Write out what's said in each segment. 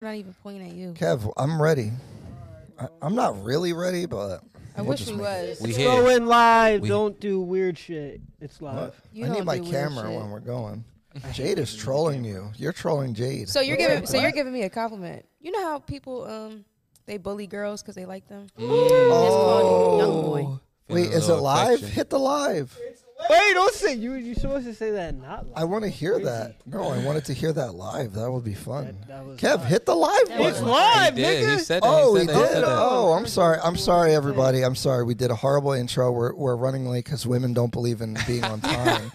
We're not even pointing at you. Kev, I'm ready. I, I'm not really ready, but I we'll wish just we make- was. We Go here. in live. We- Don't do weird shit. It's What? live. You I don't need my do weird camera shit. when we're going. Jade is trolling you. You're trolling Jade. So you're What's giving up? so you're What? giving me a compliment. You know how people um they bully girls because they like them. Oh, young boy. wait, Feeling a is it little live? affection. Hit the live. Wait, don't say you. You're supposed to say that not live. I want to hear that. No, I wanted to hear that live. That would be fun. That- that was Kev, live. hit the live it's button. live, He did. He nigga. said that. Oh, he we said did. that. He said that. Oh, I'm sorry. I'm sorry, everybody. I'm sorry. We did a horrible intro. We're, we're running late because women don't believe in being on time.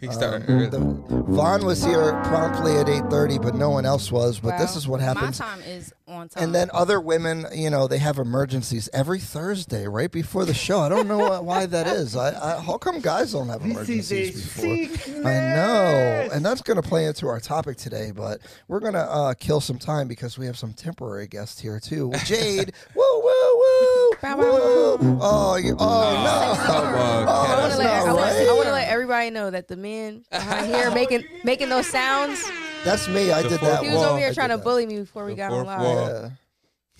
He started Um, early. the- Vaughn was here promptly at 8:30, but no one else was. But this Wow. is what My happens. time is on time. And then other women, you know, they have emergencies every Thursday right before the show. I don't know why- why that is. I, I how come guys don't have emergencies before? I know, and that's going to play into our topic today. But we're going to uh, kill some time because we have some temporary guests here too. Jade, woo woo woo, Bow, woo. wow, Oh, you, oh, come on, no! Oh, Kat. I want that's to That's let, not I wanna- right. I wanna let everybody know that the men behind here making making those sounds. That's me. I The did fourth that. He was wall. over I here did trying to that. bully me before we The got on fourth live. wall. Yeah.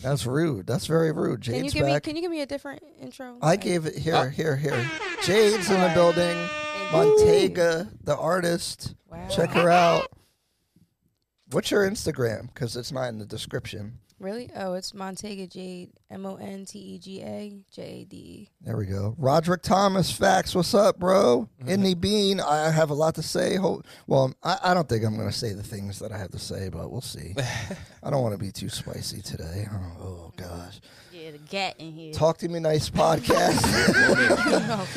That's rude. That's very rude. Jade's Can you give me back. Can you give me a different intro? I gave it here, Uh, here, here. Jade's in the building. Thank you. Montega, the artist. Wow. Check her out. What's your Instagram? Because it's not in the description. Really? Oh, it's Montega Jade. M O N T E G A J A D E. There we go. Roderick Thomas, facts. What's up, bro? Indy Bean. I have a lot to say. Ho- Well, I, I don't think I'm going to say the things that I have to say, but we'll see. I don't want to be too spicy today. Oh, oh gosh. yeah, the gat in here. Talk to me, nice podcast.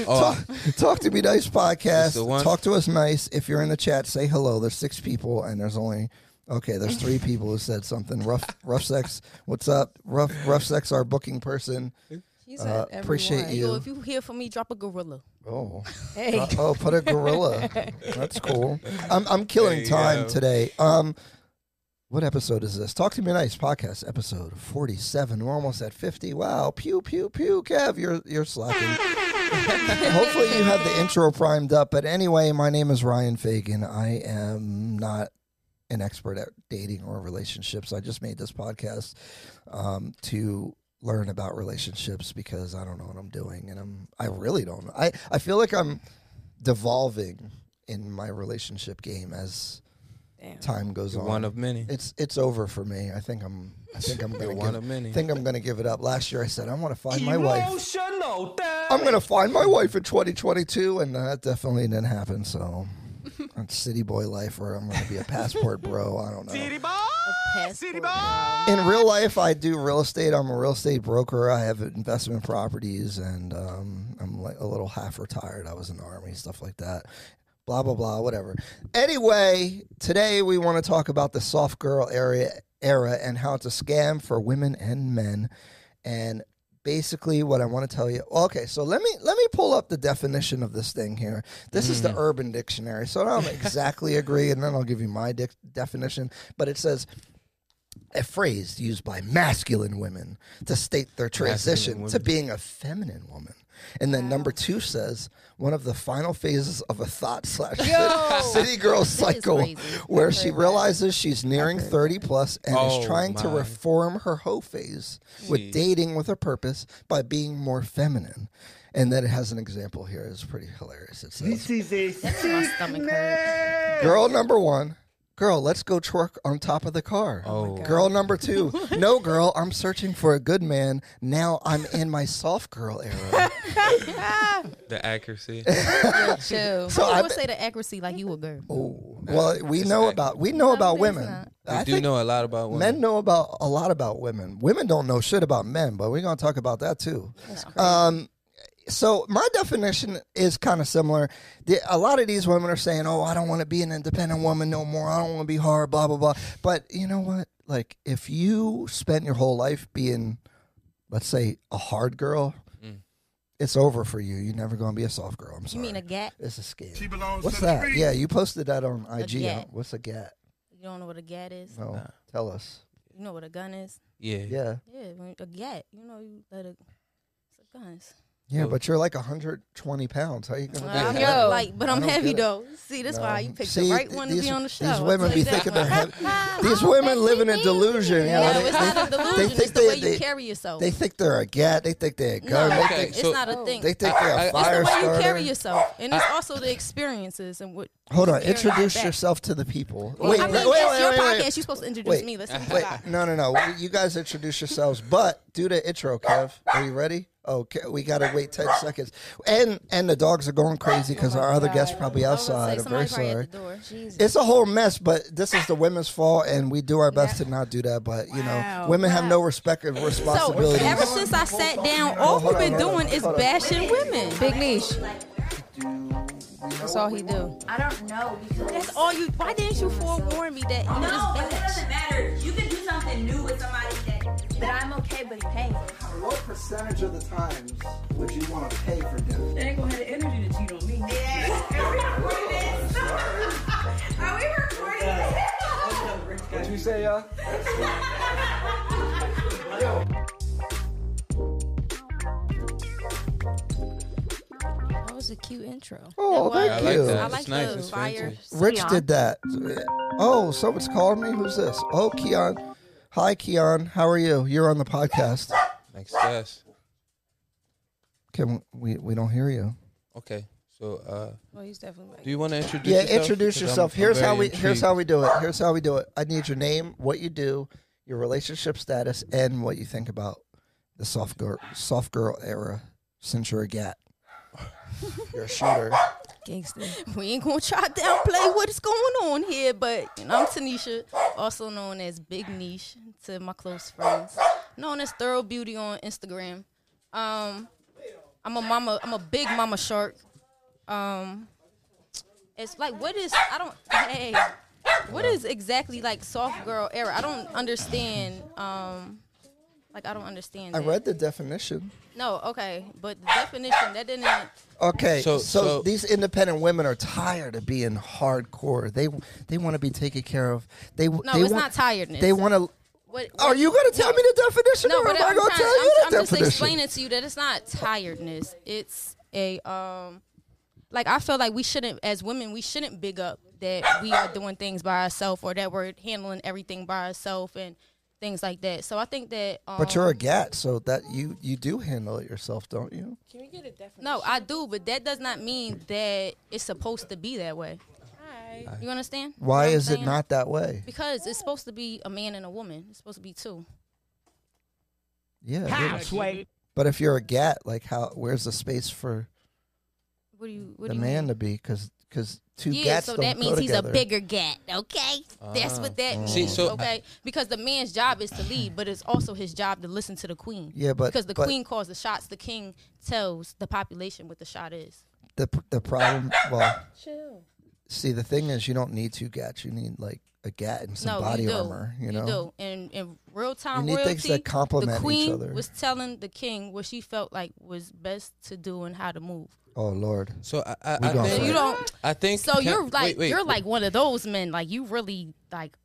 Oh, Talk to me nice This the podcast. one? Talk to us nice. If you're in the chat, say hello. There's six people and there's only okay. There's three people who said something. Rough rough sex. What's up? Rough rough sex. Our booking person. He Uh, said everyone. appreciate you. Yo, if you hear from me, drop a gorilla. Oh Hey. oh, put a gorilla. That's cool. I'm I'm killing There you time go. today. Um. What episode is this? Talk to me nice podcast episode forty seven. We're almost at fifty. Wow! Pew pew pew. Kev, you're you're slacking. Hopefully you have the intro primed up. But anyway, my name is Ryan Fagan. I am not an expert at dating or relationships. I just made this podcast um, to learn about relationships because I don't know what I'm doing, and I'm I really don't. I I feel like I'm devolving in my relationship game as Damn. time goes you're on. one of many. it's it's over for me. I think I'm I think I'm You're gonna one give, of many. think I'm gonna give it up. Last year I said I want to find my wife. I'm gonna find my wife in 2022, and that definitely didn't happen. So. It's city boy life, or I'm gonna be a passport bro. I don't know. Passport, bro. In real life, I do real estate. I'm a real estate broker. I have investment properties, and um, I'm like a little half retired. I was in the army, stuff like that. Blah blah blah, whatever. Anyway, today we want to talk about the soft girl area era and how it's a scam for women and men. And basically, what I want to tell you. Okay, so let me let me pull up the definition of this thing here. This is the Urban Dictionary, so I don't exactly agree, and then I'll give you my dic- definition. But it says a phrase used by masculine women to state their transition to women. being a feminine woman. And then number two says one of the final phases of a thought slash city girl cycle crazy. where she realizes she's nearing 30 plus and is Oh, trying to my. reform her hoe phase with Jeez. dating with a purpose by being more feminine. And then it has an example here. It's pretty hilarious. It says, is a My stomach hurt. Girl number one, girl, let's go twerk on top of the car. Oh. Girl number two, no girl, I'm searching for a good man. Now I'm in my soft girl era. The accuracy. Yo, chill. So So I I would say the accuracy like you a girl. oh, well, we know about we know about women. We I do think know a lot about women. men know about a lot about women. Women don't know shit about men, but we're gonna talk about that too. Um, so my definition is kind of similar. The, a lot of these women are saying, "Oh, I don't want to be an independent woman no more. I don't want to be hard." Blah blah blah. But you know what? Like, if you spent your whole life being, let's say, a hard girl, it's over for you. You're never gonna be a soft girl. I'm You sorry. mean a gat? it's a scam. belongs What's to the that? street. Yeah, you posted that on IG. huh? gat. What's a gat? You don't know what a gat is? No, Nah. tell us. You know what a gun is? Yeah. Yeah. Yeah, when- a gat. You know you let a it's a guns. Yeah, So- but you're like 120 pounds. How you gonna? Well, I'm do Yeah. not that? like, but I I'm don't heavy get it. though. See, that's why you picked See, the right th- one these- to be on the show. These women I'll be tell you thinking that they're heavy. much. These women live in a delusion. You know, No, they, it's they- not a they delusion. think it's the they- way they- you carry yourself. they think they're a gat. They think they're a no, gun. they okay, think it's so- not a thing. they think they're I- a I- It's the way fire it's the way you starter. carry yourself, and it's also the experiences and what. Hold on, carry it introduce back. yourself to the people. Well, wait, I mean, wait, it's wait, your wait, podcast. wait, You're wait. supposed to introduce Wait, me. Let's Wait, no, no, no. You guys introduce yourselves, but do the intro, Kev. Are you ready? Okay, we gotta wait ten seconds. And and the dogs are going crazy because our other guests Oh, probably outside. I'm very sorry. Jesus. It's a whole mess, but this is the women's fault, and we do our best to not do that. But you know, Wow. women have no respect and So responsibility. ever since I sat down, all hold we've on, been hold on, doing is hold on. bashing women. Big niche. That's all he do. I don't know because That's all you. Why didn't you forewarn me that you No, but just it bash? doesn't matter. You can do something new with somebody that that I'm okay with paying. What percentage of the times would you want to pay for dinner? They ain't gonna have the energy to cheat on me. Yes. Are we recording? Are we recording? What'd you say, uh? That was a cute intro. Oh, That thank was- I like you. that. I It's like nice, the it's fire. fancy. Rich Keon. did that. Oh, someone's calling me. Who's this? Oh, Keon. Hi, Keon. How are you? You're on the podcast. Next guest. Can we? We don't hear you. Okay. So, uh, Well, he's definitely like. do you want to introduce? Yeah, yourself? introduce Because yourself. I'm- I'm here's very how we. Here's intrigued. how we do it. Here's how we do it. I need your name, what you do, your relationship status, and what you think about the soft girl, soft girl era since you're a gat. You're a shooter. Gangster. We ain't gonna try to downplay what's going on here, but you know, I'm Tanisha, also known as Big Niche to my close friends, known as Thorough Beauty on Instagram. Um, I'm a mama. I'm a big mama shark. Um, it's like what is I don't hey, what is exactly like soft girl era? I don't understand. Um, like I don't understand. I that. read the definition. No, okay, but the definition that didn't. Okay, so, So- so- these independent women are tired of being hardcore. They they want to be taken care of. They No, they it's want, not tiredness. They want to. What, what- Are you going to tell me the definition? No, or but am I I'm, going to trying- tell you I'm, the I'm just definition? explaining to you that it's not tiredness. It's a um, like I feel like we shouldn't, as women, we shouldn't big up that we are doing things by ourselves or that we're handling everything by ourselves and things like that. So I think that. Um, But you're a gat, so that you you do handle it yourself, don't you? no, I do, but that does not mean that it's supposed to be that way. You understand? Why what I'm is it saying? not that way? Because it's supposed to be a man and a woman. It's supposed to be two. Yeah. it is. But if you're a gat, like how where's the space for What do you? What the do you man mean? to be? Because two Yeah, gats so don't that go means he's a together. Ah. Mm. bigger gat, okay? That's what that means, See, so- okay? Because the man's job is to lead, but it's also his job to listen to the queen. Yeah, but- because the but- queen calls the shots, the king tells the population what the shot is. The pr- the problem. Well, See, the thing is, you don't need two gats. You need like a gat and some no, body you do. armor. You know. do. And in real time You need royalty, things that complement the each queen other. was telling the king what she felt like was best to do and how to move. Oh Lord. So I, I, We I gonna think fight. You don't. I think. So can- you're wait, like wait, you're like one of those men. Like you really like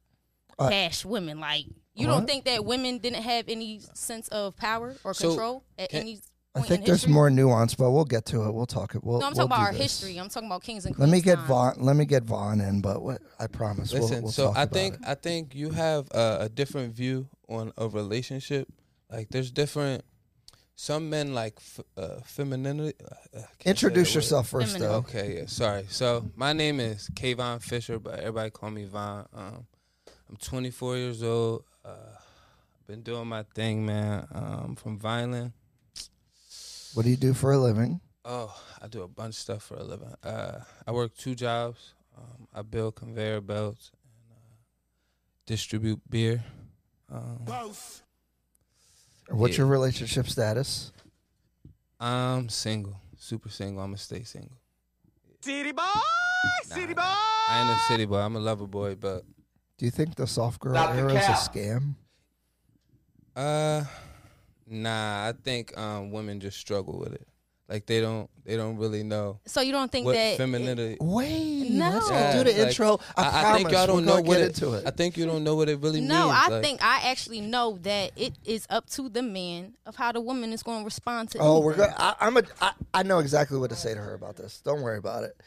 Uh, bash women. Like you what? don't think that women didn't have any sense of power or So, control at can- any point I in think there's history? more nuance, but we'll get to it. We'll talk it. We'll, No, I'm we'll talking about do our this. history. I'm talking about kings and Let queens. me get time. Vaughn. Let me get Vaughn in, but what I promise. we'll- Listen, we'll so talk I about think it. I think you have a, a different view on a relationship. Like there's different. Some men like f- uh, femininity. uh, I can't say introduce the word. yourself first, Feminine. though. Okay, yeah, sorry. So my name is Kayvon Fisher, but everybody call me Von. Um, I'm 24 years old. Uh, I've been doing my thing, man. Um, from violin. What do you do for a living? Oh, I do a bunch of stuff for a living. Uh, I work two jobs. Um, I build conveyor belts and uh, distribute beer. Um, What's Yeah. your relationship status? I'm single, super single. I'ma stay single. City boy, city boy. I ain't a city boy. I'm a lover boy, but Do you think the soft girl era is a scam? uh, nah. I think um, women just struggle with it. Like they don't they don't really know So you don't think what that femininity. Wait, No. let's go Yeah, do the like, intro. I, promise. I think y'all don't we're know gonna what get it, into it. I think you don't know what it really means. No, I like- think I actually know that it is up to the man of how the woman is going to respond to. Oh, we're anything. good. I, I'm a. I, I know exactly what to say to her about this. Don't worry about it.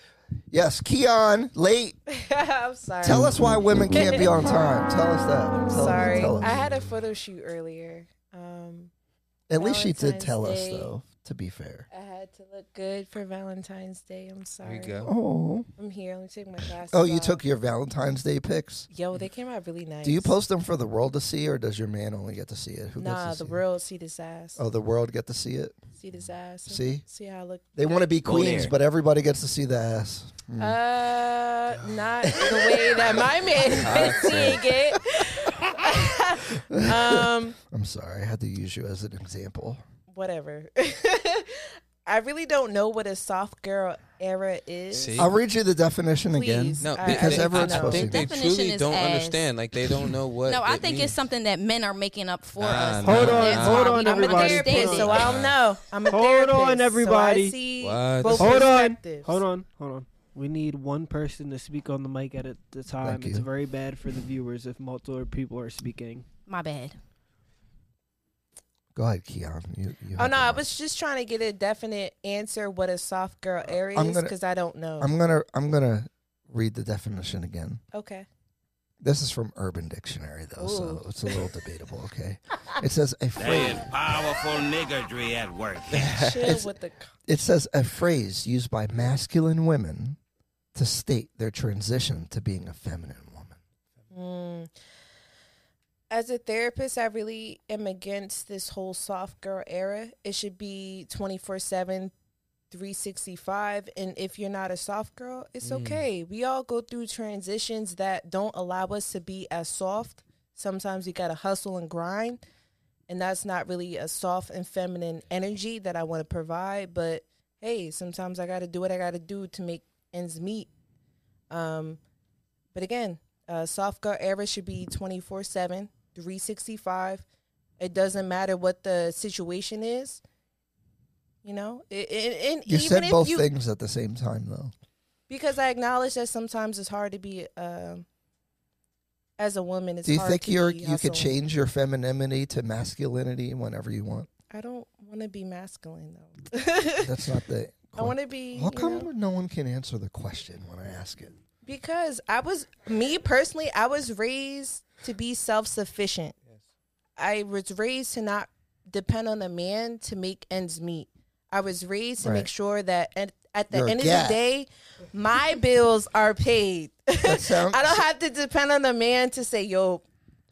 Yes, Keon, late. I'm sorry. Tell us why women can't be on time. Tell us that. Tell us- sorry. tell us. I had a photo shoot earlier. Um, At least she did Valentine's tell us Day. though. To be fair. I had to look good for Valentine's Day. I'm There sorry. you go. Oh. I'm here. Let me take my glasses. Oh, you off. took your Valentine's Day pics. Yo, they came out really nice. Do you post them for the world to see, or does your man only get to see it? Who Nah, gets to the see world see this ass. It? Oh, the world get to see it. See this ass. See? See how I look. They want to be Go there. queens, but everybody gets to see the ass. Mm. Uh, not the way that my man is seeing it. um, I'm sorry, I had to use you as an example. whatever. I really don't know what a soft girl era is. See? I'll read you the definition again. Please. No, I- because they, everyone's I, supposed think to. they Definition truly is don't ass. understand. Like they don't know what. No, I it think means. it's something that men are making up for Nah, us. nah, Hold on, That's hold why on, we don't I'm a everybody. understand therapist, it. so I don't know. I'm a Hold therapist. on, so I everybody. see What? both Hold on. perspectives. Hold on. Hold on. We need one person to speak on the mic at a, the time. Thank It's you. very bad for the viewers if multiple people are speaking. My bad. Go ahead, Keon. You, you Oh have no, the I mic. was just trying to get a definite answer what a soft girl era I'm is gonna- because I don't know. I'm gonna. I'm gonna read the definition again. okay. This is from Urban Dictionary, though, so Ooh. it's a little debatable. Okay, it says a phrase. powerful niggardry at work. Chill with the It says a phrase used by masculine women to state their transition to being a feminine woman. Mm. As a therapist, I really am against this whole soft girl era. It should be 24 7, 365. And if you're not a soft girl, it's okay. We all go through transitions that don't allow us to be as soft. Sometimes you got to hustle and grind. And that's not really a soft and feminine energy that I want to provide. But hey, sometimes I got to do what I got to do to make ends meet. Um, but again, uh, soft girl era should be 24 7, 365. It doesn't matter what the situation is. You know, I- I- and, and You even said if both you, things at the same time, though. because I acknowledge that sometimes it's hard to be, um, as a woman, it's Do you hard think to you're be you could hustling. change your femininity to masculinity whenever you want? I don't want to be masculine though. That's not the. I want to be. How you come know, no one can answer the question when I ask it? Because I was me personally, I was raised to be self sufficient. I was raised to not depend on a man to make ends meet. I was raised to Right. make sure that at, at the You're a end of gat. the day, my bills are paid. That sounds I don't have to depend on a man to say, "Yo,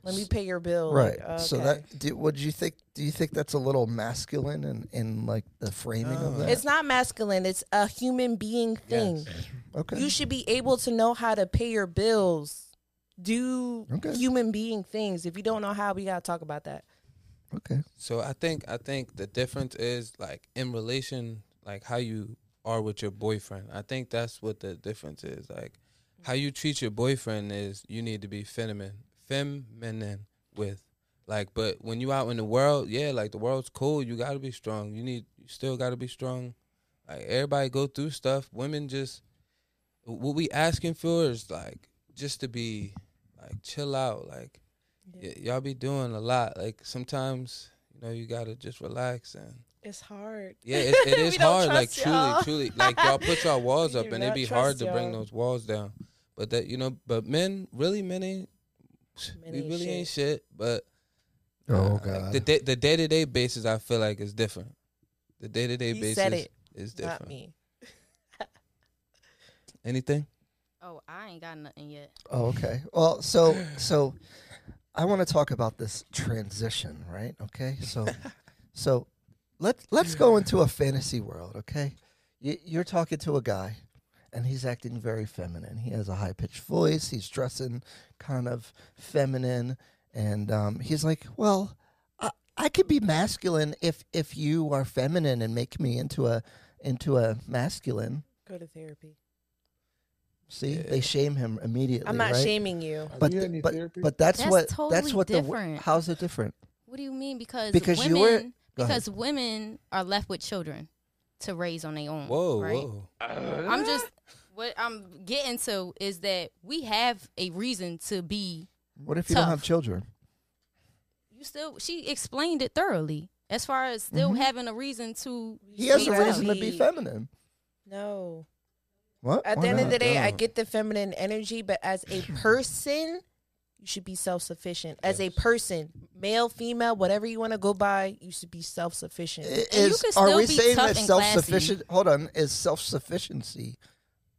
let me pay your bill." right. Like, okay. So that do, what do you think? Do you think that's a little masculine in, in like the framing of that? Oh. it's not masculine. It's a human being thing. okay. You should be able to know how to pay your bills, do Okay. human being things. If you don't know how, we gotta talk about that. okay. So I think I think the difference is like in relation, like how you are with your boyfriend. I think that's what the difference is. Like how you treat your boyfriend is you need to be feminine, feminine with. Like, but when you out in the world, yeah, like the world's cool. You gotta be strong. You need, you still gotta be strong. Like everybody go through stuff. Women just, what we asking for is like just to be, like chill out. Like y- y'all be doing a lot. Like sometimes you know you gotta just relax and It's hard. yeah, it's, it We is don't hard. Like trust truly, y'all. truly, like y'all put y'all walls We up do and it not be hard trust to bring y'all. those walls down. But that you know, but men really men ain't Men we ain't really shit. ain't shit. But Oh uh, like, god. the day the day to day basis I feel like is different. The day to day He basis said it, is not different. me. Anything? Oh, I ain't got nothing yet. Oh, okay. Well, so so I want to talk about this transition, right? Okay. So so let's let's go into a fantasy world, okay? You, you're talking to a guy, and he's acting very feminine. He has a high pitched voice. He's dressing kind of feminine, and um, he's like, "Well, I, I could be masculine if if you are feminine and make me into a into a masculine." Go to therapy. See, Yeah. they shame him immediately. I'm not right? shaming you. but you th- had any but, therapy? but that's, That's what that's totally what the w- different. how's it different? What do you mean? Because Because you women were- Go ahead. because women are left with children. to raise on Mm, their own. Whoa, right? whoa. I'm just what I'm getting to is that we have a reason to be. What if you don't tough. have children? You still, she explained it thoroughly as far as still having a reason to. He has be a tough. reason to be feminine. No. What? At Why the end of not? the day, I No. get the feminine energy, but as a person, you should be self sufficient. As a person, male, female, whatever you want to go by, you should be self sufficient. And you Is, can are still we be saying tough that and self sufficient? Hold on, is self sufficiency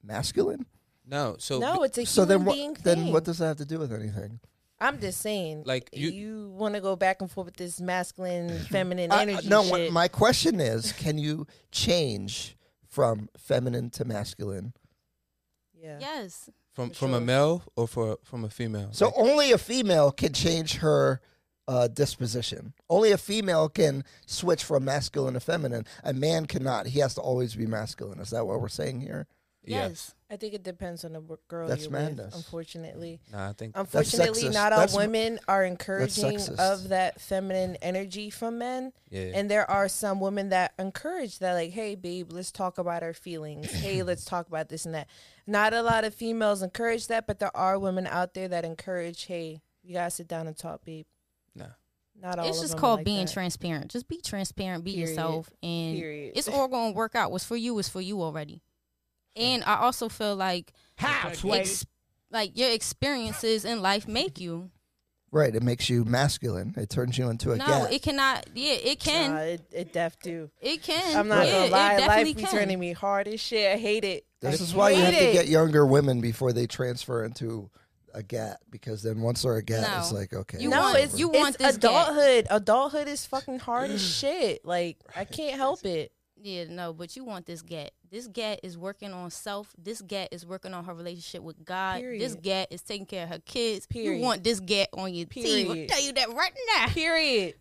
masculine? No, so No, be- it's a so human then, what? being thing. Then what does that have to do with anything? I'm just saying, Like, like you- you, want to go back and forth with this masculine, feminine I- I- energy. no, shit. what- my question is, can you change from feminine to masculine? yeah. Yes. from for from a sure. male or for from a female. So Like, only a female can change her uh, disposition. Only a female can switch from masculine to feminine. A man cannot. He has to always be masculine. Is that what we're saying here? Yes. I think it depends on the w- girl That's you're madness. Mm. with. Unfortunately, Nah, I Um, think unfortunately, sexist. not all That's- women are encouraging sexist. of that feminine energy from men, yeah. and there are some women that encourage that, like, "Hey, babe, let's talk about our feelings. hey, let's talk about this and that." Not a lot of females encourage that, but there are women out there that encourage, "Hey, you gotta sit down and talk, babe." Nah. Not all. it's of just them are called like being that. transparent. Just be transparent, be Period. yourself, and Period. it's all going to work out. What's for you is for you already. And I also feel like ex- like your experiences in life make you. Right. It makes you masculine. It turns you into a no, gat. it cannot. Yeah, it Nah, can. it, it def do. It can. I'm not yeah, gonna lie, It definitely life be can. turning me hard as shit. I hate it. This I is why you have hate to it. get younger women before they transfer into a gat because then once they're a gat, it's No. like okay. You no, want- it's, you it's want this gap. adulthood. Adulthood is fucking hard as shit. Like I can't help it. Yeah, no, but you want this gat. This gat is working on self. This gat is working on her relationship with God. This Period. gat is taking care of her kids. Period. You want this gat on your team. I'll Period. tell you that right now. Period.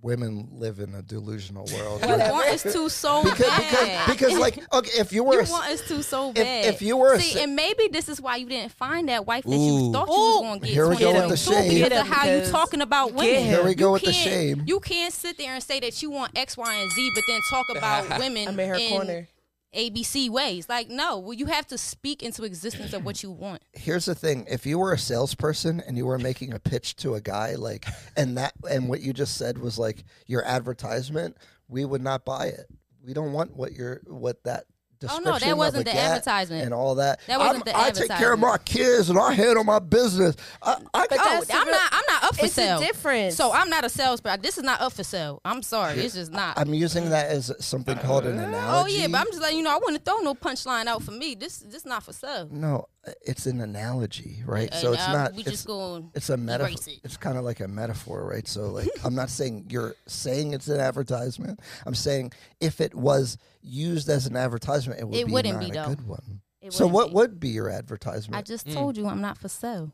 women live in a delusional world. You want us to so because, because, bad. because like okay, if you were you a s- want us to so if- bad. if you were a see, si- and maybe this is why you didn't find that wife that Ooh. you thought you was gonna get. Here we go 20 with the years shade. ago, Get Because him, of how you because- talking about Get women. him. Here we go You with the can't- shame. You can't sit there and say that you want X, Y, and Z, but then talk about women I'm in her in corner. ABC ways. Like, no, well, you have to speak into existence of what you want. here's the thing if you were a salesperson and you were making a pitch to a guy like and that and what you just said was like your advertisement we would not buy it we don't want what your what that Oh, no, description of that a wasn't the gat advertisement. and all that That wasn't I'm- the i take care of my advertisement. kids and i handle my business i, I Oh, that's the I'm real- not. I'm not up for It's a sale. difference. So I'm not a salesperson. This is not up for sale. I'm sorry. It's just not. i'm using that as something called an Oh analogy yeah, but I'm just letting you know I wouldn't throw no punchline out for me. This this not for sale. no it's an analogy right so And, it's uh, not We it's- just going. it's a metaphor. it. It's kind of like a metaphor, right? So, like, I'm not saying you're saying it's an advertisement. I'm saying if it was used as an advertisement, it would It be wouldn't not be, a though. good one. It So, what wouldn't be. would be your I advertisement? just Mm. told you I'm not for sale.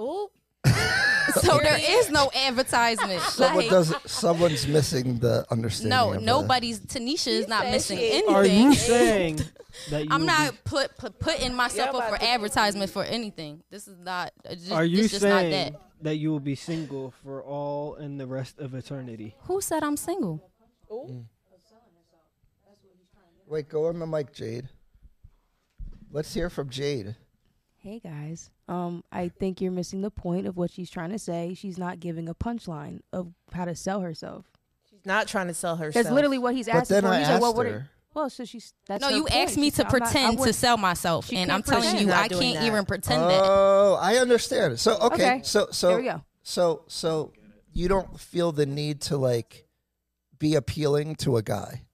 Ooh, So there is no advertisement. Someone Like, does. Someone's missing the understanding. no, of the- nobody's. Tanisha is not said missing she ain't- Are anything. you saying that you? I'm would not put, put putting myself You're up for about to- advertisement for anything. This is not. uh, Just, Be, are you this just not saying that? that. you will be single for all and the rest of eternity? Who said I'm single? Wait, go on the mic, Jade. Let's hear from Jade. Hey guys, um, I think you're missing the point of what she's trying to say. She's not giving a punchline of how to sell herself. she's not trying to sell herself. That's literally what he's But asking then for. I He's asked like, well, what? her. well, so she's that's no, her you point. asked me She to said, "I'm not- I pretend to wouldn't- sell myself, She and can't I'm telling pretend. you, She's not I doing can't that. even pretend that. Oh, I understand it. So okay, Okay. so so There we go. So so you don't feel the need to like be appealing to a guy.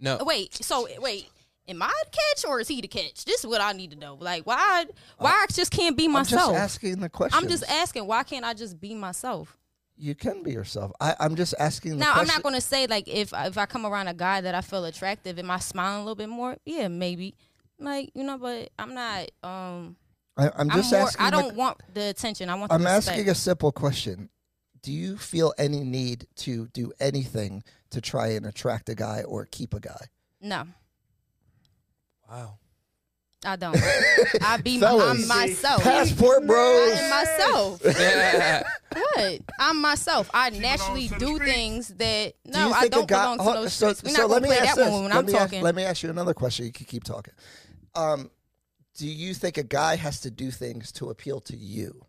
no. Oh, Wait, so wait, am I the catch or is he the catch? This is what I need to know. Like, why? Why I just can't be myself? I'm just asking the question. I'm just asking, why can't I just be myself? You can be yourself. I, I'm just asking. The Now, I'm question. not going to say like if if I come around a guy that I feel attractive, am I smiling a little bit more? Yeah, maybe. Like you know, but I'm not. Um, I, I'm I'm just more, asking. I the- don't want the attention. I want. The I'm respect. asking a simple question. Do you feel any need to do anything to try and attract a guy or keep a guy? No, Wow. I don't. I be Fellas, I'm myself. Passport bros. I'm myself. Yeah. good. I'm myself. I naturally do things that Do no, you I think a don't guy- belong to hold- those so, streets. We're so not let gonna me play ask that this. one when let I'm me talking. Ask, let me ask you another question. You can keep talking. Um, do you think a guy has to do things to appeal to you?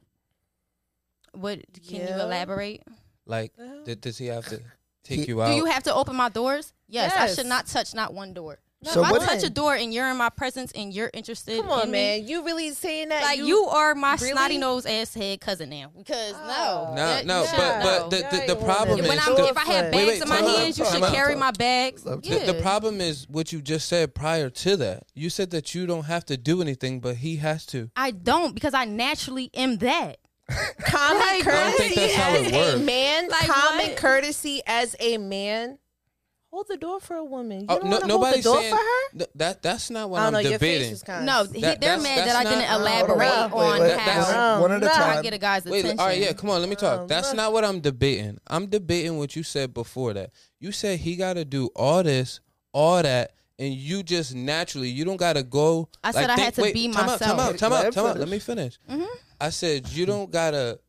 what can you Yeah. elaborate? Like, Well. did, does he have to take He- you out? Do you have to open my doors? Yes, I Yes. should not touch not one door. So if what- I touch a door and you're in my presence and you're interested, Come on, in Me, man. You really saying that? like you are my really? snotty nose ass head cousin now because Oh. no, no, that- no, you should but know. but the, Yeah, the, the you problem wanna- when is I'm, the, if I have Wait, bags wait, in my time out, hands, you time should out, carry time my bags. Okay. Yeah. the, the problem is what you just said prior to that. You said that you don't have to do anything, but he has to. I don't because I naturally am that. common Like, I don't think courtesy that's how as it a works. man. Like, common what? courtesy as a man. Hold the door for a woman. You Oh, don't no, want to hold the nobody's door saying for her. th- that. That's not what I I'm don't know. Your face debating. was kind No, of. he- That- they're that's- mad that's that I didn't not- elaborate Hold on, wait, on wait, wait, how that's- one at a Nah, I time. get a guy's Wait, attention. all right, yeah, come on, let me talk. Um, That's look. not what I'm debating. I'm debating what you said before that. You said he got to do all this, all that, and you just naturally, you don't got to go. I said I had to be time Out, time myself. Mm-hmm. out, time Let him out, time out. Let finish. me finish. I said you don't got to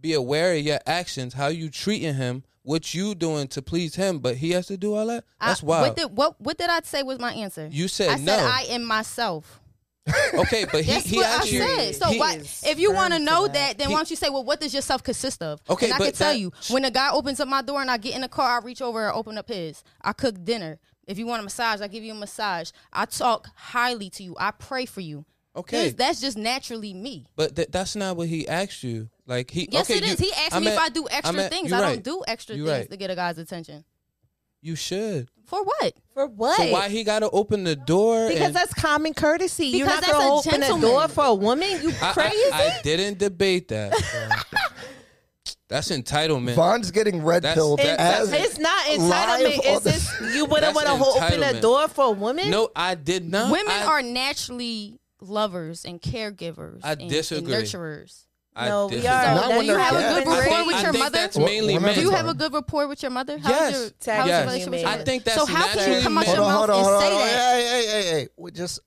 be aware of your actions, how you treating him, what you doing to please him, but he has to do all that. I- That's What wild. did, what, what did I say was my answer? You said I no. said I am myself. okay, but he, That's he what actually. I said. So he- why, is if you firm want to to know that. that, then He- why don't you say, well, what does yourself consist of? Okay, and I but can tell that- you, when a guy opens up my door and I get in the car, I reach over and open up his. I cook dinner. If you want a massage, I give you a massage. I talk highly to you. I pray for you. Okay. This- that's just naturally me. But th- that's not what he asked you. Like he. Yes, okay, it is. you- he asked I'm me if at- I do extra I'm at- things. you I right. don't do extra You things right. to get a guy's attention. You should. For what? For what? So why he got to open the door? Because and- that's common courtesy. You're Because not gonna that's a open a gentleman. door for a woman. You I- I- crazy? I, didn't debate that. that's entitlement. Vaughn's getting red That's- pilled that- as that's- it's not Live entitlement. all Is the- this you wouldn't want That's to open a entitlement. door for a woman? no, I did not. Women I, are naturally lovers and caregivers. I and- and disagree. nurturers. I No, we did. are. Not do when you they're have a dead. good rapport I with your think mother? That's mainly One- one men. Do you have a Sorry. good rapport with your mother? How's Yes. your, how's your Yes. relationship with your I mother? think so. that's How can you natural. come out Hold your on, mouth hold on, and hold say on. that? Hey, hey, hey, hey. We just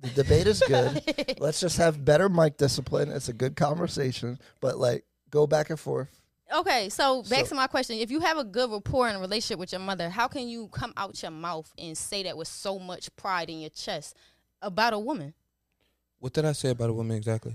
the debate is good. Let's just have better mic discipline. It's a good conversation, but like go back and forth. Okay, so back So- to my question: If you have a good rapport and relationship with your mother, how can you come out your mouth and say that with so much pride in your chest about a woman? What did I say about a woman exactly?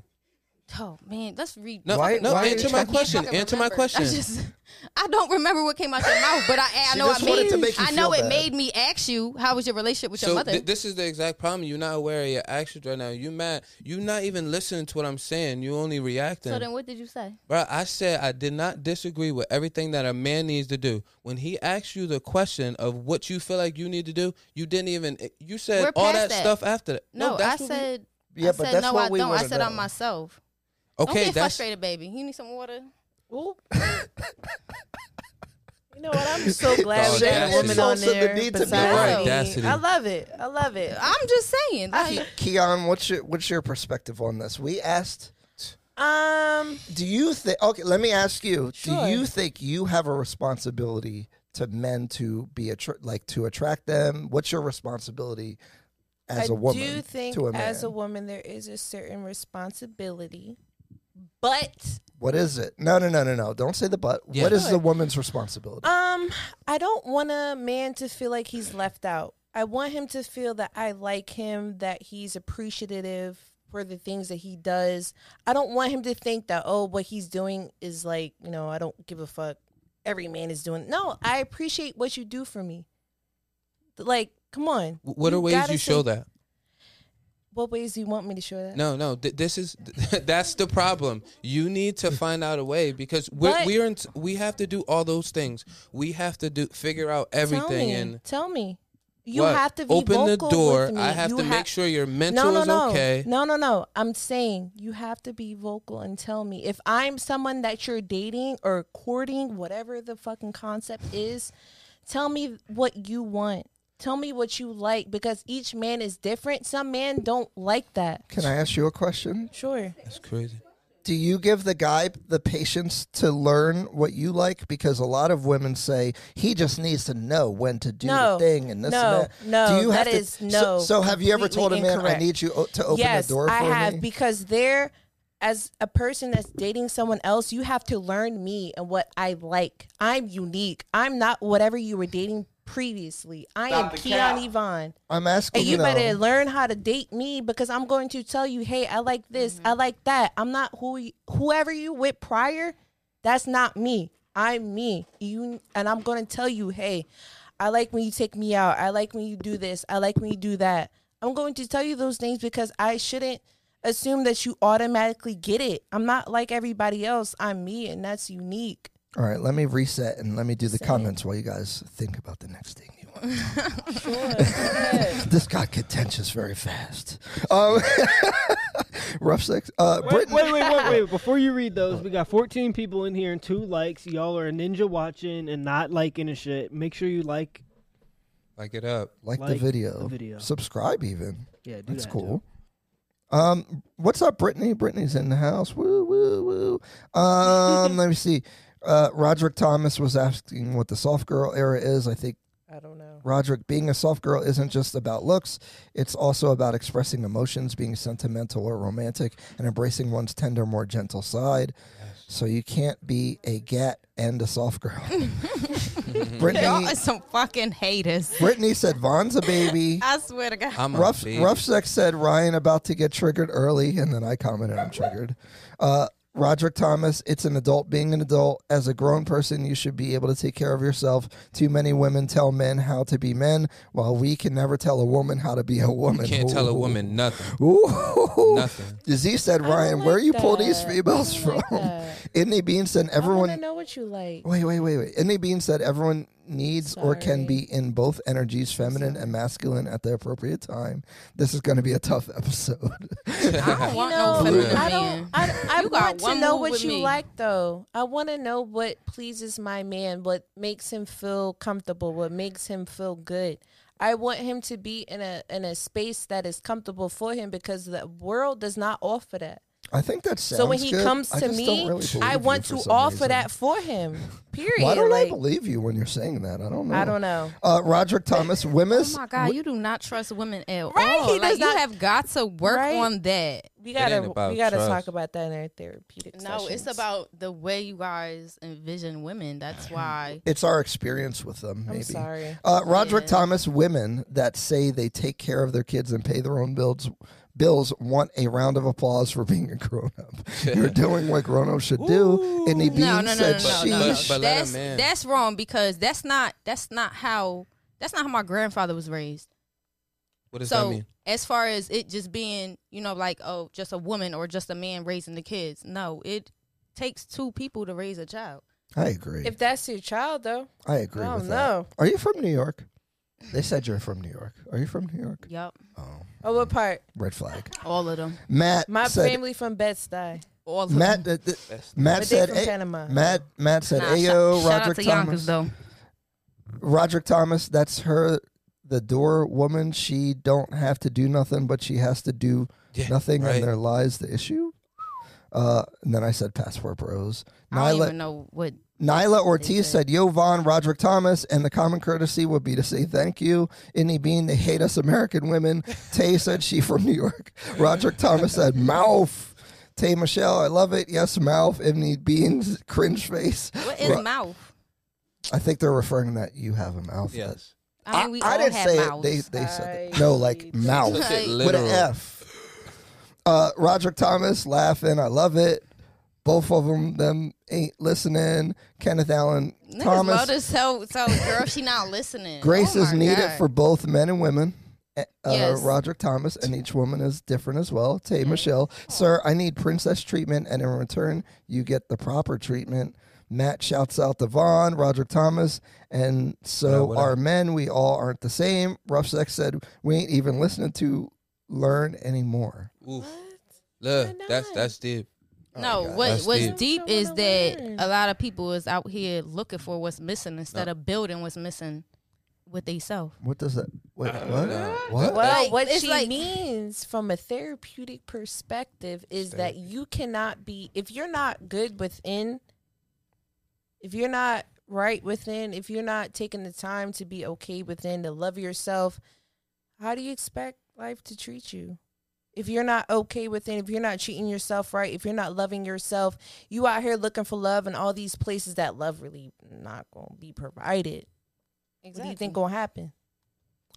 Oh man, let's read. No, Why- no. why are answer you my talking- question. fucking Answer my remember. question. I, just, I don't remember what came out your mouth, but I, I She know I just wanted made. to make you I know feel it bad. made me ask you how was your relationship with your so mother. th- this is the exact problem. You're not aware of your actions right now. You mad. You not even listening to what I'm saying. You only reacting. so then, what did you say? Bro, I said I did not disagree with everything that a man needs to do. When he asked you the question of what you feel like you need to do, you didn't even. You said We're all past that, that. stuff after that. No, I that's what we- said. Yeah, I but said that's no, what I we don't. I wanna said know. I'm myself. okay, don't get that's frustrated, baby. You need some water. Ooh. you know what? I'm so glad we The got a woman audacity. on Also the there. need to be beside right. me. Audacity. I love it. I love it. I'm just saying. Like, Keon, what's your what's your perspective on this? We asked. Um, Do you think? Okay, let me ask you. Sure. Do you think you have a responsibility to men to be attra- like to attract them? What's your responsibility as I a woman do think to a man? as a woman there is a certain responsibility, but what is it? No, no, no, no, no. Don't say the but. Yeah. What is Sure. the woman's responsibility? um, I don't want a man to feel like he's left out. I want him to feel that I like him, that he's appreciative for the things that he does. I don't want him to think that oh, what he's doing is like you know I don't give a fuck. Every man is doing. No, I appreciate what you do for me. Like, come on. what are ways gotta you show say- that? What ways do you want me to show that? No, no. Th- this is that's the problem. You need to find out a way because we're, But- we're in, we have to do all those things. We have to do figure out everything Tell me. and. tell me. You What? have to be open the vocal door. with me. I have You to ha- make sure your mental no, no, is no. okay. No, no, no. I'm saying you have to be vocal and tell me if I'm someone that you're dating or courting, whatever the fucking concept is. Tell me what you want. Tell me what you like because each man is different. Some men don't like that. Can I ask you a question? Sure. That's crazy. do you give the guy the patience to learn what you like? Because a lot of women say he just needs to know when to do No. the thing and this No. and that. No. do you have That to, is so- no. So, have you ever told a Completely man, "I incorrect. need you o- to open yes, the door"? For I have me? because there as a person that's dating someone else, you have to learn me and what I like. I'm unique. I'm not whatever you were dating previously. I Stop am the cap. Keon Yvonne. I'm asking And you you though. better learn how to date me because I'm going to tell you, hey, I like this, I like that. I'm not who y- whoever you with prior. That's not me. I'm me. You and I'm going to tell you, hey, I like when you take me out. I like when you do this. I like when you do that. I'm going to tell you those things because I shouldn't assume that you automatically get it. I'm not like everybody else. I'm me, and that's unique. All right, let me reset and let me do the comments while you guys think about the next thing. you want. this got contentious very fast. Um, rough sex. Uh, Wait, Britain. wait, wait, wait, wait. Before you read those, we got 14 people in here and two likes. Y'all are a ninja watching and not liking and shit. Make sure you like. Like it up. like, the Like video. the video. Subscribe even. Yeah, do that's that, cool. Um, what's up, Brittany? Brittany's in the house. Woo, woo, woo. Um, let me see. Uh, Roderick Thomas was asking what the soft girl era is. I think I don't know. Roderick, being a soft girl isn't just about looks. It's also about expressing emotions, being sentimental or romantic, and embracing one's tender, more gentle side. So you can't be a gat and a soft girl. Y'all Brittany, are some fucking haters. Brittany said Vaughn's a baby. I swear to God. I'm a Rough, Oh, baby. rough sex said Ryan about to get triggered early, and then I commented I'm triggered. Uh, Roderick Thomas, it's an adult being an adult. As a grown person, you should be able to take care of yourself. Too many women tell men how to be men, while we can never tell a woman how to be a woman. Can't tell a Ooh. woman nothing. Ooh. Nothing. Z said, Ryan, where like you pull these that. females I don't from? like that. Indy Bean said, I want everyone. to know what you like. Wait, wait, wait, wait. Indy Bean said everyone needs or can Sorry. be in both energies, feminine and masculine, at the appropriate time. This is going to be a tough episode. I don't want no No, feminine I man. don't. I, I You got want to one know move what with you me. like, though. I want to know what pleases my man, what makes him feel comfortable, what makes him feel good. I want him to be in a in a space that is comfortable for him because the world does not offer that. I think that sounds so when he good. comes I to just me, don't really believe I you want for to some offer reason. that for him. Period. Why don't I Like, believe you when you're saying that? I don't know. I don't know. Uh, Roderick Thomas, women's. Oh my God, you do not trust women at all. Right, he like, does you not- have got to work Right? on that. We ain't gotta about we gotta trust. talk about that in our therapeutic. No, sessions. it's about the way you guys envision women. That's why. It's our experience with them, maybe. I'm sorry. Uh, Roderick Yeah. Thomas, women that say they take care of their kids and pay their own bills, bills want a round of applause for being a grown up. You're doing what grown ups should do. And the bean No, no, no, no, said no, she. no, no. But- but let a That's man- that's wrong because that's not that's not how that's not how my grandfather was raised. What does that so mean? as far as it just being, you know, like oh, just a woman or just a man raising the kids. No, it takes two people to raise a child. I agree. If that's your child, though, I agree I Oh, with don't that. know. Are you from New York? They said you're from New York. Are you from New York? Yep, Oh, oh, what part? red flag. all of them. Matt My said. family from Bed Stuy. All of Matt, them. th- th- Matt But they said. from "Hey," Panama. Matt, Matt said. Nah, Ayo, Roderick shout, shout out to Thomas. Yonkers though. Roderick Thomas, that's her, the door woman. She don't have to do nothing, but she has to do Yeah, nothing, right. and there lies the issue. Uh, and then I said passport bros. I don't Nyla, even know what. Nyla Ortiz said, Yo, Von, Roderick Thomas, and the common courtesy would be to say thank you. Indy Bean, they hate us American women. Tay said she from New York. Roderick Thomas said, Mouth. Tay Michelle, I love it. Yes, mouth. Indy Bean's cringe face. What is Ro- mouth? I think they're referring that you have a mouth. That- Yes. I mean, we all didn't have say mouths. it. They, they said that. I No, like see. mouth Look at Like- with literal. an F. Uh, Roderick Thomas laughing. I love it. Both of them, them ain't listening. Kenneth Allen Niggas Thomas. low as hell, so girl, she not listening. Grace Oh is my needed God. for both men and women. Uh, Yes. Mm-hmm. Roderick Thomas, and each woman is different as well. Tay Michelle, sir, I need princess treatment, and in return, you get the proper treatment. Matt shouts out to Vaughn, Roderick Thomas, and Yeah, so what are up? men. We all aren't the same. Rough Sex said, We ain't even listening to learn anymore. Oof. Look, Why that's not? that's deep. No, God, what Oh that's what's deep. deep, I is wanna that learn. a lot of people is out here looking for what's missing instead No. of building what's missing with they self. What does that? Wait, I don't what? know. What? Well, Like, what it's she like- means from a therapeutic perspective is that you cannot be if you're not good within, if you're not right within, if you're not taking the time to be okay within, to love yourself, how do you expect life to treat you? If you're not okay with it, if you're not treating yourself right, if you're not loving yourself, you out here looking for love in all these places that love really not gonna be provided. What do you think gonna happen?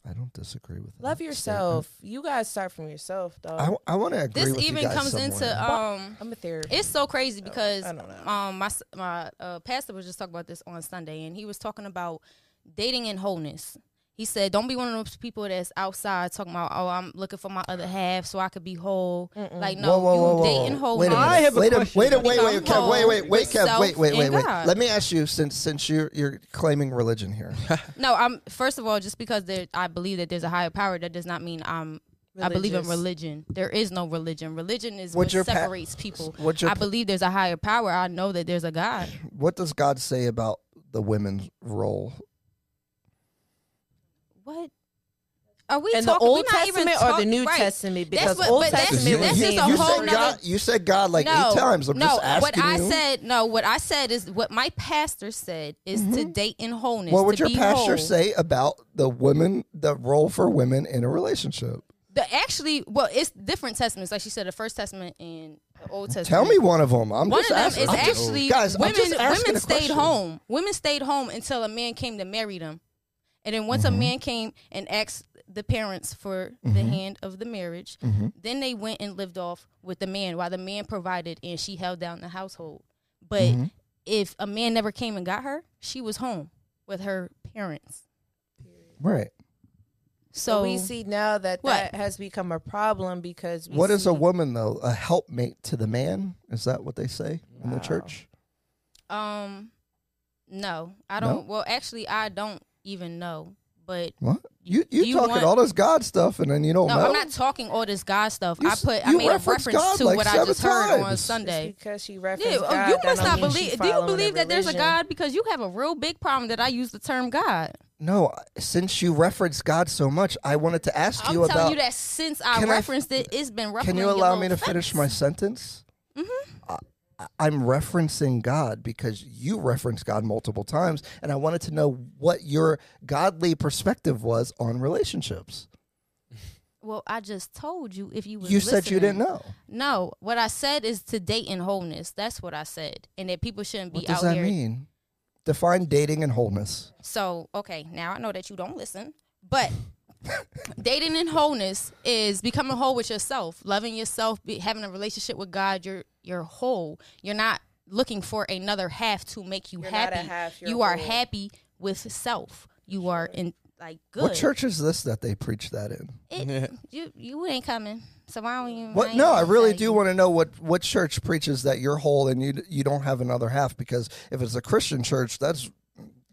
I don't disagree with that. Love statement. yourself. You guys start from yourself, dog. I, want to agree This with even you guys comes somewhere. into um. I'm a therapist. It's so crazy because I don't know. um my s- my uh, pastor was just talking about this on Sunday, and he was talking about dating and wholeness. He said, "Don't be one of those people that's outside talking about oh I'm looking for my other half so I could be whole. Like Whoa, no, whoa, whoa, you whoa, whoa. dating wholeness. Wait a minute. I have a wait question. A, wait, a, wait, wait, Become Kev, wait, wait, wait, whole Kev, wait, wait, yourself wait, in wait. God. Let me ask you, since since you're you're claiming religion here, No, I'm first of all just because there I believe that there's a higher power that does not mean I'm. I believe in Religious. religion. There is no religion. Religion is What's what your pa- separates people. what's your I pa- believe there's a higher power. I know that there's a God. what does God say about the women's role? What? Are we in the talking? Old we're not even Testament or the talk- New right. Testament? That's Because what- Old but that's- Testament that's was just a saying- you whole said nother- God, you said God like eight times. I'm no, just asking what I you. said, no, what I said is what my pastor said is to date in wholeness. what would to Mm-hmm. your be pastor whole. say about the women, the role for women in a relationship? The, actually, well, it's different testaments. Like she said, the first testament and the Old Testament. Tell me one of them. I'm One of just them asking. is I'm just- actually guys, I'm women. just asking women a stayed question. home. Women stayed home until a man came to marry them, and then Mm-hmm. once a man came and asked the parents for the hand of the marriage, Mm-hmm. then they went and lived off with the man while the man provided and she held down the household. But Mm-hmm. if a man never came and got her, she was home with her parents. Right. So we see now that What? that has become a problem because we What is a see- woman though? A helpmate to the man? Is that what they say in the church? um, no, I No? don't. Well, actually, I don't even know, but. What you you, Do you talking want- all this God stuff and then you don't No, know? I'm not talking all this God stuff. You I s- put I you made a referenced reference God to like what I just seven heard on times. Just Sunday. because she Yeah, referenced oh, God, you that must don't not mean she believe. Do you following believe that there's a religion. God? Because you have a real big problem that I use the term God. No, since you referenced God so much, I wanted to ask I'm you telling about. you that since I Can I- referenced it, it's been referenced. can you allow me to finish my sentence? Mm-hmm. I, I'm referencing God because you referenced God multiple times, and I wanted to know what your godly perspective was on relationships. Well, I just told you if you was you said you listening. didn't know. No, what I said is to date in wholeness. That's what I said, and that people shouldn't be What does out that here. mean? Define dating and wholeness. So, okay, now I know that you don't listen, but dating in wholeness is becoming whole with yourself, loving yourself, be, having a relationship with God. You're you're whole. You're not looking for another half to make you You're not a happy. half, you're you are whole. happy with self. You are in like good. What church is this that they preach that in? It, you you ain't coming. So why don't you? What? ain't No, I gonna really tell do you. want to know what what church preaches that you're whole and you you don't have another half because if it's a Christian church, that's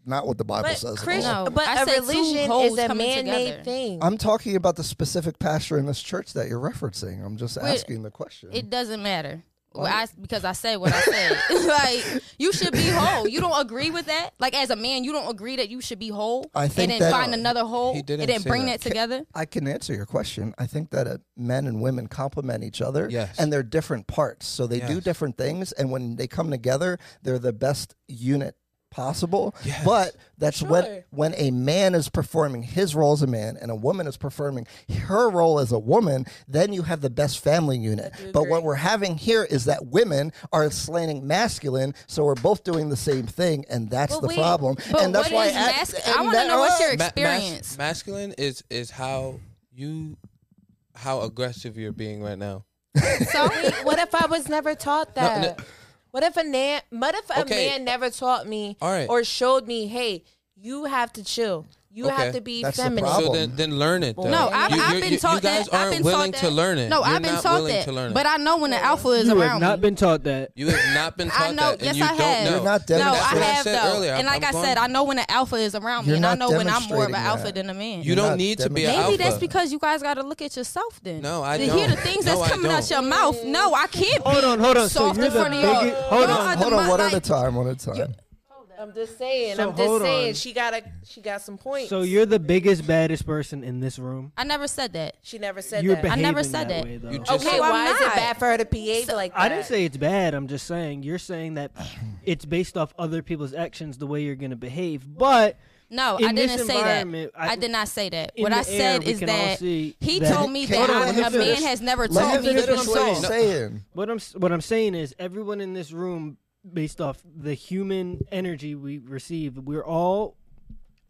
not what the Bible But, says. at Christ- all. No, but I a said two religion hoes is a coming man-made together. thing. I'm talking about the specific pastor in this church that you're referencing. I'm just asking the question. It doesn't matter. Well, I, because I said what I said. like you should be whole. You don't agree with that. Like as a man, you don't agree that you should be whole. I think and then that- find another whole He and didn't then say bring that. that together. I can answer your question. I think that uh, men and women complement each other, Yes. and they're different parts, so they do Yes. different things. And when they come together, they're the best unit possible. Yes. But that's when Sure. when a man is performing his role as a man, and a woman is performing her role as a woman, then you have the best family unit. But what we're having here is that women are slanting masculine, so we're both doing the same thing, and that's But the wait, problem. but and that's what why is ask- masculine? I and wanna that- know what's your uh, ex- Ma- mas- experience. masculine is is how you how aggressive you're being right now. So what if I was never taught that? no. What if a man? What if a Okay. man never taught me All right. or showed me? Hey, you have to chill. You Okay. have to be That's the feminine. problem. So then, then learn it. Though. no, You- I've, uh, You- I've you- been you- taught you guys that. I've aren't been willing taught to that. learn it. No, You're I've been not taught willing that. to learn it. But I know when the alpha is You around. have not me. been taught that. You have not been taught I know. that, Yes, and you I don't have. know. You're not no, demonstrating- I That's what I have said though. earlier. And like i I'm said, going- I know when the alpha is around me, You're and I not know when I'm more of an demonstrating alpha that. than a man. You You're don't not need to be an Maybe alpha. that's because you guys got to look at yourself then. No, I to don't. hear the things No, I that's coming out your don't. mouth. No, I can't. Hold be on, hold on. So Soft you're in the front of y'all. biggest- hold Y'all on, are the Hold on, mo- one at a like- time, one at a time. I'm just saying. So I'm just hold saying. on. She got a. She got some points. So you're the biggest baddest person in this room. I never said that. She never said you're that. behaving never that said that. way though. You just- okay, No, I'm why is it not. bad for her to behave like that? I didn't say it's bad. I'm just saying you're saying that it's based off other people's actions the way you're going to behave. But No, in I didn't this say that. environment, I, did not say that. in What the I said air, we is can all that see he that- told me Hold that on, I- let me a finish. man has never Let me told me to finish what I'm control. saying. What I'm s- what I'm saying is everyone in this room, based off the human energy we receive, we're all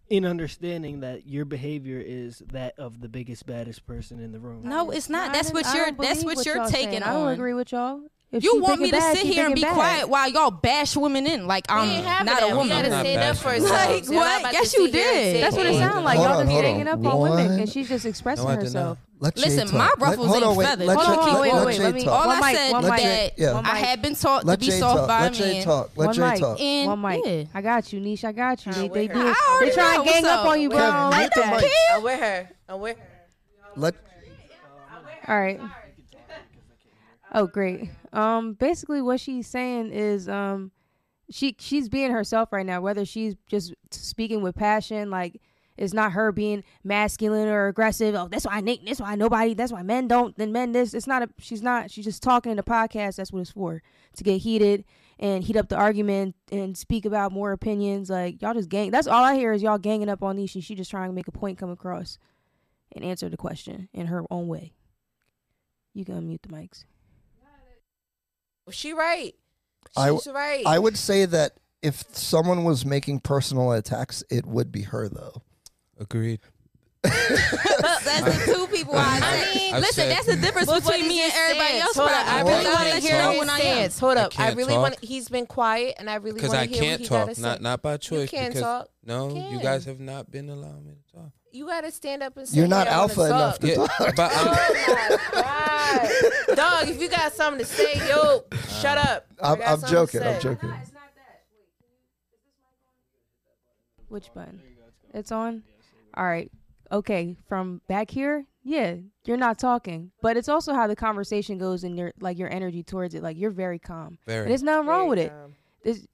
in understanding that your behavior is that of the biggest baddest person in the room. No, it's not. I That's don't- what I you're. don't That's believe what what you're y'all saying. taking I don't on. agree with y'all. If she you want thinking me to bad, sit she here and be thinking bad. quiet while y'all bash women in like I'm have not that. a We woman. gotta I'm not stand up for bashing. ourselves. Like We're not what? about to Yes, sit you here and did. sit That's what it Hold on, sounds like. hold Y'all on, just hold ganging on. up on women, What? and she's just expressing No, I did herself. Let Jay Listen, talk. my Let- ruffles hold ain't on, wait, feathers. Let Hold Jay, on, let, wait, let wait, Jay let me- talk. All One I mic, said one that mic. Yeah. One I mic. have been taught Let to be Jay soft talk. by Let a Jay man. talk. Let one Jay mic. talk. And- one mic. yeah. I got you, Niche. I got you. Nah, They, we're they here. did. I They already trying know to gang what's up up. on you, bro. Kevin, All mute the mic. I'm with her. I'm with her. Let right. Oh, great. Um, basically, what she's saying is, um, she she's being herself right now. Whether she's just speaking with passion, like it's not her being masculine or aggressive. Oh, that's why Nick. That's why nobody. That's why men don't. Then men this. It's not a. She's not. She's just talking in a podcast. That's what it's for. To get heated and heat up the argument and speak about more opinions. Like y'all just gang. That's all I hear is y'all ganging up on Nisha. She just trying to make a point come across and answer the question in her own way. You can unmute the mics. She right. I w- She's right. I would say that if someone was making personal attacks, it would be her though. Agreed. That's the two people I I said. mean- Listen, that's the difference But what between is me his and everybody stance? else. Hold but up, I I Hold really on. really I want want can't to to know hear when his I am. stance. Hold I up. I can't really want. talk. He's been quiet, and I really Because want to I hear what can't he talk, gotta say. not not by choice. can't because, talk. No, You you guys can. have not been allowing me to talk. You gotta stand up and say. You're not "Yeah, I wanna alpha enough talk." to Yeah, talk. but I'm, Oh my God. Dog, if you got something to say, yo, shut up. I Um, I'm, got I'm something to joking. I'm say. joking. Which button? It's on? All right. Okay. From back here, yeah, you're not talking. But it's also how the conversation goes and your like your energy towards it. Like you're very calm. Very. And there's nothing wrong with it. Um, This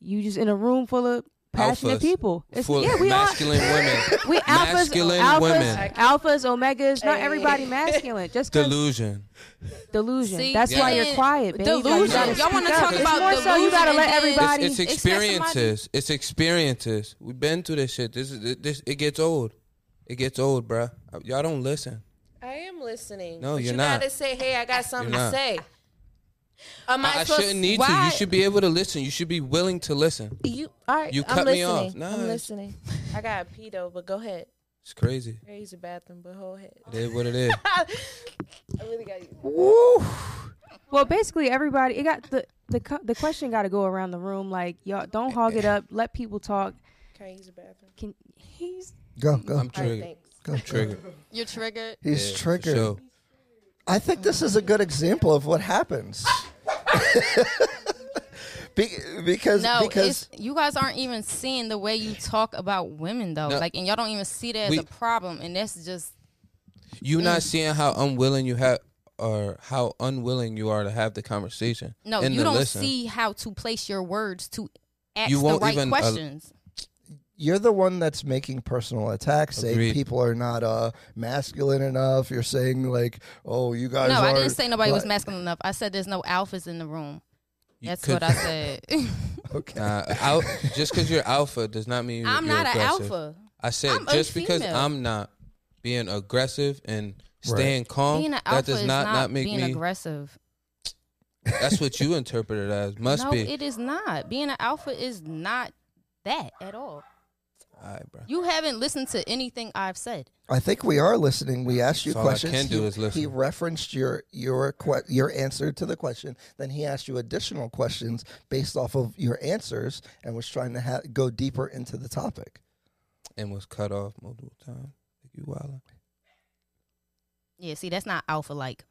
you just in a room full of passionate Alphas. people. It's full yeah, of we are masculine women. we alphas masculine alphas, women. alphas, omegas, not everybody masculine. Just 'cause Delusion. delusion. See, That's why yeah. you're quiet, babe. Like, you Delusion. gotta Y'all wanna speak up. talk It's about more so you gotta let delusion and then- everybody It's, it's It's not somebody- experiences. It's experiences. We've been through this shit. This is this. It gets old. It gets old, bruh. Uh, Y'all don't listen. I am listening. No, but you're you not. gotta say, hey, I got something You're to not. say. Am I, I, I supposed shouldn't need to. why- You should be able to listen. You should be willing to listen. You all right? You I'm cut me listening. off. Nah, I'm it's- listening. I got a pee though, but go ahead. It's crazy. I use the bathroom, but go ahead. It is what it is. I really got you. Well, basically, everybody. It got the the co- the question got to go around the room. Like, y'all don't hog it up. Let people talk. Can I use the bathroom? Can he's Go, go, I'm All right, triggered. thanks. go. triggered. You're triggered. He's Yeah, for triggered. sure. I think this is a good example of what happens. Be- because No, because it's, you guys aren't even seeing the way you talk about women though. No. Like, and y'all don't even see that as We- a problem. And that's just You Mm. not seeing how unwilling you have, or how unwilling you are to have the conversation. no. and You to don't listen. see how to place your words to ask You the won't right even, uh, questions. you're the one that's making personal attacks, saying Agreed. people are not uh, masculine enough. You're saying like, oh, you uh, guys. no, I aren't- didn't say nobody was like- masculine enough. I said there's no alphas in the room. You That's could- what I said. Okay. Nah, al- just because you're alpha does not mean you're, I'm you're not an aggressive. alpha. I said I'm a just because female. I'm not being aggressive and Right. staying calm, Being an that alpha does is not not, not make being me. aggressive. That's what you interpret it as. Must no, be. it is not. Being an alpha is not that at all. All right, bro. You haven't listened to anything I've said. I think we are listening. We asked you That's all I questions. can do He- is listen. He referenced your your que- your answer to the question. Then he asked you additional questions based off of your answers and was trying to ha- go deeper into the topic. and was cut off multiple times. Like you wildin'. Yeah, see, that's not alpha like.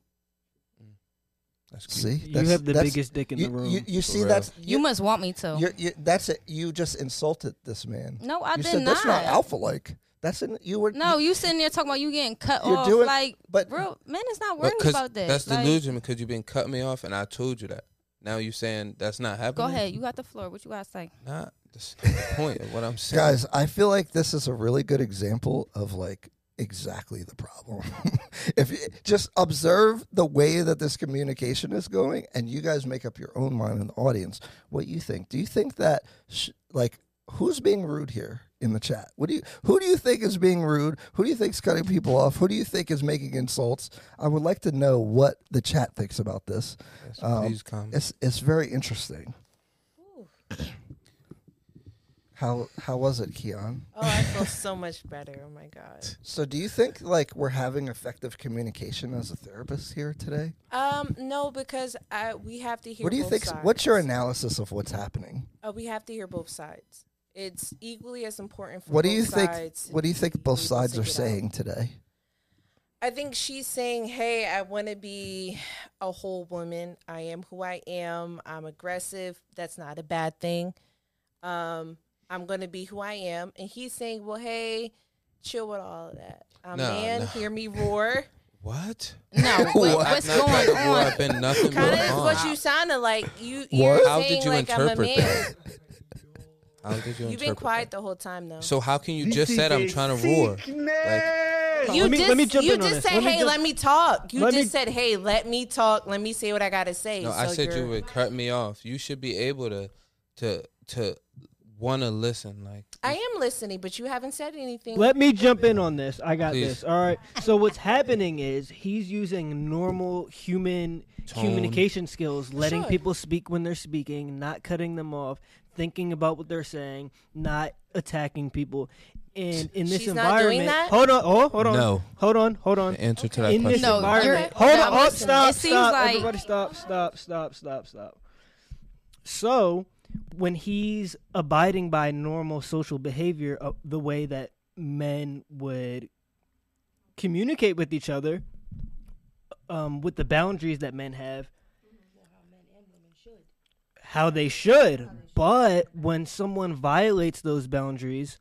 That's cute. See, You have the biggest dick in you, the room. You, you see, real. that's You, must want me to. You're, you that's it. You just insulted this man. No, I you did said, That's not not. alpha like. That's an, you were no, you sitting there talking about you getting cut You're off. doing- like, but- real men is not But worried 'cause about that. That's Like, delusion because you've been cutting me off, and I told you that. Now you saying that's not Go happening. ahead, you got the floor. What you got to say? Not that's the point of what I'm saying. Guys, I feel like this is a really good example of like exactly the problem. if you just observe the way that this communication is going, and you guys make up your own mind in the audience what you think. Do you think that sh- like who's being rude here in the chat? What do you who do you think is being rude? Who do you think is cutting people off? Who do you think is making insults? I would like to know what the chat thinks about this. Yes, please comment. It's it's very interesting. How how was it, Keon? Oh, I feel so much better. Oh my god. So do you think like we're having effective communication as a therapist here today? Um, no, because I we have to hear. What do you both think? Sides. What's your analysis of what's happening? Uh, we have to hear both sides. It's equally as important. For What do both you think? sides What do you to think be both able to sides are get out. saying today? I think she's saying, "Hey, I want to be a whole woman. I am who I am. I'm aggressive. That's not a bad thing. Um, I'm going to be who I am." And he's saying, "Well, hey, chill with all of that. I'm No, man. no. Hear me roar. What? No, what, What? what's Not trying going to grow on? up in nothing Kind but of harm. what you sounded like. You, you're What? saying How did you like I'm a interpret man. that? How did you You've been interpret quiet that? the whole time, though. So how can you just said I'm trying to roar? Like, You let me- just, let me jump you in on this. just said, Let me "Hey, jump- let me talk." You Let just me- said, "Hey, let me talk. Let me say what I gotta say." no, I So said you you're- would cut me off. You should be able to to to want to listen. Like I am listening, but you haven't said anything. Let me jump in on this. I got Please. this. All right. So what's happening is he's using normal human Tone. communication skills, letting Sure. people speak when they're speaking, not cutting them off, thinking about what they're saying, not attacking people. And in this She's not environment, doing that? hold on, oh, hold on, No. hold on, hold on. the answer to that in this question. No, environment. you're- Hold no, on, oh, listen, stop, it seems stop, like- everybody, stop, stop, stop, stop, stop. So when he's abiding by normal social behavior, uh, the way that men would communicate with each other, um, with the boundaries that men have, how they should. But when someone violates those boundaries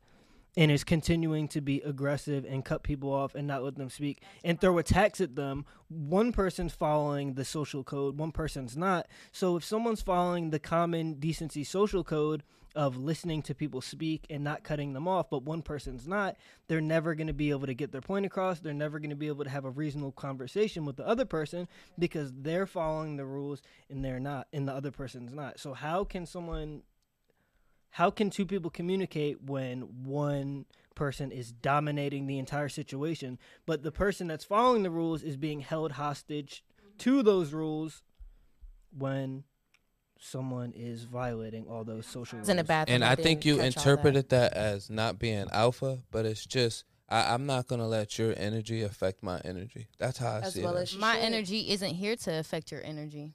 and is continuing to be aggressive and cut people off and not let them speak and throw attacks at them, one person's following the social code, one person's not. So if someone's following the common decency social code, of listening to people speak and not cutting them off, but one person's not, they're never going to be able to get their point across. They're never going to be able to have a reasonable conversation with the other person because they're following the rules and they're not, and the other person's not. So, how can someone, how can two people communicate when one person is dominating the entire situation, but the person that's following the rules is being held hostage to those rules when someone is violating all those social rules? in a bathroom. and I think didn't you catch all interpreted that. as not being alpha, but it's just I, I'm not gonna let your energy affect my energy. That's how I As see well it. as- My Shit. energy isn't here to affect your energy.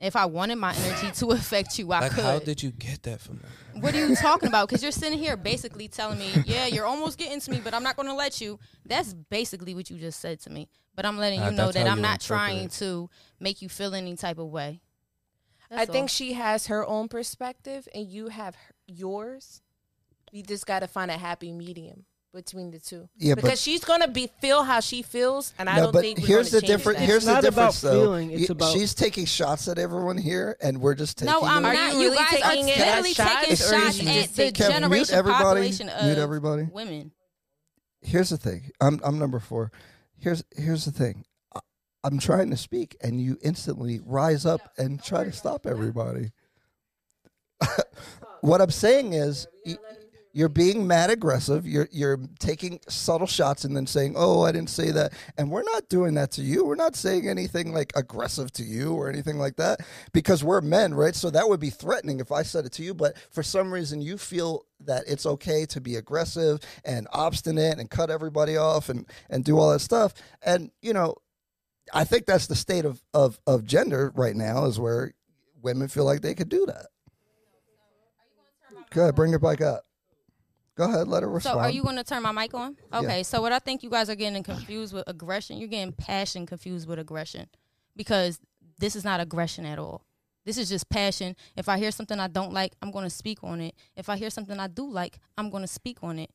If I wanted my energy to affect you, I like, could. how did you get that from? That? what are you talking about? Because you're sitting here basically telling me, yeah, you're almost getting to me, but I'm not going to let you. That's basically what you just said to me. But I'm letting Uh, you know that's that how I'm you not interpret trying it. to make you feel any type of way. I That's all. think she has her own perspective, and you have her- yours. We just got to find a happy medium between the two. Yeah, but- because she's gonna be feel how she feels, and I no, don't but think we're here's gonna the change difference. that. Here's It's the not about difference, though. feeling, it's Y- about- She's taking shots at everyone here, and we're just taking. No, I'm it. Are not. you You, really guys are taking it as literally shots, taking or are you shots just at the taking- Kev, generation mute everybody. population of Mute everybody. women. Here's the thing. I'm I'm number four. Here's here's the thing. I- I'm trying to speak, and you instantly rise up and try to stop everybody. what I'm saying is, e- y- you're being mad aggressive. You're you're taking subtle shots and then saying, "Oh, I didn't say that." And we're not doing that to you. We're not saying anything like aggressive to you or anything like that because we're men, right? So that would be threatening if I said it to you. But for some reason, you feel that it's okay to be aggressive and obstinate and cut everybody off and and do all that stuff. And you know, I think that's the state of of of gender right now is where women feel like they could do that. Go ahead, bring it back up. Go ahead, let her So respond. are you going to turn my mic on? Okay. So what I think you guys are getting confused with aggression, you're getting passion confused with aggression because this is not aggression at all. This is just passion. If I hear something I don't like, I'm going to speak on it. If I hear something I do like, I'm going to speak on it.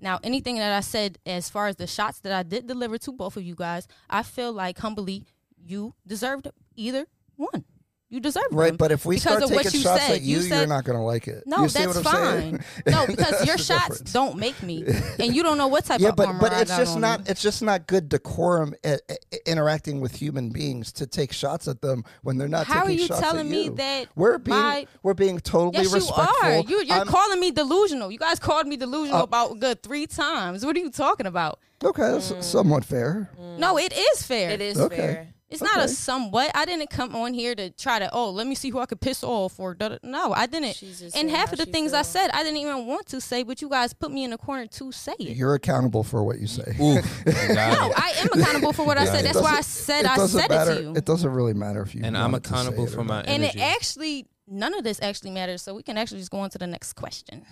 Now, anything that I said as far as the shots that I did deliver to both of you guys, I feel like humbly you deserved either one. You deserve Right, them but if we because start of taking what you shots said. at you, you are said- not going to like it. No, you see that's what I'm fine. saying? no, because That's your the shots difference. don't make me, and you don't know what type Yeah, of but armor but I it's got just on not me. it's just not good decorum at, at- interacting with human beings to take shots at them when they're not. How are taking you shots at telling me you. that we're being my- we're being totally Yes, you respectful? are. You, you're I'm- calling me delusional. You guys called me delusional Uh, about a good three times. What are you talking about? okay. That's Hmm. somewhat fair. No, it is fair. Mm. It is Okay. fair. It's not a Oh, Okay. somewhat. I didn't come on here to try to oh let me see who I could piss off or da- da- no I didn't. She's just and saying half how of the she things I feel. said I didn't even want to say, but you guys put me in a corner to say it. You're accountable for what you say. Oof. no, I am accountable for what I said. It That's why I doesn't- said it I doesn't said matter. it to you. doesn't really matter if you. And I'm wanted to say accountable it or for my not. and it energy. actually none of this actually matters. So we can actually just go on to the next question.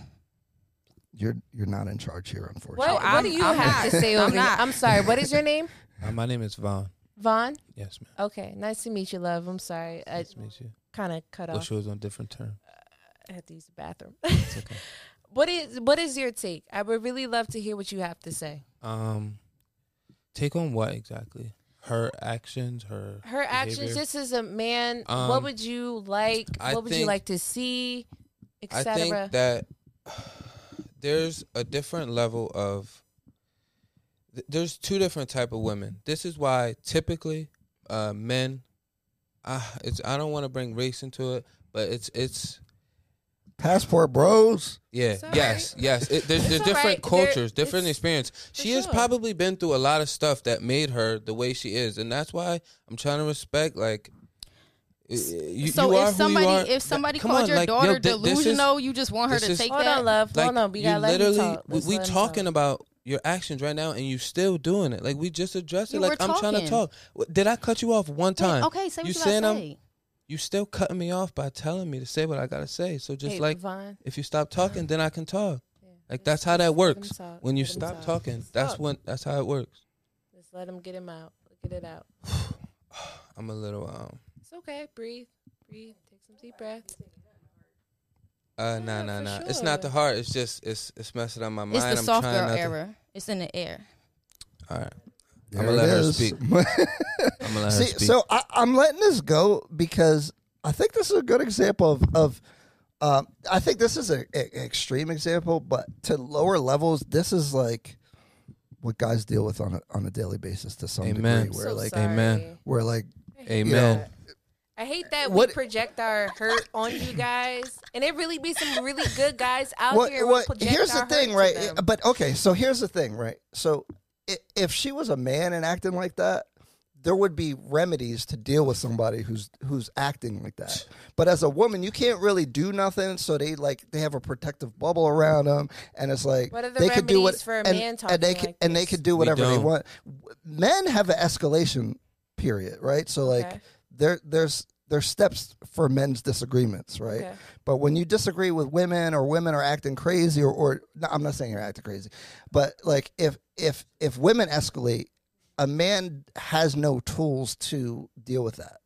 You're you're not in charge here, unfortunately. What, Oh, what I'm- do you I'm have not. to say I'm over here? not. I'm sorry. What is your name? Uh, my name is Vaughn. Vaughn? Yes, ma'am. Okay. Nice to meet you, love. I'm sorry. Uh, I Nice to meet you. kind of cut Wish off. it was on different term. I had to use the bathroom. It's okay. what is what is your take? I would really love to hear what you have to say. Um, take on what exactly? Her actions, her Her actions behavior. just as a man, what Um, would you like? I what would you think- like to see? I Etc. think that there's a different level of th- there's two different type of women. This is why typically uh, men I it's I don't want to bring race into it, but it's it's Passport bros. yeah, It's all yes, yes. It, there's It's there's all different right. There- cultures, different it's- experience. She has sure. probably been through a lot of stuff that made her the way she is, and that's why I'm trying to respect like. y- y- You, so you are if who you somebody are. if somebody Come called on, your like, yo, daughter thi- this is- delusional, you just want her this to is- take Hold that. on, love. Hold on. We you gotta let him literally, talk. we, Let's we let him talking talk. about your actions right now, and you still doing it. Like we just addressed You it. were Like I'm trying talking. to talk. W- Did I cut you off one Wait, time? okay, say what you, gotta saying I'm- say. you still cutting me off by telling me to say what I gotta say. So just Hey, like Vaughn. if you stop talking, then I can talk. Yeah. Like that's how that Just let him works. talk. When you Let him stop talk. talking, that's Talk. when that's how it works. Just let him get him out. Get it out. I'm a little um It's okay. Breathe. Breathe. Take some deep breaths. uh Yeah, nah nah for nah. It's not the sure. heart. It's just it's it's messing up my mind. It's the I'm soft trying girl not to- era. It's in the air. All right, There I'ma let it her is. speak. I'm gonna let her See, speak. so I, I'm letting this go because I think this is a good example of. of um, I think this is an extreme example, but to lower levels, this is like what guys deal with on a, on a daily basis to some Amen. degree. Where so like sorry. Amen. where like Amen. know, I hate that What- we project our hurt on you guys, and it really be some really good guys out what, here. what- What, project here's the our thing, hurt right? to them. But okay, so here's the thing, right? So i- if she was a man and acting like that, there would be remedies to deal with somebody who's who's acting like that. But as a woman, you can't really do nothing. So they like they have a protective bubble around them, and it's like What are the they could do what remedies for a and, man and they talking could like and they this? could do whatever they don't. want. Men have an escalation period, right? So like Okay. there there's there's steps for men's disagreements, right? Okay. But when you disagree with women or women are acting crazy or, or no, I'm not saying you're acting crazy, but like if if if women escalate, a man has no tools to deal with that.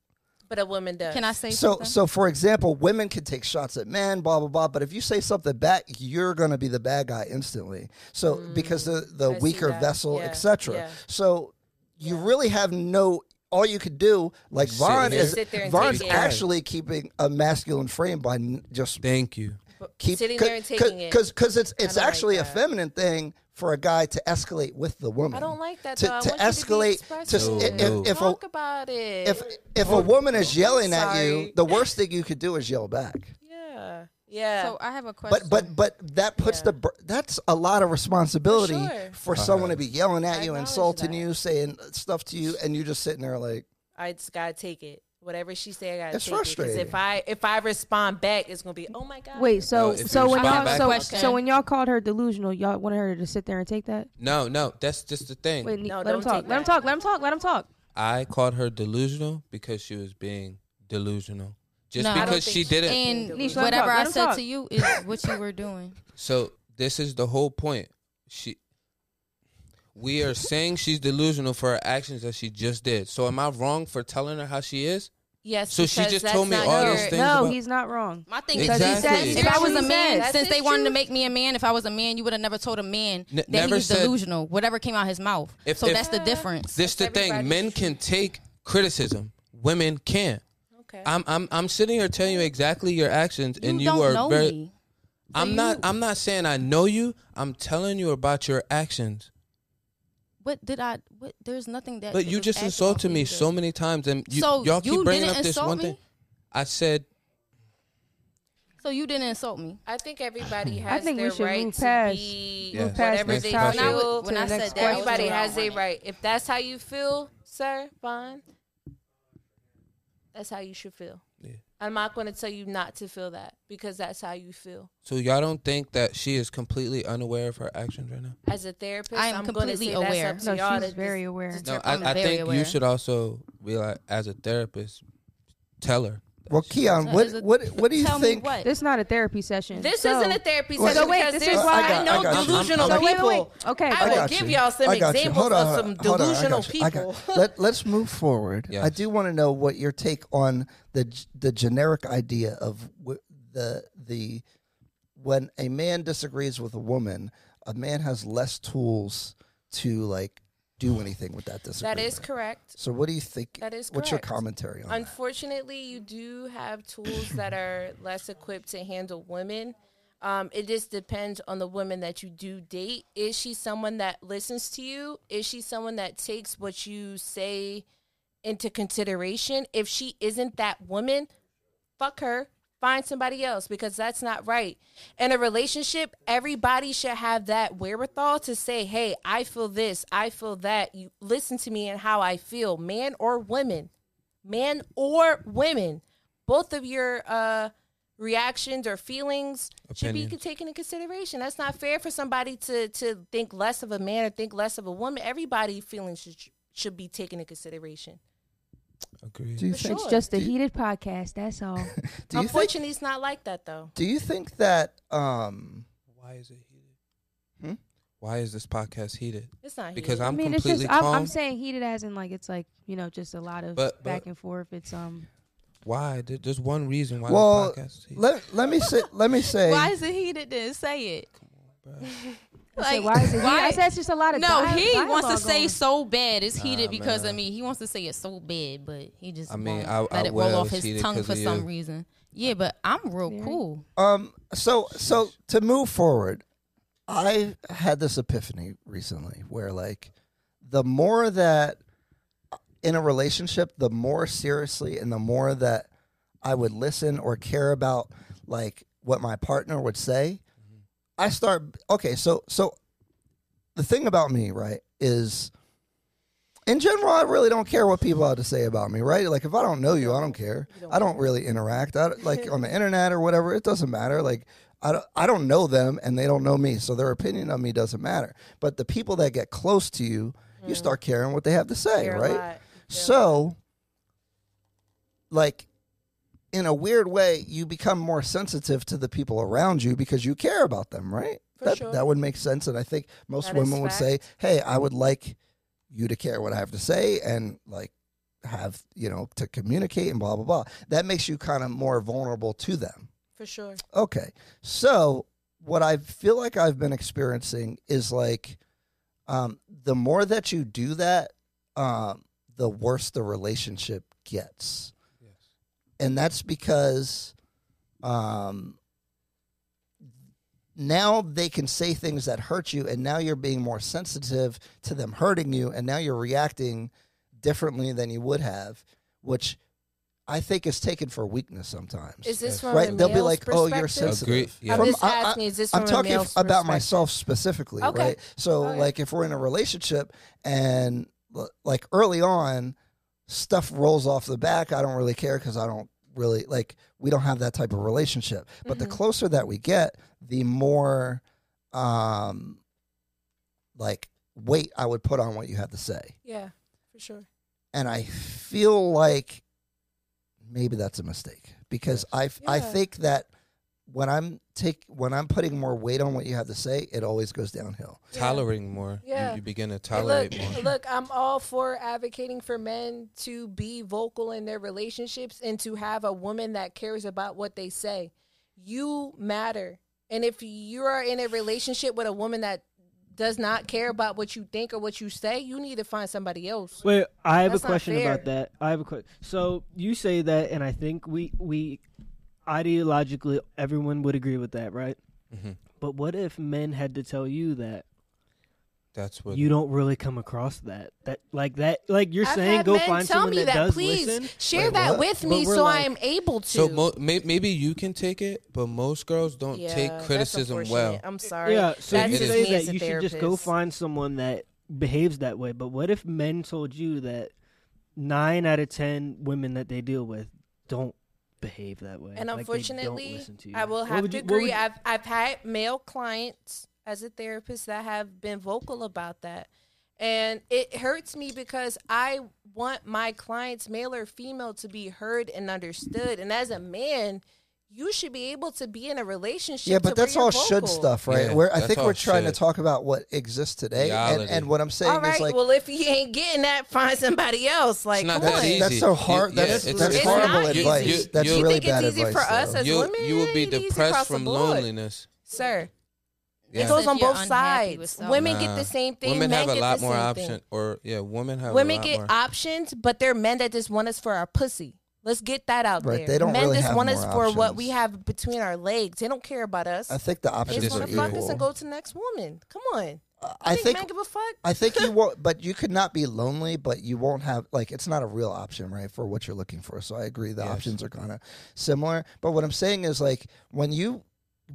but a woman does. Can I say So something? so for example, women can take shots at men, blah blah blah, but if you say something back, you're going to be the bad guy instantly. So because the the Mm, I see weaker that. vessel, Yeah, etc. yeah. So you really have no all you could do, like Vaughn here. is Sit there and Vaughn's take it. actually keeping a masculine frame by n- just Thank you. keep sitting cause, there and taking it. because because it's it's don't like actually that. a feminine thing for a guy to escalate with the woman. I don't like that. to, though. I to want you to be escalate to expressive. if if, if, a, talk about it. if if a woman is yelling at you, sorry. the worst thing you could do is yell back. yeah, yeah. So I have a question. But but but that puts Yeah. the bur- that's a lot of responsibility sure. for someone to be yelling I at you, acknowledge insulting that. you, saying stuff to you, and you just sitting there like I just gotta take it. Whatever she say, I gotta It's take it. 'Cause frustrating. if I if I respond back, it's gonna be oh my god. Wait, so if you so when y'all respond back- so, Question. so when y'all called her delusional, y'all wanted her to sit there and take that. No, no, that's just the thing. Wait, No, let him don't talk. take Let him that. talk. Let him talk. Let him talk. I called her delusional because she was being delusional. Just No, I don't because think she she- didn't. and Leash, let him whatever talk, I let him said talk. to you is what you were doing. So this is the whole point. She, we are saying she's delusional for her actions that she just did. So am I wrong for telling her how she is? Yes. So she because just that's told me not all her. those things. No, about- he's not wrong. My thing Because he is, said- Exactly. if I was a That's man, his since they truth. wanted to make me a man, if I was a man, you would have never told a man N- that he never was said- delusional. Whatever came out his mouth. If- so if- that's the difference. This the thing. everybody's Men truth. can take criticism. Women can't. Okay. I'm I'm I'm sitting here telling you exactly your actions, and you don't are know very. me. I'm not. I'm not saying I know you. I'm telling you about your actions. What did I? What? There's nothing that. But you was just acted insulted on me either. so many times, and you, So y'all keep you bringing didn't up this insult one me? thing. I said So you didn't insult me. I think everybody has think we their should right move to past- be move past whatever next they question. When I feel. was- when I To the said next that, I was everybody around has their women. right. If that's how you feel, sir, fine. That's how you should feel. Yeah. I'm not going to tell you not to feel that because that's how you feel. so. Y'all don't think that she is completely unaware of her actions right now? As a therapist, I am I'm going to completely say aware. that's No, up to y'all. she's to very dis- aware. dis- No, I'm I, I very think you aware. should also realize as a therapist, tell her. that Well, she- Keon, So what is it- what what do you Tell think? me what. This not a therapy session. This So- isn't a therapy Well, session so wait, because this there's is why- I know I got you. delusional So wait, wait, people. wait. Okay. I, I will got give you. y'all some I got you. examples Hold of on, some hold on, I delusional got you, I got- people. Let, let's move forward. I Yes. do want to know what your take on the g- the generic idea of w- the the when a man disagrees with a woman, a man has less tools to like do anything with that disagreement. That is correct. So, what do you think? That is What's your correct. commentary on that? Unfortunately, you do have tools that are less equipped to handle women. Um, it just depends on the woman that you do date. Is she someone that listens to you? Is she someone that takes what you say into consideration? If she isn't that woman, fuck her. Find somebody else because that's not right. In a relationship, everybody should have that wherewithal to say, hey, I feel this, I feel that. You listen to me and how I feel, man or woman men or women, both of your uh, reactions or feelings should be Opinions. taken into consideration. That's not fair for somebody to to think less of a man or think less of a woman. Everybody feelings should should be taken into consideration. Agreed. Do you For think? sure. It's just a Do you- heated podcast. That's all. Do you think? Unfortunately, it's not like that though. Do you think that? Um, Why is it heated? Hmm? Why is this podcast heated? It's not Because I I'm mean, it's completely just I'm, calm. I'm saying heated as in like it's like you know just a lot of But- back but- and forth. It's um. Why? There- There's one reason why well, the podcast is heated. let let me say let me say. Why is it he that didn't say it? bruh. I said, why is it? Why? I said it's just a lot of. no, dia- he wants to dialogue say going- so bad. It's heated Nah, because man. of me. He wants to say it so bad, but he just I mean, won't I- let I it roll will. off It's his heated tongue 'cause for of some you. reason. Yeah, but I'm real Very- cool. Um. So so to move forward, I had this epiphany recently where like the more that in a relationship, the more seriously and the more that I would listen or care about like what my partner would say, I start okay, so so the thing about me, right, is in general I really don't care what people have to say about me, right? Like if I don't know you, I don't care. I don't really interact. I don't- like on the internet or whatever, it doesn't matter. Like I don't, I don't know them and they don't know me, so their opinion of me doesn't matter. But the people that get close to you, you start caring what they have to say, You're a right? lot. So, like, in a weird way, you become more sensitive to the people around you because you care about them, right? For that sure. that would make sense, and I think most That is women would say, "Hey, I would like you to care what I have to say," and like have you know to communicate and blah blah blah. That makes you kind of more vulnerable to them. for sure. Okay. So what I feel like I've been experiencing is like um, the more that you do that, um, the worse the relationship gets. Yes. And that's because um, now they can say things that hurt you, and now you're being more sensitive to them hurting you, and now you're reacting differently than you would have, which I think is taken for weakness sometimes. Is this Yes. from right? a They'll be male's like, "Oh, you're perspective? sensitive." Agree. Yeah. I'm From- just I- I- asking. is this from I'm a talking male's f- about perspective? myself specifically, Okay. right? So, Alright. like, if we're in a relationship and l- like early on, stuff rolls off the back, I don't really care because I don't really like we don't have that type of relationship. But the Mhm. closer that we get, the more, um, like weight I would put on what you have to say, Yeah, for sure. and I feel like maybe that's a mistake because I f- I Yeah. think that. When I'm take when I'm putting more weight on what you have to say, it always goes downhill. Yeah. Tolerating more. You- Yeah. You, begin to Hey, tolerate look, more. Look, I'm all for advocating for men to be vocal in their relationships and to have a woman that cares about what they say. You matter. And if you are in a relationship with a woman that does not care about what you think or what you say, you need to find somebody else. Wait, I have That's a not question fair. about that. I have a question. So you say that, and I think we we ideologically everyone would agree with that, right? Mhm. But what if men had to tell you that That's what you don't really come across that that like that like you're I've saying had go men find tell someone me that, does please listen? share Wait, that what? with But me we're so like- I am able to. So mo- may- maybe you can take it, but most girls don't Yeah, take that's criticism well. unfortunate. I'm sorry. Yeah, so That's you just say me as that a you should just go therapist. find someone that behaves that way. But what if men told you that nine out of ten women that they deal with don't behave that way? Like, And they don't unfortunately, listen to you? I will What have would to you- what would agree. you- I've I've had male clients as a therapist that have been vocal about that, and it hurts me because I want my clients, male or female, to be heard and understood. And as a man, you should be able to be in a relationship. Yeah, to but where that's you're all vocal. should stuff, right? Yeah, Where I that's think all we're trying should. to talk about what exists today, and, Reality. and what I'm saying All right. is like well, if you ain't getting that, find somebody else. Like, not come that on. easy. that's so hard. You- that's yeah, it's- that's it's horrible not easy. advice. You- that's you really think it's bad easy advice. for us though. as- you women, you will be it is depressed across the from board. loneliness. sir. Yeah. It goes If on you're both unhappy with sides. someone. Women get Nah. the same thing. Women men have a get lot the more same option, thing. or yeah, women have a Women lot get more. options, but they're men that just want us for our pussy. Let's get that out Right, there. they don't men really just have want us more for what options. we have between our legs. They don't care about us. I think the they options just are want to fuck us and equal. go to the next woman. Come on. I You think think men give a fuck. I think you won't, but you could not be lonely, but you won't have like it's not a real option, right, for what you're looking for. So I agree, the Yes. options are kind of similar. But what I'm saying is like when you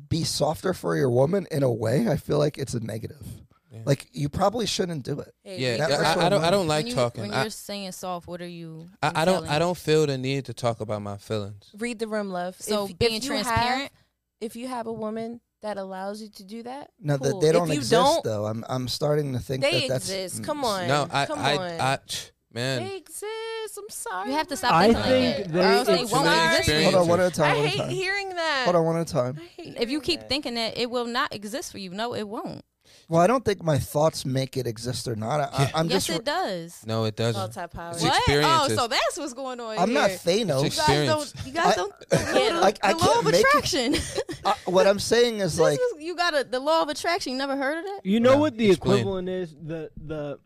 be softer for your woman in a way, I feel like it's a negative. Yeah. Like you probably shouldn't do it. Hey, Yeah, we That got- was I, I don't. I what don't like when you, talking. When I, you're saying soft, what are you? I, I don't. I telling? don't feel the need to talk about my feelings. read the room, love. So If- if being you transparent. have- if you have a woman that allows you to do that, No, that cool. they don't if you exist don't, though. I'm I'm starting to think They that that's exist. mm, Come on. No, I. Come I. on. I, tch, man. They exist. I'm sorry. You have to man. stop I thinking think like they that. Or else they exist. won't Too many exist. Hold on, one at a time. I one at a hate time. hearing that. Hold on, one at a time. I hate If you hearing keep that. thinking that, it will not exist for you. No, it won't. Well, I don't think my thoughts make it exist or not. I, I, am yes, just. it does. No, it doesn't. Multi-powered. It's What? Oh, experiences. so that's what's going on. I'm here. not It's Thanos. You guys don't. You guys I- don't. the Like, I law can't of make it- attraction. I, what I'm saying is This like is- you got a, the law of attraction. You never heard of that? You know Yeah, what the explain. equivalent is? The the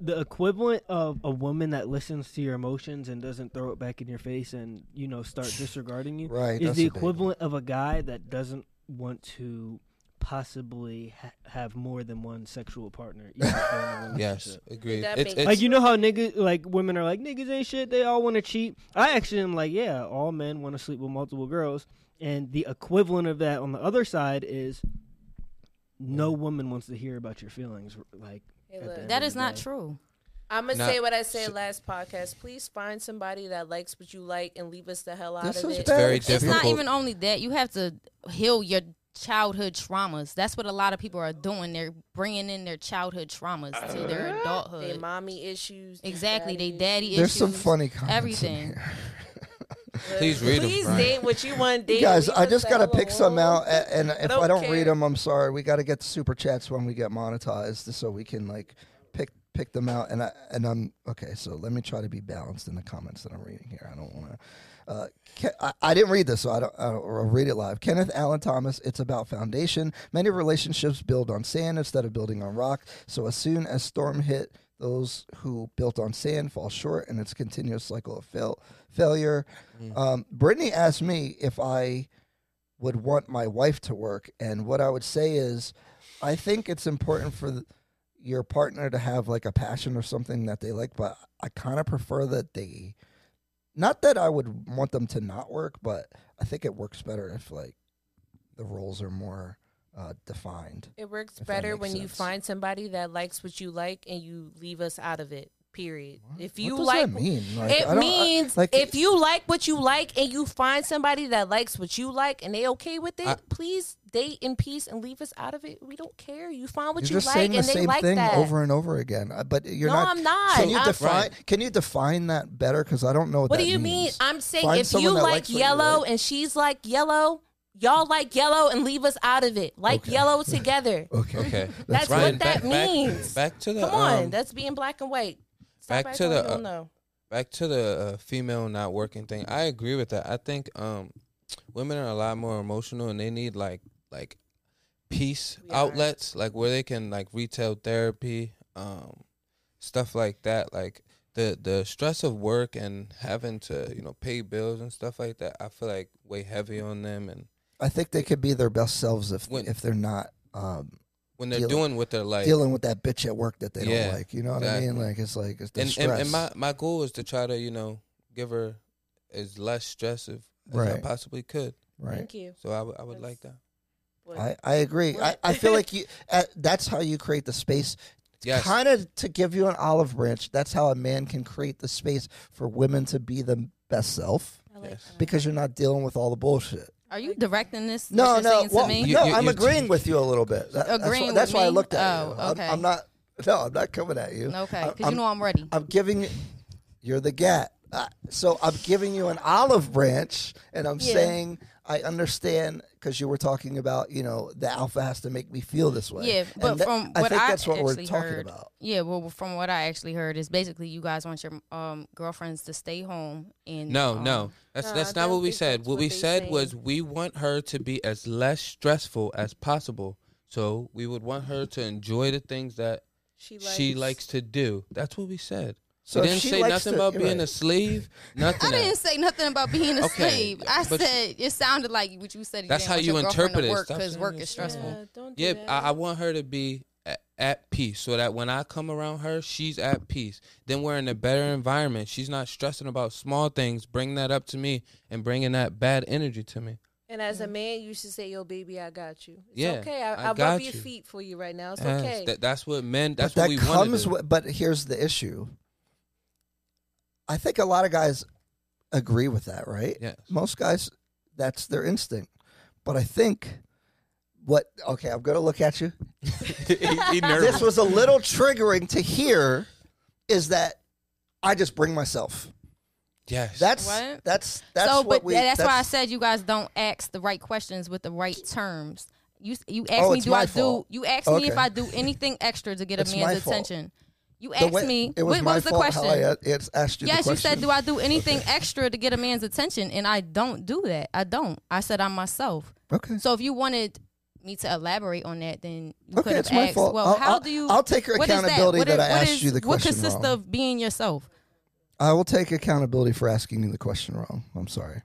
the equivalent of a woman that listens to your emotions and doesn't throw it back in your face and you know start disregarding you Right, is that's the a big one. equivalent of a guy that doesn't want to possibly ha- have more than one sexual partner. even if they're in a Yes, relationship. agreed. That It's, makes- Like it's, you know how niggas like women are like niggas ain't shit. They all want to cheat. I actually am like yeah, all men want to sleep with multiple girls, and the equivalent of that on the other side is no Mm. woman wants to hear about your feelings. r- Like Hey, at the look. end That of is the not day. true. I'm gonna Nah, say what I said so- last podcast. Please find somebody that likes what you like and leave us the hell out this of is it. bad. very It's not Difficult. even only that. You have to heal your childhood traumas. That's what a lot of people are doing. They're bringing in their childhood traumas to their They adulthood. mommy issues. they Exactly. They daddy there's issues. some funny comments. in everything. here. Please read 'em, Please Brian. date what you want. Date. You guys, Leave I us just the gotta hell pick some alone. out, a- and if don't I don't 'em, care. read them, I'm sorry. We gotta get the super chats when we get monetized, so we can like pick pick them out. And I and I'm okay. So let me try to be balanced in the comments that I'm reading here. I don't want to. Uh, Ke- I, I didn't read this, so I don't. I don't I'll read it live. Kenneth Allen Thomas. It's about foundation. Many relationships build on sand instead of building on rock. So as soon as storm hit, those who built on sand fall short, and it's a continuous cycle of fail failure. Um, Brittany asked me if I would want my wife to work, and what I would say is, I think it's important for th- your partner to have like a passion or something that they like, but I kind of prefer that they. Not that I would want them to not work, but I think it works better if like the roles are more uh, defined. It works If that better makes when you sense. find somebody that likes what you like and you leave us out of it. Period. If you what does like, that mean? Like, I it don't- I- means like, if you like what you like and you find somebody that likes what you like and they okay with it, I- please date in peace and leave us out of it. We don't care. You find what you're you just like saying the and they same like thing that. over and over again. Uh, But you're no, not. I'm not. Can you I'm- define? Right. Can you define that better? Because I don't know what. What that do you mean? means. I'm saying Find if you someone that like likes what you yellow like. and she's like yellow, y'all like yellow and leave us out of it. Like Okay. yellow together. Okay. okay. That's Brian, what that back, back- means. Back, to the Come on, um, that's being black and white. back Stop to acting like the, you uh, don't know. back to the uh, female not working thing i agree with that i think um women are a lot more emotional and they need like like peace We are. outlets, like where they can like retail therapy, um, stuff like that. Like the the stress of work and having to you know pay bills and stuff like that. I feel like weigh heavy on them, and I think they could be their best selves if When- if they're not um, when they're Dealing- doing with their life, dealing with that bitch at work that they Yeah, don't like. You know what I mean? exactly. Like it's like it's the and, and stress. and my my goal is to try to you know give her as less stress if as I Right. possibly could. right. Thank you. So I would I would like that. I, I agree. I, What? I feel like you. Uh, that's how you create the space. Yes. Kind of to give you an olive branch. That's how a man can create the space for women to be the best self yes. because you're not dealing with all the bullshit. Are you directing this? that No, you're no. saying to Well, me? You- no, you- I'm you- agreeing with you a little bit. That- that's Agreeing why, with that's why I me? looked at Oh, you. I'm- okay. I'm, not. No, I'm not coming at you. Okay, I- because you know I'm ready. I'm giving you're the gat. Uh, so I'm giving you an olive branch, and I'm Yeah. saying I understand because you were talking about you know the alpha has to make me feel this way. Yeah, And but tha- from I what think I that's what we're actually talking heard- about. Yeah, well, from what I actually heard is basically you guys want your um, girlfriends to stay home and No, um, no. That's No, I that's not don't what we think said. that's What what we they said was saying. we want her to be as less stressful as possible. So we would want her to enjoy the things that She she likes to do. That's what we said. So we if didn't she say likes nothing to- about you're being right. a slave. I Nothing. didn't else. say nothing about being a Okay, slave. I but- said it sounded like what you said. You That's didn't how want you your girlfriend interpret to it. work Stop because saying work it's is stressful. Yeah, don't do Yeah, that. I, I want her to be at, at peace so that when I come around her, she's at peace. Then we're in a better environment. She's not stressing about small things. Bring that up to me and bringing that bad energy to me. And as a man, you should say, "Yo, baby, I got you. It's Yeah, okay. I, I I, will got rub your you. feet for you right now. It's Yes, okay. that- that's what men. That's but what that we wanted. comes with. But here's the issue. I think a lot of guys agree with that, right? Yes. Most guys, that's their instinct. But I think what? Okay, I'm gonna look at you. he, he nervous. this was a little triggering to hear is that I just bring myself. yes. That's What? that's that's so, what but we. that's, why I said you guys don't ask the right questions with the right terms. You you asked Oh, me it's do my I fault. do you asked me if Okay. I do anything extra to get a It's my man's fault. attention. You the asked way- me It was what my was the fault question? How I a- it's asked you. the yes, you said question. do I do anything extra to get a man's attention and I don't do that. I don't. I said I'm myself. Okay. So if you wanted me to elaborate on that, then you Okay, could have it's my asked, fault. well, I'll- how I'll- do you? I'll take your what is accountability that, that I what asked you the question What consists wrong. of being yourself? I will take accountability for asking you the question wrong. I'm sorry.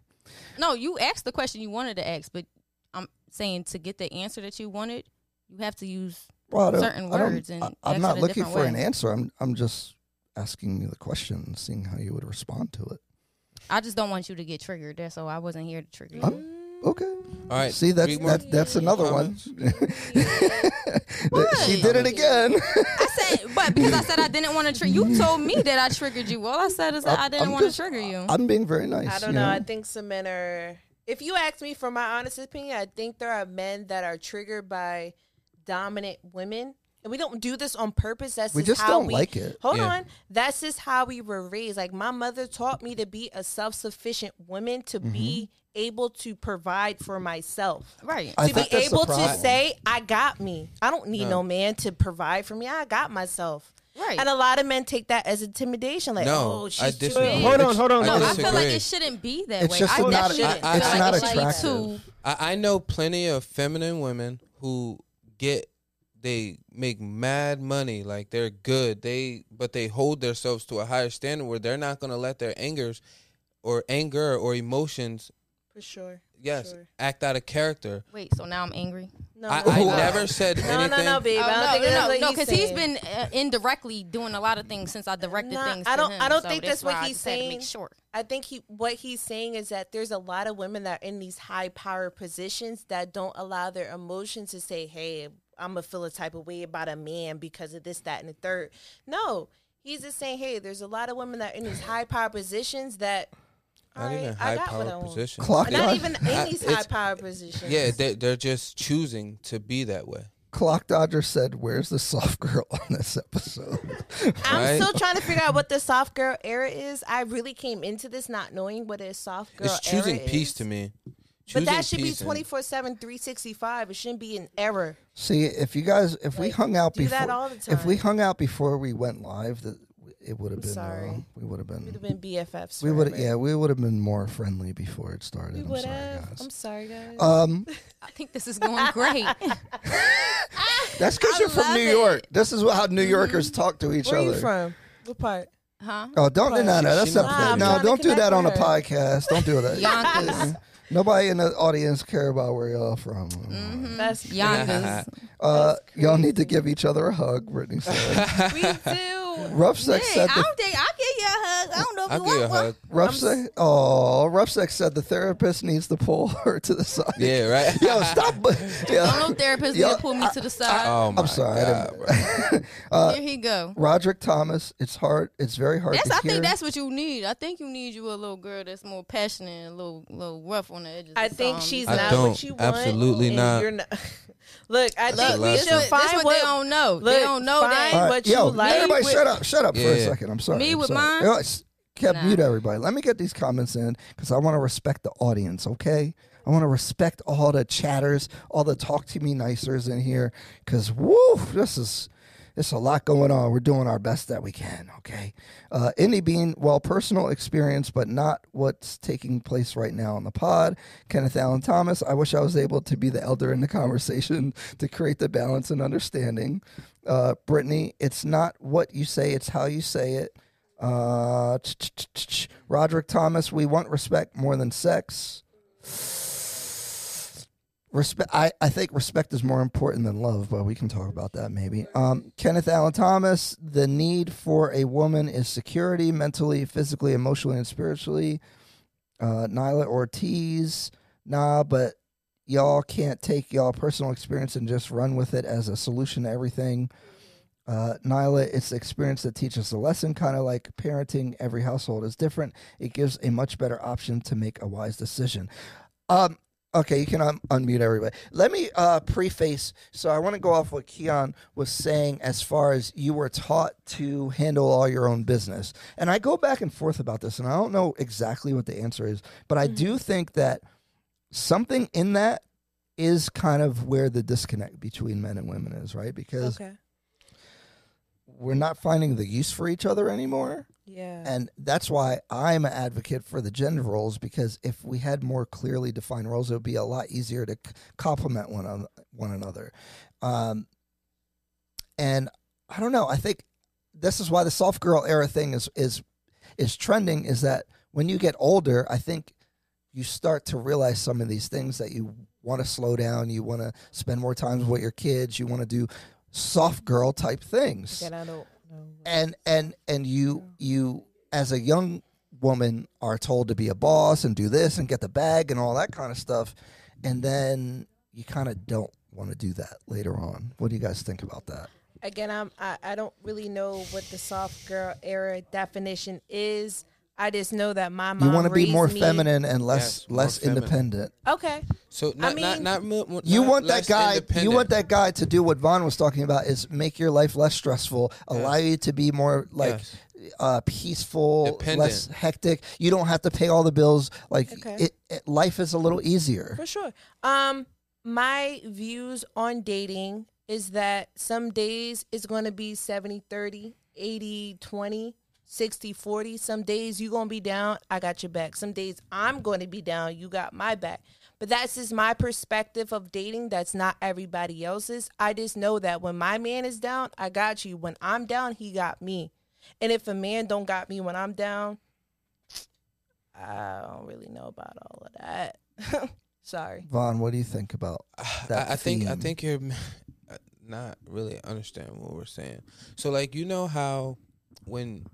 No, you asked the question you wanted to ask, but I'm saying to get the answer that you wanted, you have to use. Well, I don't, Certain I don't, words and I, ask I'm it not a looking different for an way. answer. I'm I'm just asking you the question, and seeing how you would respond to it. I just don't want you to get triggered. That's all. I wasn't here to trigger. you. I'm- okay. All right. See, that's three more- that, that's another one. comments? she did it again. I said, but because I said I didn't want to trigger you, told me that I triggered you. All I said is that I didn't I'm want to just- trigger you. I'm being very nice. I you don't know. I think some men are. If you ask me for my honest opinion, I think there are men that are triggered by dominant women, and we don't do this on purpose. That's We just just how don't we- like it. Hold Yeah. on. That's just how we were raised. Like my mother taught me to be a self-sufficient woman to be able to provide for myself. right. I to be think that's the able to problem. say, I got me. I don't need no, man to provide for me. I got myself. Right. And a lot of men take that as intimidation. Like, No, oh, I she's too disagree. big. Hold on, hold on. No, I I, disagree. feel like it shouldn't be that It's way. just I not- shouldn't. I- I- feel it's like not it should be attractive. too- I, I know plenty of feminine women who get they make mad money, like they're good. They but they hold themselves to a higher standard where they're not gonna let their angers or anger or emotions For sure. yes Sure. act out of character. Wait, so now I'm angry. No, I, no, I no. never said No, anything. no, Uh, no, babe. Oh, I don't think that's no, no, what no, he's because he's saying. been uh, indirectly doing a lot of things since I directed Nah, things. I to don't- him, I don't so think that's why what I he's just had to saying. Make sure. I think he what he's saying is that there's a lot of women that are in these high power positions that don't allow their emotions to say, "Hey, I'm gonna feel a type of way about a man because of this, that, and the third. No, he's just saying, "Hey, there's a lot of women that are in these high power positions that Not "All even right, high I got what I power want." position. Clock Not on. even in these high It's- power positions. Yeah, they they're just choosing to be that way. Clock Dodger said, "Where's the soft girl on this episode?" I'm Right. still trying to figure out what the soft girl era is. I really came into this not knowing what a soft girl It's choosing era peace is. to me. But Choosing that should be peace and- 24 7, 365. It shouldn't be an error. See, if you guys, if we hung out do before, that all the if we time. hung out before we went live, that it would have been. sorry. uh, we would have been. We'd have been BFFs. we would. forever. Yeah, we would have been more friendly before it started. We I'm would sorry, have. guys. I'm sorry, guys. Um, I think this is going great. that's because I you're from love New it. York. This is how New Yorkers talk to each Where other. are you from? What part? Huh? Oh, don't Right. no, no, She- that's she not knows. fair. Nah, I'm no. trying to Don't do that connect on a with her. podcast. Don't do that. Yonkers. Nobody in the audience care about where y'all from. Mm, That's Yonkers. Uh, y'all need to give each other a hug. Brittany said. we do. Rough sex Hey, said I the don't think I'll give you a hug. I don't know if I'll you give you want a one. hug. Rough sex. Oh, rough sex said the therapist needs to pull her to the side. Yeah, right. Yo, stop. Yeah. I don't know if therapist Yo, need to pull me to the side. Oh my I'm sorry. I God, didn't- bro. uh, Here he go. Roderick Thomas. It's hard. It's very hard That's to I hear. think that's what you need. I think you need you a little girl that's more passionate and a little little rough on the edges. I or think something. she's I not don't. what you want. Absolutely and not. You're not. Look, I That's think the we last should one. That's what find they don't know. Look, they don't know All that. find- right, what yo, you like everybody, with- shut up. Shut up for a Yeah. second. I'm sorry. Me I'm with sorry. mine? Yo, it's- Kev, Nah. mute everybody. Let me get these comments in because I want to respect the audience, okay? I want to respect all the chatters, all the talk to me nicers in here because, woo, this is. It's a lot going on. We're doing our best that we can, okay? Uh, Indie Bean, well, personal experience, but not what's taking place right now on the pod. Kenneth Allen Thomas, I wish I was able to be the elder in the conversation to create the balance and understanding. Uh, Brittany, it's not what you say, it's how you say it. Uh, ch- ch- ch- ch- ch. Roderick Thomas, we want respect more than sex. Respect. I, I think respect is more important than love, but we can talk about that maybe. Um, Kenneth Allen Thomas, the need for a woman is security, mentally, physically, emotionally, and spiritually. Uh, Nyla Ortiz, nah, but y'all can't take y'all personal experience and just run with it as a solution to everything. Uh, Nyla, it's the experience that teaches a lesson, kind of like parenting. Every household is different. It gives a much better option to make a wise decision. Um, okay, you can un- unmute everybody. Let me uh, preface. So I want to go off what Keon was saying as far as you were taught to handle all your own business. And I go back and forth about this, and I don't know exactly what the answer is, but I do think that something in that is kind of where the disconnect between men and women is, right? Because Okay. we're not finding the use for each other anymore. Yeah. And that's why I'm an advocate for the gender roles because if we had more clearly defined roles, it would be a lot easier to c- complement one, on, one another. Um, and I don't know. I think this is why the soft girl era thing is, is, is trending is that when you get older, I think you start to realize some of these things that you want to slow down, you want to spend more time with your kids, you want to do soft girl type things Again, I don't know. and and and you you as a young woman are told to be a boss and do this and get the bag and all that kind of stuff and then you kind of don't want to do that later on what do you guys think about that Again, I'm. I, I don't really know what the soft girl era definition is. I just know that my mom. you want to be raised more me- feminine and less Yes, more less feminine. independent Okay. So not, not, mean- not, mo- mo- you not want that less guy you independent. want that guy to do what Vaughn was talking about is make your life less stressful allow you to be more like Yes. uh, peaceful less Dependent. hectic you don't have to pay all the bills like Okay. it, it, life is a little easier For sure. Um, my views on dating is that some days it's going to be 70 30, 80 20, 60 40. Some days you're going to be down, I got your back. Some days I'm going to be down, you got my back. But that's just my perspective of dating. That's not everybody else's. I just know that when my man is down, I got you. When I'm down, he got me. And if a man don't got me when I'm down, I don't really know about all of that. Sorry. Vaughn, what do you think about that I, I think I theme. think you're not really understanding what we're saying. So like you know how when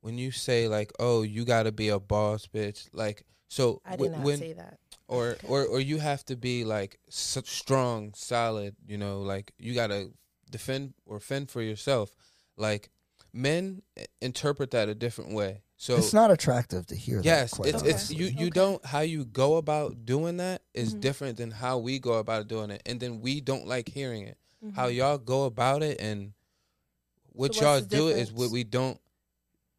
when you say like oh you got to be a boss bitch like so I did wh- not when say that. or or or you have to be like s strong, solid. You know, like you gotta defend or fend for yourself. Like men i- interpret that a different way. So it's not attractive to hear yes, that? quite it's it's honestly. you you don't how you go about doing that is different than how we go about doing it, and then we don't like hearing it. Mm-hmm. How y'all go about it and what what's y'all the do is what difference? we don't.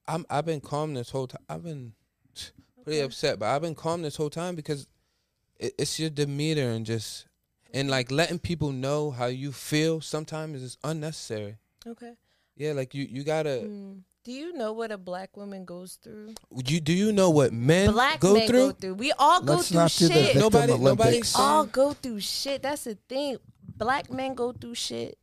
I'm I've been calm this whole time. I've been pretty upset, but I've been calm this whole time because it, it's your demeanor and just and like letting people know how you feel sometimes is unnecessary. Okay. Yeah, like you you gotta Do you know what a black woman goes through? You do you know what men Mm. Black go men through? go through. We all go Let's through not do the shit. victim Nobody- nobody Olympics. saw- all go through shit. That's the thing. Black men go through shit.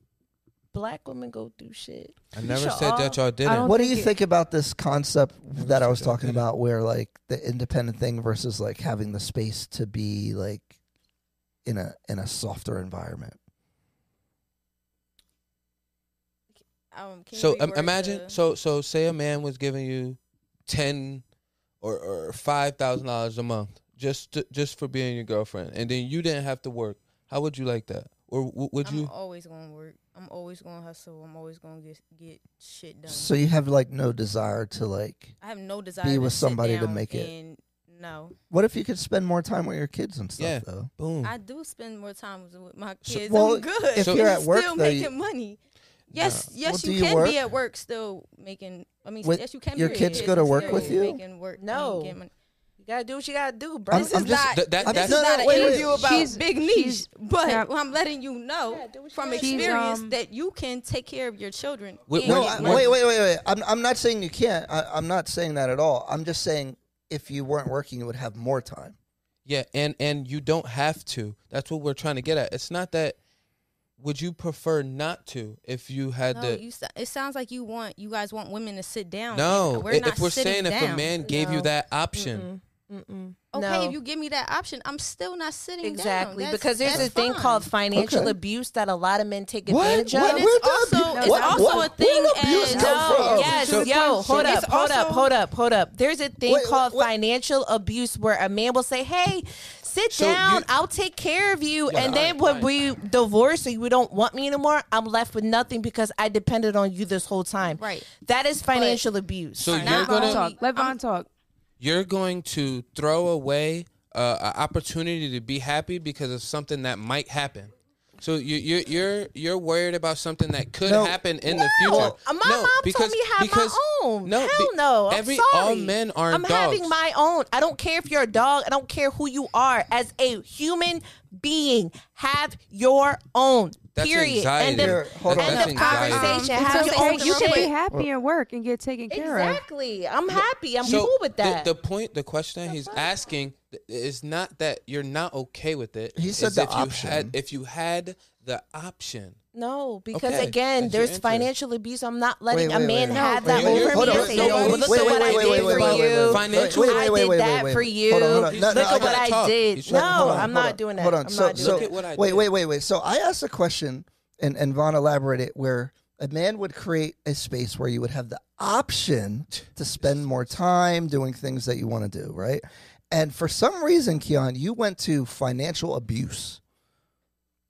Black women go through shit. I We never should said all- that y'all didn't. don't What do you think it- think about this concept that I was talking Okay. about, where like the independent thing versus like having the space to be like in a in a softer environment? Um, can you so um, reword imagine the- so so say a man was giving you ten or, or five thousand dollars a month just to, just for being your girlfriend, and then you didn't have to work. How would you like that? Or w- would I'm you? always gonna work. I'm always gonna hustle. I'm always gonna get get shit done. So you have like no desire to like. I have no desire be to with sit somebody to down make it. And no, What if you could spend more time with your kids and stuff Yeah. though? Boom. I do spend more time with- with my Hmm. So- kids. well, I'm good. if I'm you're at work, still though, you- making money. Yes, Well, yes, you do you can work? be at work still making. I mean, With- yes, you can. your be kids with go to and work still with you? Making work. and No. getting money. You gotta do what you gotta do, bro. I'm- This I'm is just- not. Th- that- this that's- is No, no, not wait, an wait. interview about She's- big niche, she's- but yeah. I'm letting you know Yeah, do what you from gotta do. She's, experience um, that you can take care of your children. Wait, and No, get I, money. wait, wait, wait, wait. I'm I'm not saying you can't. I, I'm not saying that at all. I'm just saying if you weren't working, you would have more time. Yeah, and and you don't have to. That's what we're trying to get at. It's not that. Would you prefer not to if you had No, the? you, s- it sounds like you want you guys want women to sit down. no, we're i- not if we're sitting saying down. if a man gave you No. that option, Mm-mm. Mm-mm. okay, No. if you give me that option, I'm still not sitting down. Exactly, That's- because there's that's a thing fine. called financial Okay. abuse that a lot of men take What? advantage What? of. And Where it's the also, abu- it's what- also what- a where thing the abuse as come No, from? oh, yes, So- yo, hold up, It's hold up, also- hold up, hold up. There's a thing Wait, called what- financial abuse where a man will say, "Hey, sit So down, you- I'll take care of you," Yeah, and then all right, when we divorce or you don't want me anymore, I'm left with nothing because I depended on you this whole time. Right. That is financial abuse. so Not you're all gonna the talk. Let Von talk. you're going to throw away uh, an opportunity to be happy because of something that might happen. So you, you're you're you're worried about something that could No. happen in the future. Well, Uh, my mom told me I have because- my own. No, Hell be- no. I'm every sorry. all men are I'm dogs. having my own. I don't care if you're a dog. I don't care who you are. As a human being, have your own. That's period. anxiety. End Here, of, hold end on. of That's anxiety. conversation. Um, have it's your okay. own You You shit. should be happy and work and get taken care of. Exactly. I'm happy. I'm So cool with the- that. The, point, the question he's asking th- is not that you're not okay with it. He said It's the if You had, option. if you had the option, no, because Okay. That's again, your there's interest. financial abuse. I'm not letting Wait, wait, a man wait. have No, that wait, over hold me on. and say, No, "Yo, wait, look wait, at what wait, I wait, did wait, for wait, wait, wait, you. wait. Financial- I did that for you. Hold on, hold on. He's No, no, Look not I at gonna what got- I talk. did. He's No, not gonna talk. I'm hold not on, doing that. Hold on. I'm so, not doing so Look at what I wait, did. wait, wait, wait. So I asked a question, and and Vaughn elaborated where a man would create a space where you would have the option to spend more time doing things that you want to do, right? And for some reason, Keon, you went to financial abuse.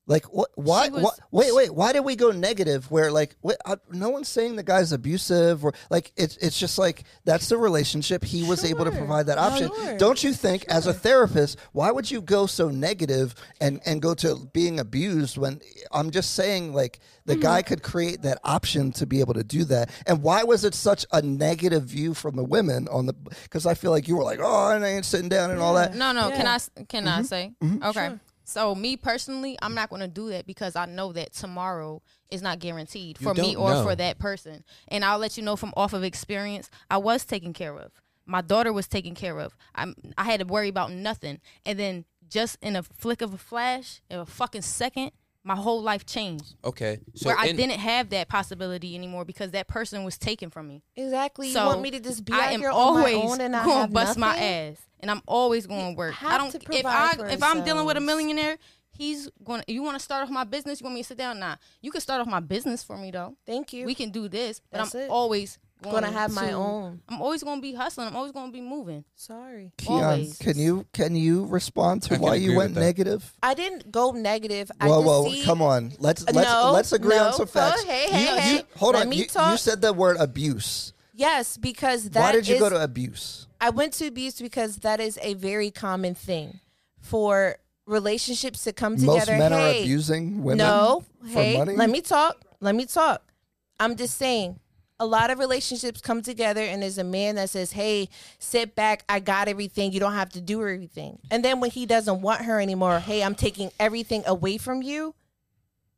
Like what? Why? She was- why- wait, wait. Why did we go negative? Where like, wait, I, no one's saying the guy's abusive, or like it's it's just like that's the relationship. He was able to Sure. provide that No, option. sure. Don't don't you think as a therapist why would you go so negative and and go to being abused when i'm just saying like the guy could create that option to be able to do that and why was it such a negative view from the women on the because i feel like you were like oh i ain't sitting down and all that No, no. Can I s- can I say? Okay. So me personally, I'm not going to do that because I know that tomorrow is not guaranteed You for me don't or know. for that person. And I'll let you know from off of experience, I was taken care of. My daughter was taken care of. I I had to worry about nothing. And then just in a flick of a flash, in a fucking second, my whole life changed. okay. So where I in- didn't have that possibility anymore because that person was taken from me. Exactly. So you want me to just be I out am here on my always own and I gonna have bust my nothing? ass, and I'm always going to work. I have don't. to if provide I for if I'm dealing with a ourselves. millionaire, he's going. to You want to start off my business? You want me to sit down? Nah. You can start off my business for me though. Thank you. We can do this, but That's I'm it. always going Gonna have my to- own. I'm always going to be hustling. I'm always going to be moving. Sorry. Keon, Always. can you can you respond to I can why you agree went with that. negative I didn't go negative. I Whoa, just whoa, see- Uh, come on. Let's let's No, let's agree on no. some facts. Oh, hey, hey, You- hey. you- hold Let on. me you, you talk. said the word abuse. Yes, because that why did you is- go to abuse? I went to abuse because that is a very common thing for relationships to come Most together. men hey, are abusing women. No, for hey, money? let me talk. Let me talk. I'm just saying, a lot of relationships come together, and there's a man that says, "Hey, sit back. I got everything. You don't have to do everything." And then when he doesn't want her anymore, hey, I'm taking everything away from you.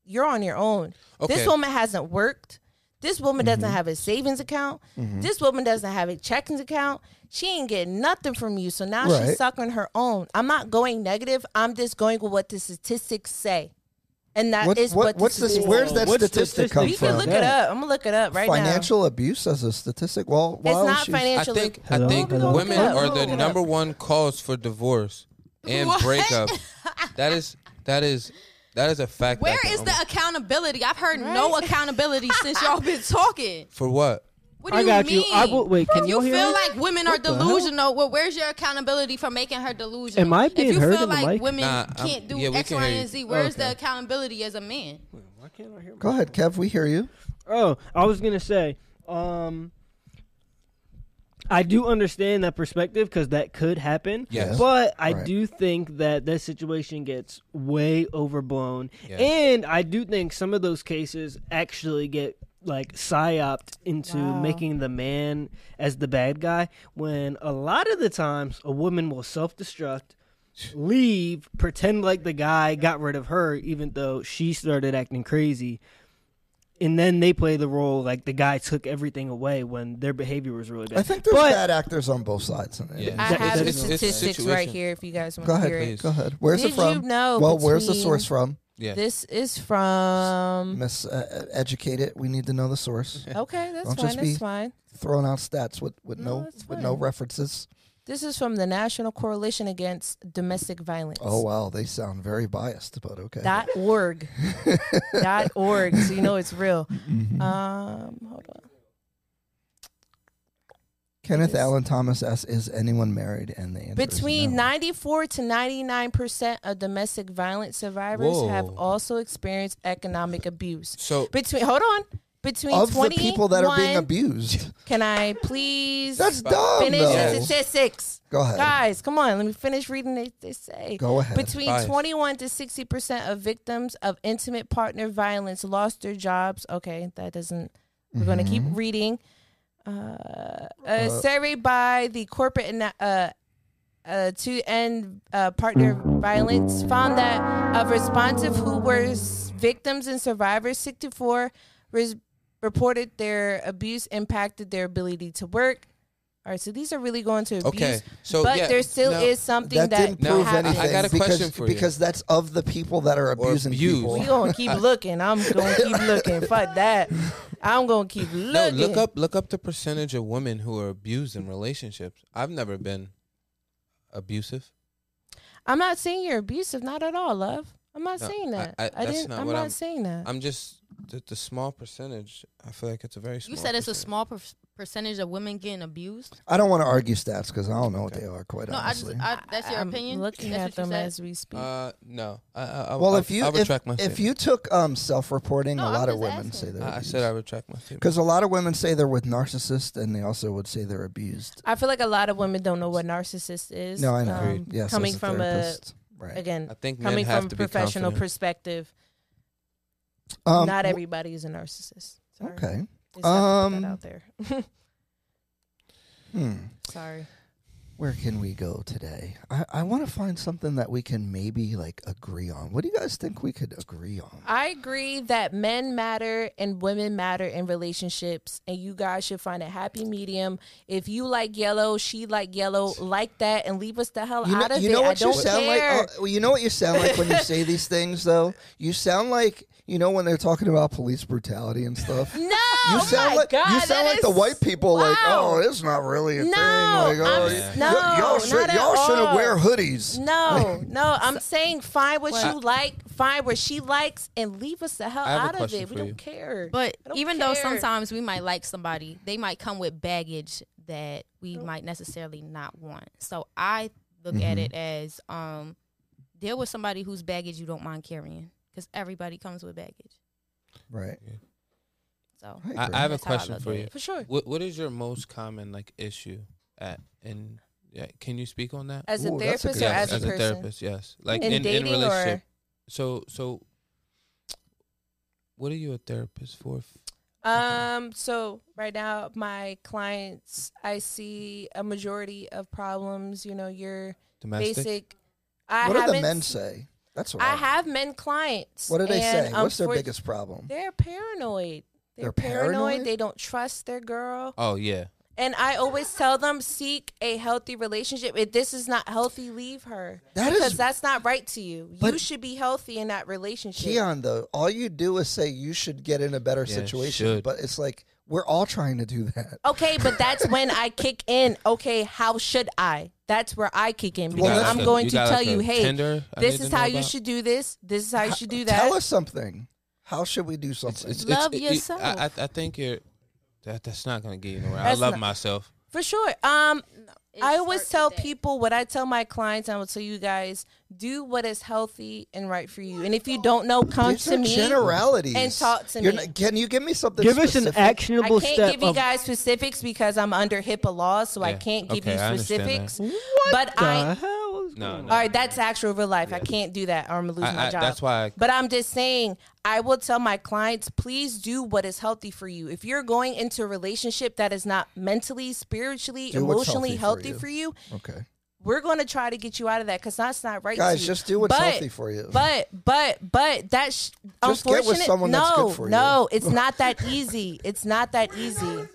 You're on your own. Okay. This woman hasn't worked. This woman doesn't Mm-hmm. have a savings account. Mhm. This woman doesn't have a checking account. She ain't getting nothing from you. So now Right. she's sucking her own. I'm not going negative. I'm just going with what the statistics say. And that is What- what, what- the what's this- statistics where's say. that What statistic come We statistic can from? look it up. I'm going to look it up right financial abuse as a statistic. Well, now. while It's not she's- I financial. think I think hello. women Look it up, are look it the up. number one cause for divorce and What? breakup. That is that is that is a fact. that Where can is the almost- accountability? I've heard no accountability since y'all been talking. for what? What do I you got you. mean? I will- wait, can you y'all hear feel me? like women are What the hell? delusional? Well, where's your accountability for making her delusional? Am I being if you heard feel in the like mic? women Nah, I'm- can't do yeah, we X, can Y, hear and you. Z, where's the Okay. accountability as a man? Why can't I hear Go ahead, Kev. We hear you. Oh, I was gonna say, um, I do understand that perspective because that could happen. Yes. But I Right. do think that that situation gets way overblown, Yeah. and I do think some of those cases actually get like psyoped into making the man as the bad guy. When a lot of the times a woman will self-destruct. Leave, pretend like the guy got rid of her, even though she started acting crazy and then they play the role like the guy took everything away when their behavior was really bad. I think there's But- bad actors on both sides. in it. Yeah. I That- have the that's- it's- it's statistics right situation. here if you guys want Go to ahead. hear it. Go ahead. Where's Did it from? you know well, where's the between- source from? Yeah. This is from. Miss uh, Educate it. We need to know the source. Okay, that's Don't just fine. be- That's fine. Throwing out stats with, with no, No, it's with no fine. references. This is from the National Coalition Against Domestic Violence. Oh wow, they sound very biased, but okay. dot org dot org so you know it's real um hold on Kenneth Yes. Allen Thomas asks, "Is anyone married?" And the answer is between no. 94 to 99 percent of domestic violence survivors have Whoa. also experienced economic abuse So between hold on between of the 20 people that are being abused. can i please That's dumb. finish the Though. statistics Go ahead. guys come on let me finish reading what they say Go ahead. Between Bias. 21 to 60 percent of victims of intimate partner violence lost their jobs. Okay, that doesn't. We're going to keep Mm-hmm. Mm-hmm. reading. Uh, a survey by the corporate ana- uh, uh, to end uh, partner violence found that of responsive who were s- victims and survivors, 64 res- reported their abuse impacted their ability to work. All right, so these are really going to abuse, Okay, so, but yeah, there still now- is something that, that, didn't prove I- I happens. anything. got a because, question for you. because that's of the people that are abusing abused. people. We gonna keep looking. I'm gonna keep looking. Fuck that. I'm gonna keep no, looking. look up look up the percentage of women who are abused in relationships. I've never been abusive. I'm not saying you're abusive. Not at all, love. I'm not No, saying that. I- I, I- that's didn't. not I'm what not I'm- saying that. I'm just the, the small percentage. I feel like it's a very. Small You said it's a percentage. small per- percentage of women getting abused. I don't want to argue stats because I don't know what Okay. they are, quite No, I just, honestly. I, that's your I'm opinion. Looking that's at what them you said? as we speak. Uh, no. I, I, I, well, I, if you I if, retract my if statement. you took um, self-reporting, No, a I'm lot of just women asking. say they're I, I said I retract my statement. because a lot of women say they're with narcissists, and they also would say they're abused. I feel like a lot of women don't know what narcissist is. No, I know. Um, yes, coming as a from a therapist. right. again, I think men coming have from to be professional confident. perspective, Um, not wh- everybody is a narcissist. Sorry. Okay. Just have to put Um, that out there. Hmm. Sorry. Where can we go today? I, I want to find something that we can maybe like agree on. What do you guys think we could agree on? I agree that men matter and women matter in relationships, and you guys should find a happy medium. If you like yellow, she like yellow, like that, and leave us the hell You know, Oh, out of you it. know I what you don't sound care. like. uh, well, you know what you sound like when you say these things, though. You sound like you know when they're talking about police brutality and stuff. no, You oh sound my like God, you sound that like the is- white people, like wow. oh, it's not really a No, thing. Like, oh, I'm y- s- no, y'all should not at y'all shouldn't all. wear hoodies. No, no, I'm saying find what What? you like, find what she likes, and leave us the hell I have a out of question it. We for don't you. care. But I don't even though care. sometimes we might like somebody, they might come with baggage that we might necessarily not want. So I look Mm-hmm. at it as um, deal with somebody whose baggage you don't mind carrying because everybody comes with baggage. Right. So I, I have a That's how I question look for at you. it. for sure. What What is your most common like issue at and yeah, can you speak on that? As a Ooh, that's a therapist good or yes, as a as person, therapist, yes. Like in, in, in, dating relationship. or So so what are you a therapist for? F- Um, so right now my clients, I see a majority of problems, you know, your Domestic? basic I what do the haven't men s- say? That's what I I, have men clients. What do they and say? What's their unfor- biggest problem? They're paranoid. They're, They're paranoid. paranoid? They don't trust their girl. Oh yeah. And I always tell them seek a healthy relationship. If this is not healthy, leave her. That is- because that's not right to you. You But- should be healthy in that relationship. Keon, though, all you do is say you should get in a better Yeah, situation, should. but it's like we're all trying to do that. Okay, but that's when I kick in. Okay, how should I? That's where I kick in because got like I'm a- going you to got tell like a you, hey, Tinder I this need to is know how you about? should do this. This is how you should do that. Tell us something. How should we do something? Love it- it- yourself. I, I, I think you're. That, that's not gonna get you nowhere. That's I love not- myself. For sure. Um, It I always starts tell with that. people what I tell my clients. I will tell you guys: do what is healthy and right for you. And if you don't know, come These to are me. generalities. and talk to You're me. not- can you give me something? Give us an specific? I actionable can't step. give you of- guys specifics because I'm under HIPAA laws, so I Yeah. can't give Okay, you I understand that. specifics. but I, the hell is No, going no. all right, that's actual real life. I can't do that, or I'm gonna lose I- my I- job. that's why I- but I'm just saying, I will tell my clients: please do what is healthy for you. If you're going into a relationship that is not mentally, spiritually, Do what's emotionally healthy healthy for for you, Okay. we're going to try to get you out of that because that's not right. Guys, to you. just do what's But- healthy for you. But but but that's Just get with unfortunate. someone no, that's good for you. no, it's not that easy. It's not that easy.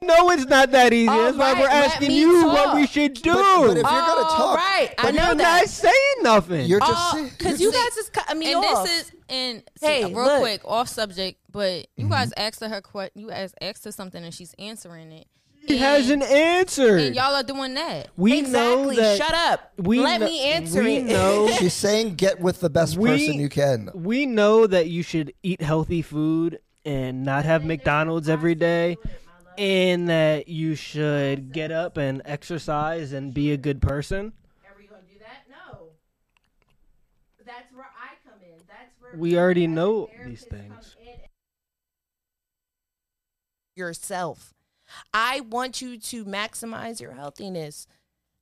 No, it's not that easy. All That's why right, we're let asking me you talk. what we should do. But- but if you're gonna All talk, right, I But know you're that. not saying nothing. You're just Oh, because you guys is cutting me and off. this is and see, Hey, real look. quick off subject, but Mm-hmm. you guys asked her her que- you guys asked her something and she's answering it. she has an answer. And y'all are doing that. we exactly. know that Shut up. We Let kno- me answer we it. Know, she's saying get with the best We- person you can. we know that you should eat healthy food and not have McDonald's every day, and that you should get up and exercise and be a good person. Are we gonna do that? No. That's where I come in. That's where We already know these things. yourself. I want you to maximize your healthiness.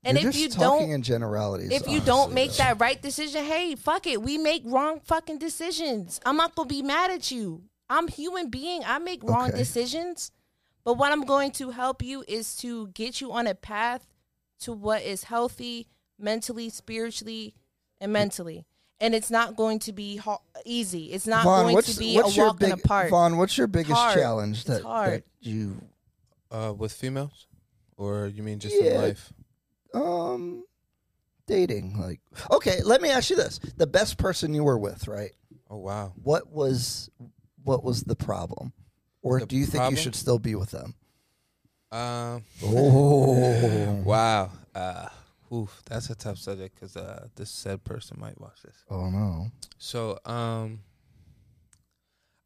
And And you're if just you talking don't in generalities. if you honestly, don't make though. that right decision, hey, fuck it. We make wrong fucking decisions. I'm not gonna be mad at you. I'm human being. I make wrong Okay. decisions. But what I'm going to help you is to get you on a path to what is healthy mentally, spiritually, and mentally. And it's not going to be ho- easy. It's not Vaughn, going what's, to be a what's your walk big, in the park. Vaughn, what's your biggest hard. challenge It's that, hard. that you Uh, with females, or you mean just Yeah. in life? um dating like okay let me ask you this the best person you were with right Oh wow. what was what was the problem or The do you think problem? you should still be with them Um. oh Wow. Uh. Oof. That's a tough subject because uh, this said person might watch this. oh no So um.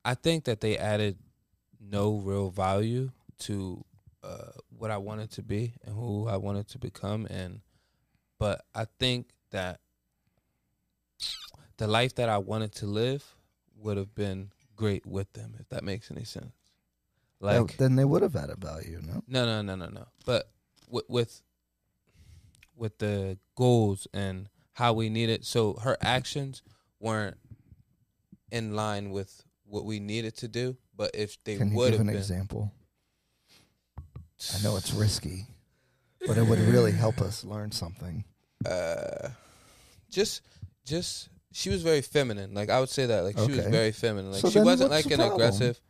I think that they added no real value to uh, what I wanted to be and who I wanted to become, and but I think that the life that I wanted to live would have been great with them, if that makes any sense. That- Like then they would have added value no no, no, no, no, no. But with with with the goals and how we need it, so her actions weren't in line with what we needed to do. But if they can you would give have an been, example i know it's risky but it would really help us learn something uh, just just she was very feminine. Like I would say that. Like she was Okay. very feminine. Like So she then wasn't what's like the an problem? aggressive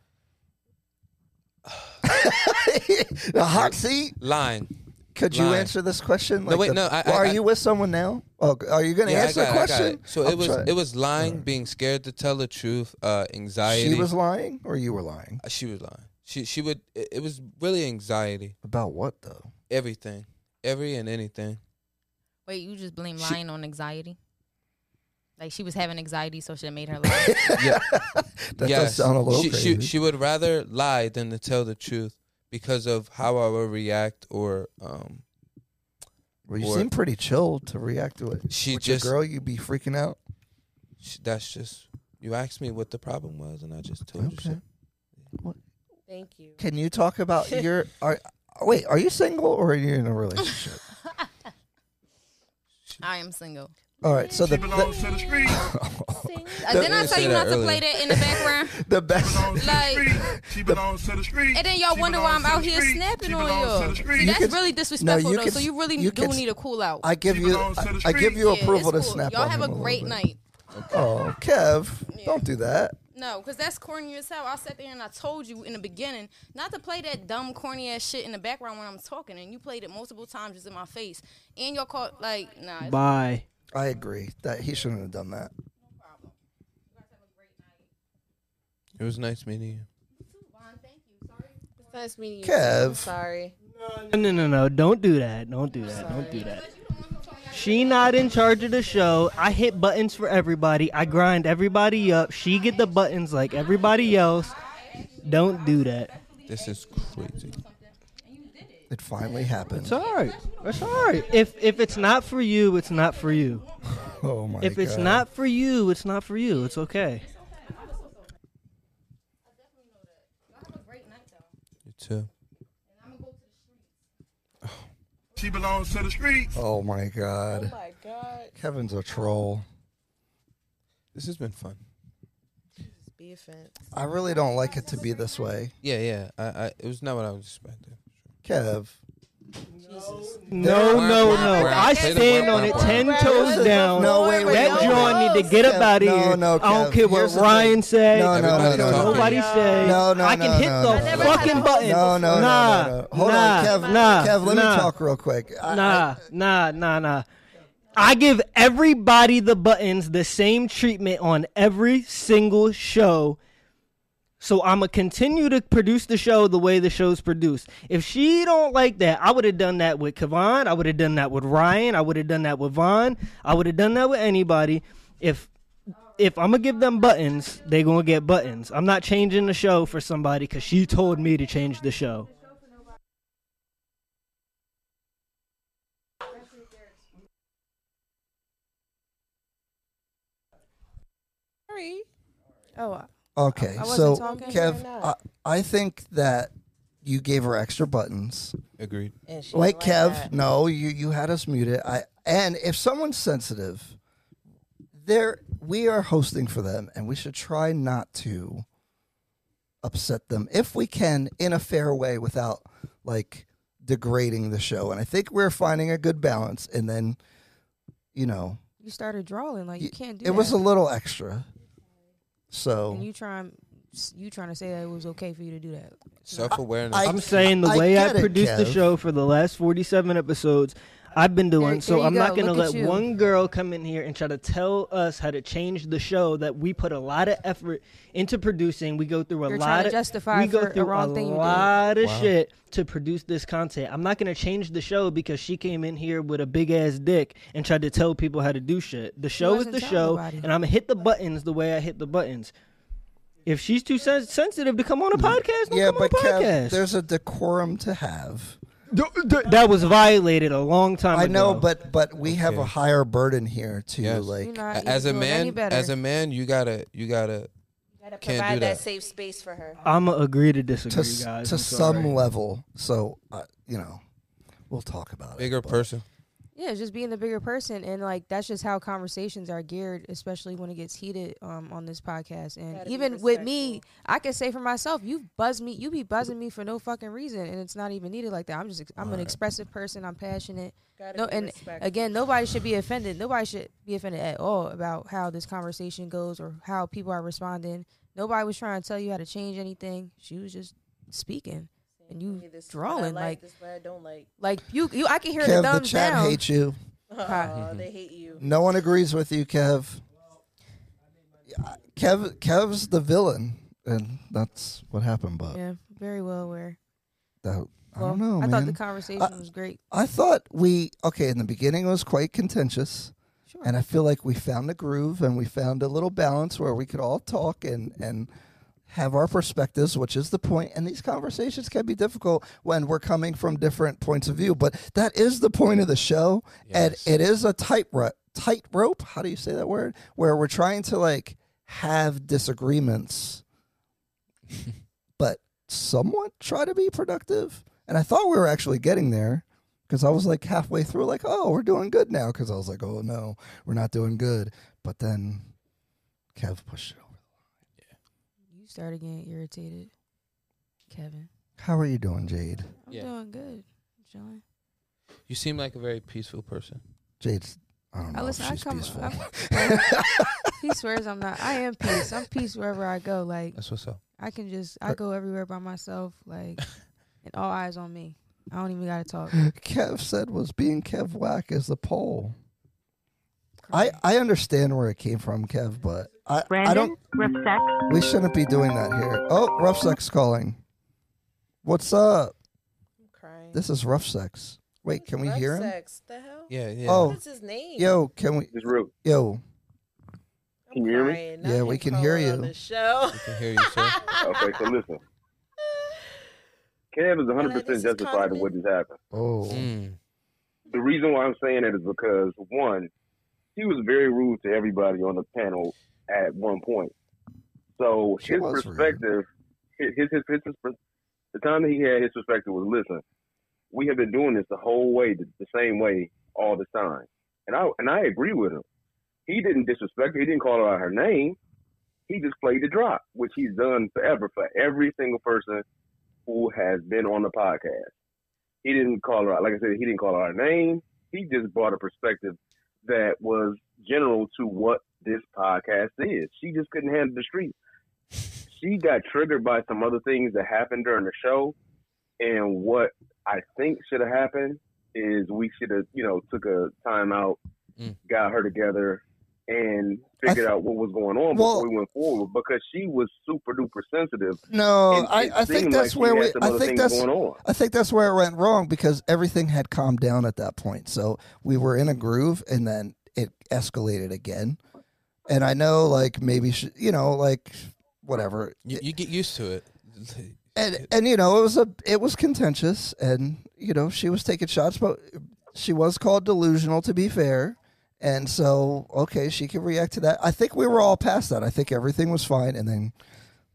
the hot seat lying. could you Lying. answer this question No, wait, no, I- well, I- are I- you with someone now oh, are you gonna Yeah, I answer the got it, I got question it. So I'm it was trying- it was lying, being scared to tell the truth, uh, anxiety. She was lying, or you were lying Uh, She was lying. She she would. It, it was really anxiety. about what though? Everything, every and anything. Wait, you just blame She- lying on anxiety? Like she was having anxiety, so she made her lie. Yeah, That yes. does sound a little she, crazy. She she would rather lie than to tell the truth because of how I would react or um. well, you or- seem pretty chill to react to it. She With just- your girl, you be freaking out. sh that's just you asked me what the problem was, and I just told Okay. you. shit. Thank you. Can you talk about your? Are, wait, are you single or are you in a relationship? I am single. All right, so the the, to the street. Uh, The- didn't I You tell said you that not to earlier. play that in the background? the best. Like, She belongs to the street. and then y'all wonder why I'm out here snapping on y'all. See, that's could- really disrespectful you though. could- so you really you do could- need a cool out. I give She you, belongs to I, the I give street. you Yeah, approval it's to cool. snap. Y'all on have him a little great bit. night. Oh, Kev, don't do that. No, because that's corny as hell. I sat there and I told you in the beginning not to play that dumb, corny ass shit in the background when I'm talking, and you played it multiple times just in my face. And you're caught, like, nah. it's- Bye. I agree that he shouldn't have done that. It was nice meeting you. Nice meeting you. Kev. I'm sorry. No, no, no, no. Don't do that. Don't do that. Don't do that. She not in charge of the show. I hit buttons for everybody. I grind everybody up. She get the buttons like everybody else. Don't do that. This is crazy. It finally happened. It's all right. It's all right. If if it's not for you, it's not for you. oh my If it's God. not for you, it's not for you. It's okay. You too. She belongs to the streets. Oh my God. Oh my God. Kevin's a troll. This has been fun. Be offense. I really don't like it to be this way. Yeah, yeah. I, I it was not what I was expecting. Kev, Jesus. No, no, no. I stand on it ten toes down. No, wait, wait, That no, John need to get up out of No, here. no, I don't Kev. care what Here's the Ryan thing. say. No, no, Everybody's no, no, talking. Nobody say. No, no, I can no, hit no, the no, no. fucking button. No, no, nah, no, no, no. Hold nah, on, Kev. Nah, Kev, let nah, me talk real quick. I- Nah, nah, nah, nah. I give everybody the buttons the same treatment on every single show. So I'm gonna continue to produce the show the way the show's produced. If she don't like that, I would have done that with Kevon. I would have done that with Ryan. I would have done that with Vaughn. I would have done that with anybody. If if I'm gonna give them buttons, they gonna get buttons. I'm not changing the show for somebody because she told me to change the show. Sorry. Oh, I- I- okay, I wasn't so talking. Kev, uh, Why I, not? I think that you gave her extra buttons. Agreed. And she Wait, like Kev, that. no, you you had us muted. I and if someone's sensitive, there we are hosting for them, and we should try not to upset them if we can in a fair way without like degrading the show. And I think we're finding a good balance. And then, you know, you started drawing like you y- can't do. it was that. a little extra. So And you trying, you trying to say that it was okay for you to do that. Self awareness. I- I'm saying the I way I get it, produced the Kev. show for the last 47 episodes, I've been doing. There- so there I'm you not go. going to Look at let you. one girl come in here and try to tell us how to change the show that we put a lot of effort into producing. We go through a You're trying lot to of justify we go for through the wrong a thing you did. lot of Wow. shit to produce this content. I'm not going to change the show because she came in here with a big ass dick and tried to tell people how to do shit. The show is wasn't the telling show, nobody. and I'm going to hit the buttons the way I hit the buttons. If she's too sen- sensitive to come on a podcast, don't yeah, come on a but podcast. Kev, there's a decorum to have. That was violated a long time I ago. know, but but we have a Okay. higher burden here to Yes. You're like not even as a doing any man, better. as a man, you gotta, you gotta. Gotta Can't do provide that. that safe space for her. I'm gonna agree to, to disagree, s- guys. to I'm some sorry. level. So uh, you know, we'll talk about it. Bigger but- person. Yeah, it's just being the bigger person, and like that's just how conversations are geared, especially when it gets heated um, on this podcast. And Gotta be even with me, I can say for myself, you buzz me, you be buzzing me for no fucking reason, and it's not even needed like that. I'm just, ex- I'm an expressive person. I'm passionate. Gotta No, be and respectful. again, nobody should be offended. Nobody should be offended at all about how this conversation goes or how people are responding. Nobody was trying to tell you how to change anything. She was just speaking, and you Hey, this is what I drawing like, this is what I don't like. like you, you. I can hear the Kev, the thumbs chat down. hates you. Oh, they hate you. No one agrees with you, Kev. Yeah, Kev Kev's the villain, and that's what happened. But Yeah, very well aware. that, I Well, don't know, I man. thought the conversation was great. I thought we okay in the beginning it was quite contentious, Sure. and I feel like we found a groove and we found a little balance where we could all talk and and have our perspectives, which is the point. And these conversations can be difficult when we're coming from different points of view, but that is the point of the show, Yes. and it is a tight tightrope. How do you say that word? Where we're trying to like have disagreements, but somewhat try to be productive. And I thought we were actually getting there because I was like halfway through, like, oh, we're doing good now. Because I was like, oh no, we're not doing good. But then Kev pushed it over. You started getting irritated, Kevin. How are you doing, Jade? I'm Yeah. doing good, John. You seem like a very peaceful person. Jade's. I don't know. I if listen. I she's come. peaceful. I'm- he swears I'm not. I am peace. I'm peace wherever I go. Like That's what's up. I can just I go everywhere by myself. Like and all eyes on me. I don't even gotta talk. Kev said was being Kev whack is the poll. I, I understand where it came from, Kev, but I, I don't. We shouldn't be doing that here. Oh, rough sex calling. What's up? I'm crying. This is rough sex. Wait, can we Rough hear him? Sex. The hell? Yeah, yeah. Oh, What is his name? Yo, can we? It's rude. Yo, Can you hear me? Ryan, yeah, we can hear you. The show. can hear you, sir. Okay, so listen. Kev is 100% justified in what just happened. Oh, Mm. The reason why I'm saying that is because, one, he was very rude to everybody on the panel at one point. So She his was rude. perspective, his, his, his, his, pers- the time that he had his perspective was listen, we have been doing this the whole way, the, the same way all the time. And I, and I agree with him. He didn't disrespect her, he didn't call her out her name. He just played the drop, which he's done forever for every single person who has been on the podcast. He didn't call her out. Like I said, he didn't call her out her name. He just brought a perspective that was general to what this podcast is. She just couldn't handle the street. She got triggered by some other things that happened during the show, and what I think should have happened is we should have, you know, took a time out, Mm. got her together, and figured out what was going on Well- before we went forward because she was super duper sensitive. No, and it I, I think seemed that's like she where had we. some I other think things that's. going on. I think that's where it went wrong because everything had calmed down at that point. So we were in a groove, and then it escalated again. And I know, like maybe she, you know, like whatever. You, you get used to it. and and you know it was a it was contentious and you know she was taking shots but she was called delusional to be fair and so okay she can react to that i think we were all past that i think everything was fine and then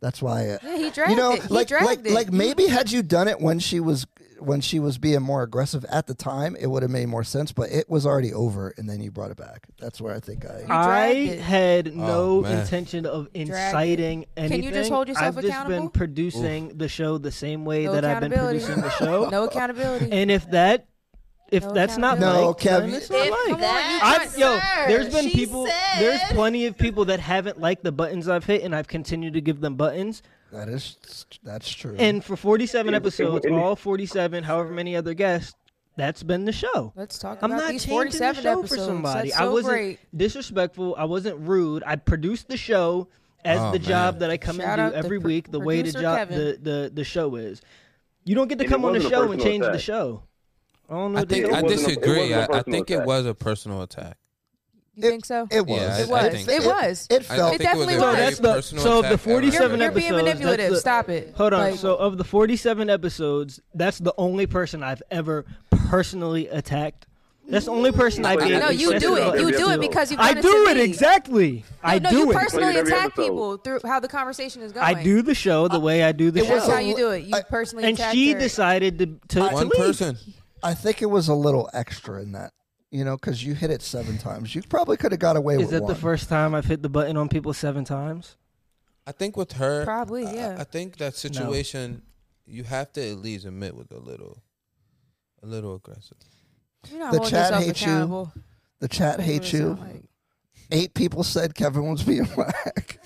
that's why uh, Yeah, he dragged you know it. He like dragged like it. like maybe had you done it when she was when she was being more aggressive at the time it would have made more sense but it was already over and then you brought it back that's where i think i I dragged it. had Oh, no man. intention of it. inciting anything. Can you just hold yourself I've just been accountable? producing the show the same way No that I've been accountability. producing the show. No accountability. And if that, if No that's not No, liked, Kev, then you- it's not If liked. that- I've, yo, Sir, there's been she people. said- There's plenty of people that haven't liked the buttons I've hit, and I've continued to give them buttons. that is that's true Mm-hmm. And for 47 It was- it was- episodes, all 47, however many other guests, that's been the show. Let's talk I'm about not these changing the 47 show episodes. for somebody. That's I so wasn't great. disrespectful. I wasn't rude. I produced the show as Oh, the man. job that I come Shout and out do to every pr- week. The way the producer job Kevin. the, the the show is. You don't get to And it come on the wasn't a show and personal change the attack. show. I don't know. I what they think It I do. wasn't a- it disagree. wasn't a I I personal think it attack. was a personal attack. You think so? it was Yeah, It was. think It so. was. it I, felt I think definitely was. it was. A so very that's the personal so of the attack. 47 You're- you're being episodes. that's manipulative. the- Stop it. Hold on. Like- so of the 47 episodes, that's the only person I've ever personally attacked. That's the only person I No, did. No, you That's do about it. You every do it episode. because you've I done do to it me. exactly. I no, do you it. personally Played every attack episode. people through how the conversation is going. I do the show the way I do the it show. That's was how you do it. You I- personally and attack she her. decided to to, to One leave. person. I think it was a little extra in that, you know, because you hit it seven times. You probably could have got away Is with that one. the first time I've hit the button on people seven times? I think with her, Probably, I- yeah. I, think that situation, you have to at least admit with a little, a little aggressive. You're not The holding chat yourself hates you. accountable. the chat That's what hates it you. sound like. Eight people said Kevin was being whack.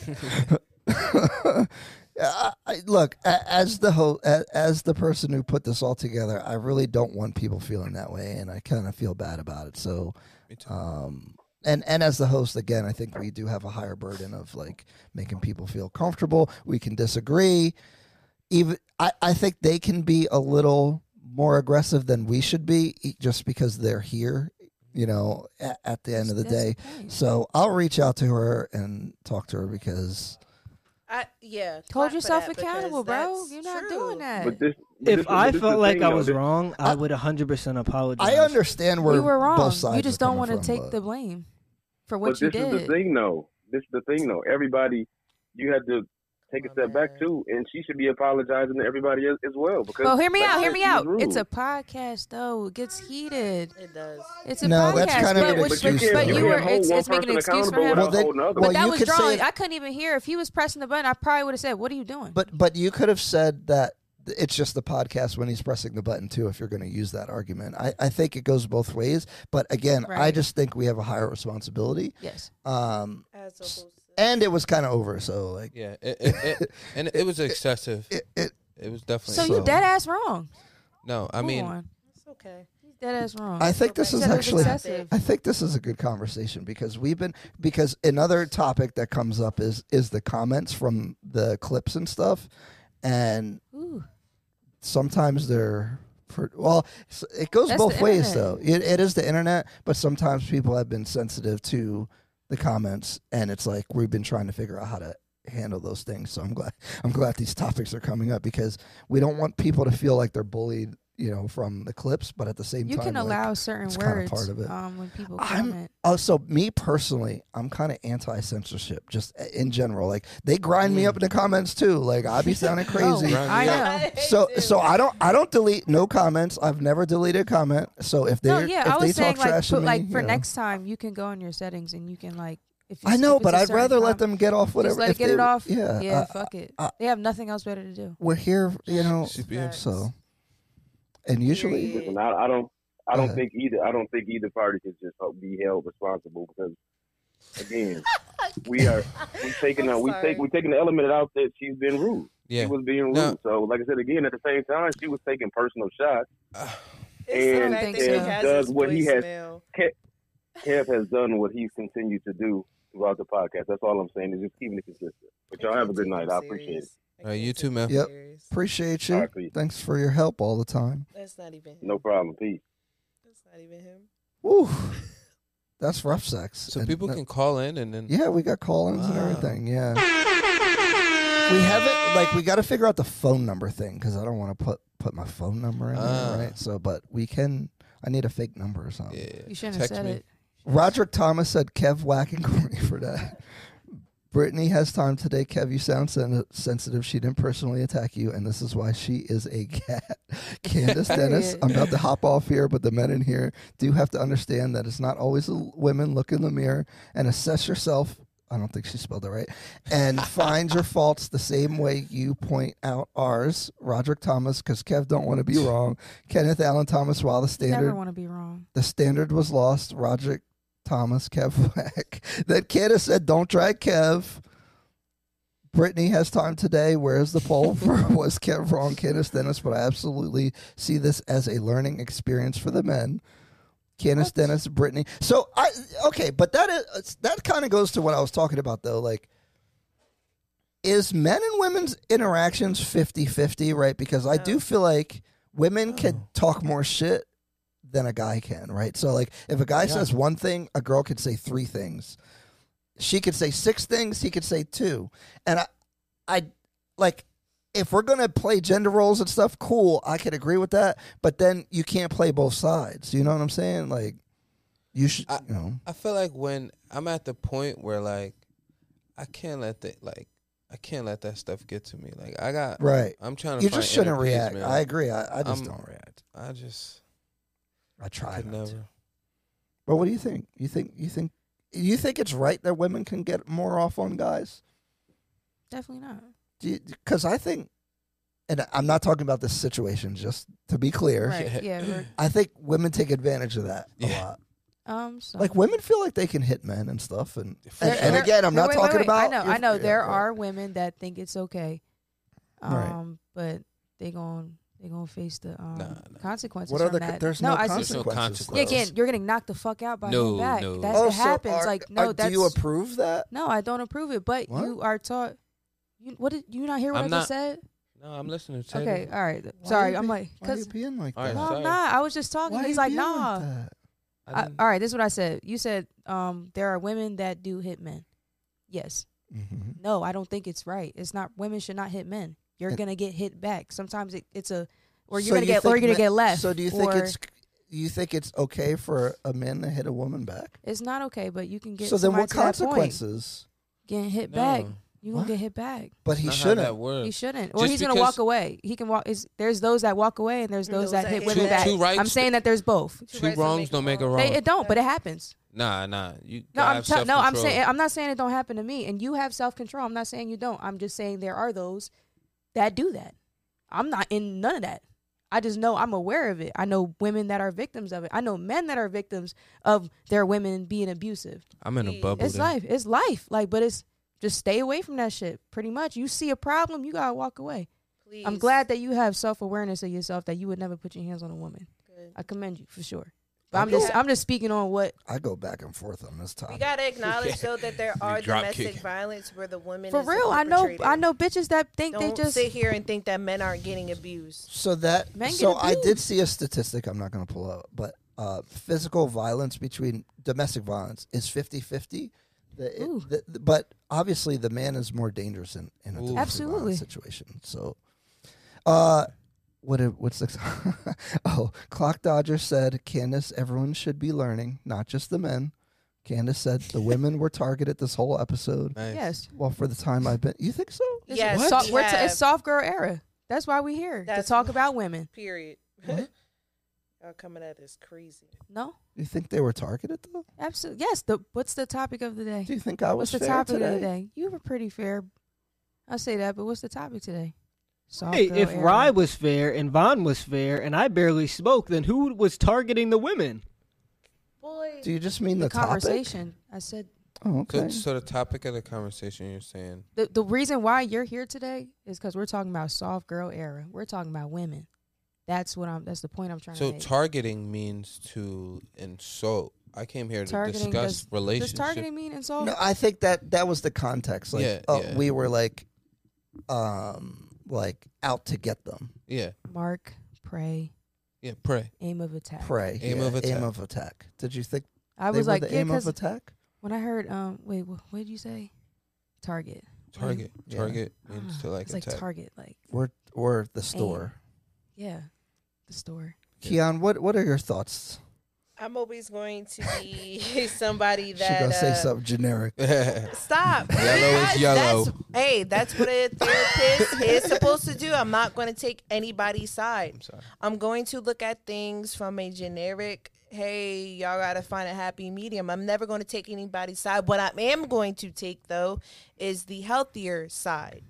I, I- look, a- as the ho- a- as the person who put this all together, I really don't want people feeling that way, and I kind of feel bad about it. So, Me too. um, and and as the host, again, I think we do have a higher burden of like making people feel comfortable. We can disagree. Even I, I think they can be a little more aggressive than we should be, e- just because they're here. You know, at, at the end of the That's day. point. So I'll reach out to her and talk to her because I, yeah. Hold clap for yourself that because accountable, bro. that's You're not true. doing that. But this, but this- If but I this is felt the like thing, I though. was This- wrong, I I- would 100% apologize. I understand where you were wrong. both sides you just are don't coming want to from, take but- the blame for what but you this did. is the thing, though. This is the thing, though. Everybody, you had to take a step back too, and she should be apologizing to everybody as, as well. Because Well, Oh, hear me like I out. said, Hear me she was out. rude. It's a podcast, though. It gets heated. It does. It's a No, podcast. that's kind of but, an which- but you excuse, can't, but though. you you were. can't hold It's, one it's making an person excuse for accountable him. without Well, then- holding the other. but well, one. that you was could say drawing. it- I couldn't even hear. If he was pressing the button, I probably would have said, "What are you doing?" But but you could have said that it's just the podcast when he's pressing the button too if you're going to use that argument i, I think it goes both ways but again i Right. just think we have a higher responsibility yes um As a whole and it was kind of over so like Yeah, it, it, it, and it was excessive. It, was definitely. So you dead ass wrong. No, I Come mean, on. It's okay. Dead ass wrong. I think this He is said it was actually. excessive. I think this is a good conversation because we've been because another topic that comes up is is the comments from the clips and stuff, and Ooh. sometimes they're for, well, s- it goes That's both the ways though. internet. It, it is the internet, but sometimes people have been sensitive to the comments, and it's like we've been trying to figure out how to handle those things. So I'm glad I'm glad these topics are coming up because we don't want people to feel like they're bullied. You know, from the clips, but at the same You time, can like, allow certain it's kinda words part of it. Um, when people I'm- comment. Oh, so me personally, I'm kind of anti censorship, just i- in general. Like they grind me up in the comments too. Like I be sounding Oh, crazy. I know. So, so I don't, I don't delete no comments. I've never deleted a comment. So if they, No, yeah, I if they was saying talk like, trash put, to me, like for you know. next time, you can go in your settings and you can like. If you, I know, if it's but a I'd certain rather let com- them get off whatever- Just let if it get they- it off. yeah, yeah, I- fuck it. they have nothing else better to do. we're here, you know. Should be able- So, and usually, Listen, I, I don't. I don't ahead. think either. I don't think either party should just uh, be held responsible because, again, we are we taking I'm a, we sorry. take we taking the element out that she's been rude. Yeah. She was being rude. No. So, like I said again, at the same time, she was taking personal shots. It's and the fact and that he has does his what he has. voicemail. Kev, Kev has done what he's continued to do throughout the podcast. That's all I'm saying is just keeping it consistent. But y'all have a good night. I appreciate it. All right, you too, man. yep. Appreciate you. Thanks for your help all the time. That's not even him. No problem. Peace. That's not even him. Woo, that's rough sex. So And people that- can call in and then. Yeah, we got call-ins and Wow. everything. Yeah. We haven't like we got to figure out the phone number thing because I don't want to put put my phone number in Ah. there, right? So, but we can. I need a fake number or something. Yeah. You shouldn't have Text said me. it. Roderick Thomas said Kev whack and corny for that. Brittany has time today. Kev, you sound sen- sensitive. She didn't personally attack you, and this is why she is a cat. Candace Dennis, I'm about to hop off here, but the men in here do have to understand that it's not always the women. Look in the mirror and assess yourself. I don't think she spelled it right. And find your faults the same way you point out ours. Roderick Thomas, because Kev don't want to be wrong. Kenneth Allen Thomas, while the standard Never want to be wrong. the standard was lost. Roger Thomas, Kev Wack. That Candace said, don't drag Kev. Brittany has time today. Where's the poll for was Kev wrong, Candace Dennis? But I absolutely see this as a learning experience for the men. Candace Dennis, Brittany. So I okay, but that is that kind of goes to what I was talking about though. Like, is men and women's interactions 50-50, right? Because I do feel like women can talk more shit than a guy can, right? So like if a guy says one thing, a girl could say three things. She could say six things, he could say two. And I I like if we're gonna play gender roles and stuff, cool, I could agree with that. But then you can't play both sides. You know what I'm saying? Like you should you know. I feel like when I'm at the point where like I can't let that like I can't let that stuff get to me. Like I got Right. I'm trying to. You find just shouldn't inner react. peace, man. I agree. I, I just I'm- don't react. I just I try could not to. never. But what do you think? You think you think you think it's right that women can get more off on guys? Definitely not. Because I think, and I'm not talking about this situation. Just to be clear, Right. Yeah. we're- I think women take advantage of that a lot. um. So. Like women feel like they can hit men and stuff, and There- and, and there- again, I'm no, not wait, wait, talking wait. about. I know. your- I know. yeah, There right. are women that think it's okay. Um. Right. But they gon' they gonna face the um, Nah, consequences. What are from the co- that. there's no, no I see- There's no consequences, Yeah, though. again, you're getting knocked the fuck out by No, your back. no. That Oh, it so happens. are- like no, are- that's do you approve that? no. I don't approve it. But What? you are taught. You, what did you not hear what I'm I just not- said? No, I'm listening to. Okay, Teddy. all right. Why Sorry, you I'm be- like, why you cause being like All right, that? no, sorry. I'm not. I was just talking. Why He's you like, being like nah. that? I I, didn't- all right, this is what I said. You said um, there are women that do hit men. Yes. Mhm. No, I don't think it's right. It's not. Women should not hit men. You're And- gonna get hit back. Sometimes it, it's a, or you're So gonna you get, or think you're gonna men- get left. So do you think or- it's you think it's okay for a man to hit a woman back? it's not okay? But you can get. So then, somebody what to that point. consequences? Getting hit back, No. you gonna What? get hit back. But he Not how that shouldn't. works. He shouldn't, or Just he's gonna because- walk away. He can walk. Is there's those that walk away, and there's those, that, hit hit women back. back. Two rights- I'm saying that there's both. Two Two rights wrongs don't make a wrong. They, it don't, but it happens. Nah, nah. You No, gotta I'm have tell- no, I'm self-control. saying I'm not saying it don't happen to me, and you have self control. I'm not saying you don't. I'm just saying there are those that do that. I'm not in none of that. I just know I'm aware of it. I know women that are victims of it. I know men that are victims of their women being abusive. I'm in a bubble. uh, It's then. life. It's life. Like, but it's just stay away from that shit. Pretty much, you see a problem, you gotta walk away. I'm Please. glad that you have self awareness of yourself that you would never put your hands on a woman. I commend you for sure. But I'm Okay. just I'm just speaking on what I go back and forth on this topic. We gotta acknowledge though that there You are drop domestic kick. violence where the women for is the real. I know perpetrator. I know bitches that think Don't they just sit here and think that men aren't getting abused. So that Men get so I did abused. see a statistic I'm not going to pull up, but uh, physical violence between domestic violence is 50-50. The- it- Ooh. the- the- but obviously the man is more dangerous in, in a Ooh. domestic Absolutely. violence situation. So uh what it- what's this? oh, Clock Dodger said, Candace, everyone should be learning, not just the men. Candace said the women were targeted this whole episode. Nice. Yes. Well, for the time I've been, you think so? This is Yes, so- we we're t- have- it's soft girl era. That's why we here to That's- talk about women. Period. Y'all coming at us crazy. No, You think they were targeted though? absolutely. Yes. The what's the topic of the day? Do you think I was What's the fair topic of the today? day? You were pretty fair. I say that, but what's the topic today? Soft Hey, girl if era. Rye was fair and Von was fair and I barely spoke, then who was targeting the women? Boy. Do you just mean the, topic? conversation, I said Oh, So, okay. so the topic of the conversation you're saying, the the reason why you're here today is because we're talking about soft girl era. We're talking about women. That's what I'm. That's the point I'm trying so to make. targeting means to insult. I came here to Targeting discuss does- does relationships. targeting mean insult? No, I think that that was the context. Like, Yeah, oh, yeah. we were like, um, like out to get them. Yeah, Mark, pray, yeah. Pray. aim of attack. Prey. Aim yeah, of attack. Aim of attack. Did you think I they was were like, the yeah, aim of 'cause attack? When I heard, um, wait, what, what did you say? Target. What do you- Target. Yeah. Target means to like It's like attack. Target, like Or or the store? yeah, the store. Keon, what what are your thoughts? I'm always going to be somebody She that gonna say uh, something generic. Stop. Yellow Because is yellow. That's, hey, that's what a therapist is supposed to do. I'm not going to take anybody's side. I'm, sorry. going to look at things from a generic, hey, y'all got to find a happy medium. I'm never going to take anybody's side. What I am going to take, though, is the healthier side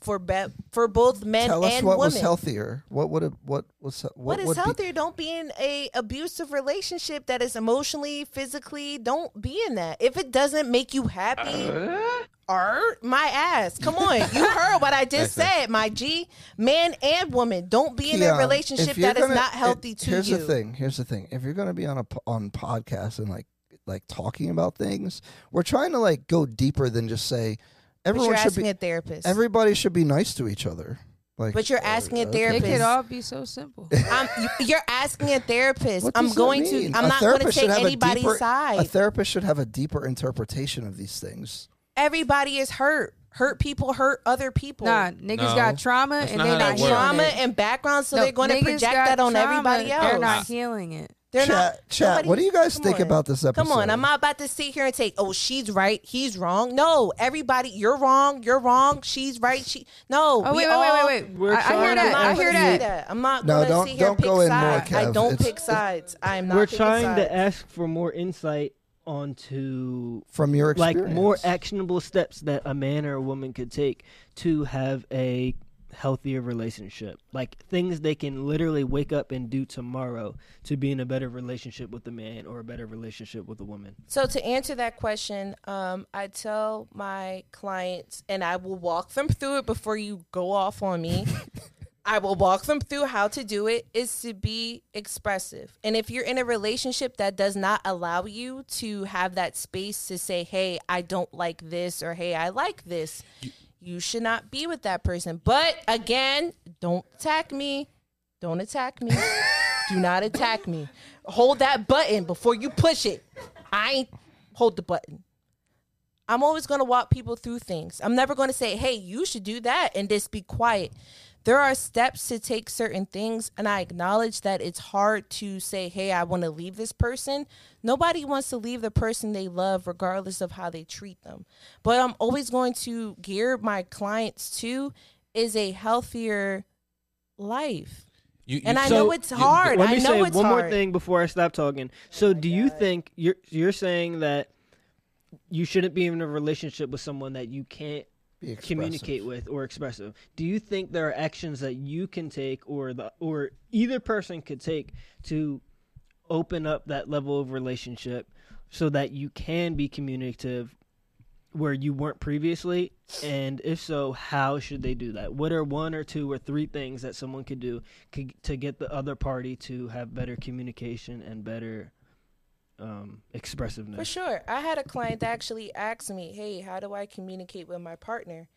for be- for both men Tell us and what women. was healthier. What would it- what was what, what is would be- healthier? don't be in a abusive relationship that is emotionally, physically. Don't be in that. If it doesn't make you happy, Uh-huh. are my ass. Come on, you heard what I just said, my G. Man and woman, don't be in Keon, a relationship if you're that is gonna- not healthy it- to here's you. the thing. Here's the thing. If you're going to be on a po- on podcast and like like talking about things, we're trying to like go deeper than just say But everyone you're should asking be a therapist. everybody should be nice to each other. Like, uh, But you're asking a okay. It therapist. could all be so simple. I'm, you- you're asking a therapist. What I'm does that going to. mean? I'm A not going to therapist should take have a anybody's deeper- A side. therapist should have a deeper interpretation of these things. Everybody is hurt. Hurt people hurt other people. Nah, niggas No. got trauma That's and not they how that not works. healing Trauma it. and background, so No, they're going to niggas project got that on trauma, everybody else. They're not healing it. They're chat, not- chat. nobody- what do you guys come think on. about this episode? Come on, I'm not about to sit here and take, oh, she's right, he's wrong. No, everybody, you're wrong, you're wrong, she's right, she. No, Oh we wait, wait, wait, all- wait, wait. We're I, I hear trying to I'm that. not I gonna hear do that. I'm not No, going don't- to sit here don't and pick go in more, sides. I Kev. don't It's- pick sides. I'm not We're picking trying sides. to ask for more insight onto from your like experience. more actionable steps that a man or a woman could take to have a healthier relationship. Like things they can literally wake up and do tomorrow to be in a better relationship with a man or a better relationship with a woman. So to answer that question, um, I tell my clients, and I will walk them through it before you go off on me. I will walk them through how to do it is to be expressive. And if you're in a relationship that does not allow you to have that space to say, hey, I don't like this, or hey, I like this, you should not be with that person. But again, don't attack me. Don't attack me. do not attack me. Hold that button before you push it. I ain't hold the button. I'm always going to walk people through things. I'm never going to say, hey, you should do that and just be quiet. There are steps to take certain things, and I acknowledge that it's hard to say, hey, I want to leave this person. Nobody wants to leave the person they love, regardless of how they treat them. But I'm always going to gear my clients to is a healthier life. You, you And I so- know it's hard. Let me I know say it's one more hard. thing before I stop talking. So, do you think you're you're saying that you shouldn't be in a relationship with someone that you can't communicate with or expressive. Do you think there are actions that you can take or the or either person could take to open up that level of relationship so that you can be communicative where you weren't previously? And if so, how should they do that? What are one or two or three things that someone could do c- to get the other party to have better communication and better um, expressiveness? For sure. I had a client that actually asked me, Hey, how do I communicate with my partner?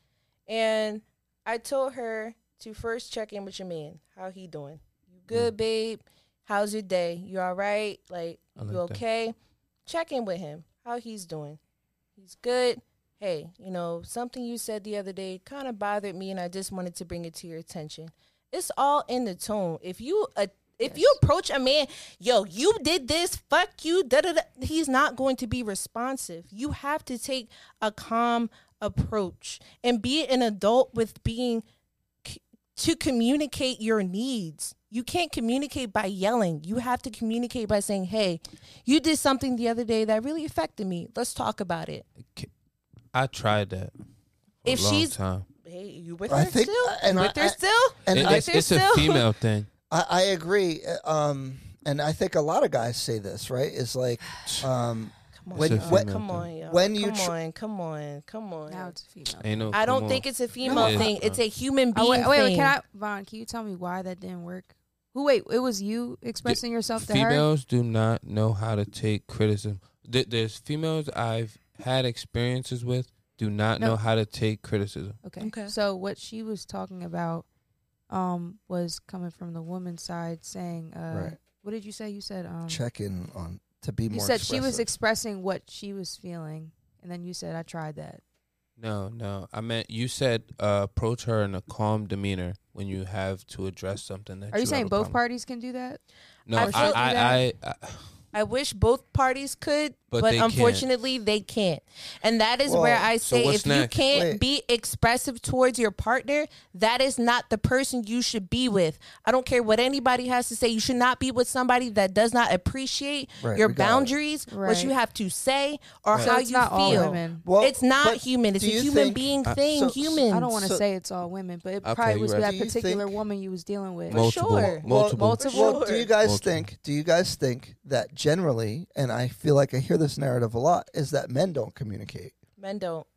And I told her to first check in with your man. How he doing? You Mm. good, babe? How's your day? You all right? Like, I you like that. okay? Check in with him. How he's doing? He's good. Hey, you know, something you said the other day kind of bothered me and I just wanted to bring it to your attention. It's all in the tone. If you uh, if you approach a man, yo, you did this, fuck you, da da da, he's not going to be responsive. You have to take a calm approach and be an adult with being c- to communicate your needs. You can't communicate by yelling. You have to communicate by saying, "Hey, you did something the other day that really affected me. Let's talk about it." I tried that. for a If long she's- time. Hey, you with I her think- still? and with I- her I- still? and It- with it's her it's a still? female thing. I, I agree. uh, Um, and I think a lot of guys say this, right? It's like, um, Come on, when, It's a when, female Come on, yo. when you come tr- on, come on, come on. Now it's female. Ain't no, I come don't on. think it's a female is, thing. bro. It's a human being Oh, wait, wait, thing. wait, can I, Vaughn? Can you tell me why that didn't work? Who? Wait, it was you expressing yourself to her. females do not know how to take criticism. Th- There's females I've had experiences with do not No. know how to take criticism. Okay. So what she was talking about um was coming from the woman's side saying uh Right. what did you say? You said um check in on to be You more. said she was expressive. expressing what she was feeling and then you said I tried that. No, no. I meant you said uh, approach her in a calm demeanor when you have to address something that Are you have saying a both problem- parties can do that? No, I I, feel I, I, I, I wish both parties could, But but, they can't. unfortunately they can't. And that is where Well, I so say what's if next? you can't Wait. be expressive towards your partner, that is not the person you should be with. I don't care what anybody has to say. You should not be with somebody that does not appreciate Right, your we got it. boundaries, what you Right. have to say, or So how it's you not all feel. women. Well, it's not Oh, but human. It's a do you human think- uh, being I- thing. so- so- Human. I don't want to So- say it's all women, but it Okay, probably you was right. that Do you particular think- woman you was dealing with. Well, multiple, sure. Well, multiple. Multiple. well, do you guys Multiple. think? Do you guys think that generally, and I feel like I hear this narrative a lot, is that men don't communicate? Men don't.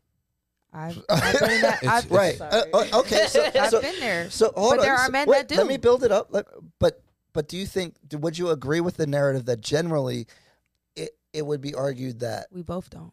I've, I've been in that. It's- I've, Right. Sorry. Uh, uh, okay. So, I've so, been there. so hold But there on. are So- men wait, that Let do. me build it up. Let, but but do you think? do- Would you agree with the narrative that generally, it it would be argued that We both don't.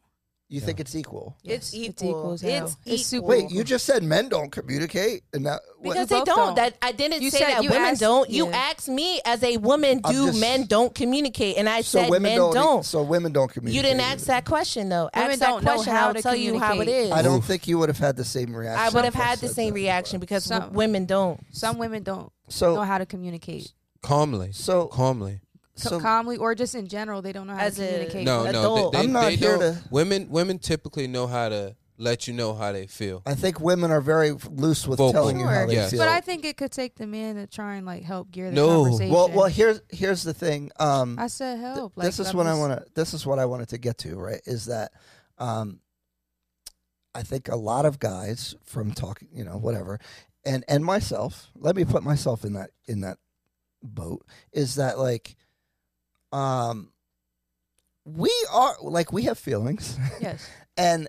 you think it's equal? It's Yes, equal. It's equal. as It's hell. It's super equal. Wait, equal. you just said men don't communicate, and that what- Because You they both don't. don't. That I didn't You say said that you women asked- don't. You yeah. asked me as a woman, I'm do just- men don't communicate? And I so said women e-, men don't. So women don't communicate. you didn't ask that question though. Women ask that don't know question. how I'll to tell you how it communicate. is. I don't think you would have had the same reaction. I would have if I had the said same that, reaction but- because So- w- women don't. Some women don't know So how to communicate calmly, so calmly. Co- so calmly, or just in general, they don't know how As to a- communicate. No, Like no. adult. They, they, I'm not they here don't- to- Women, women typically know how to let you know how they feel. I think women are very loose with Vocal. telling you how Sure. they Yes. feel. But I think it could take the man to try and like help gear the No. conversation. well, well, here's here's the thing. Um, I said help. Th- this like, is that what I was- want to. This is what I wanted to get to. Right, is that um, I think a lot of guys from talking, you know, whatever, and and myself. Let me put myself in that in that boat. Is that like, um, we are like we have feelings, Yes. and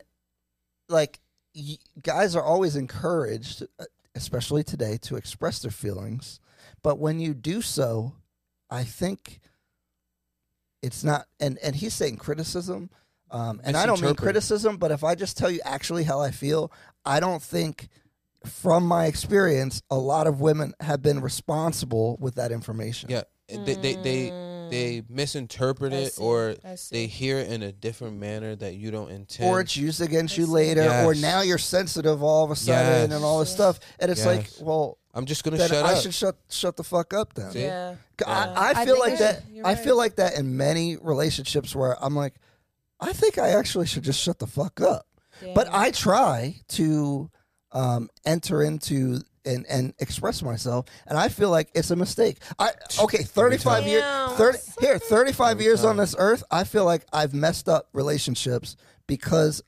like y- guys are always encouraged, uh, especially today, to express their feelings. But when you do so, I think it's not. And and he's saying criticism, um, and I don't mean Misinterpret. criticism. But if I just tell you actually how I feel, I don't think. From my experience, a lot of women have been responsible with that information. Yeah, they, they, they, they misinterpret Mm. I it see, or I see. they hear it in a different manner that you don't intend. or it's used against you Yes. later, or Yes. now you're sensitive all of a sudden, Yes. and all this stuff. And it's like, Yes. well, I'm just gonna then shut I up. should shut shut the fuck up then. See? Yeah. I, I I feel think you're- like that. you're I right. feel like that in many relationships where I'm like, I think I actually should just shut the fuck up. But Yeah. I try to um, enter into and and express myself, and I feel like it's a mistake. I okay, thirty five years, Damn, thirty I'm here, thirty five Every years on time. this earth. I feel like I've messed up relationships because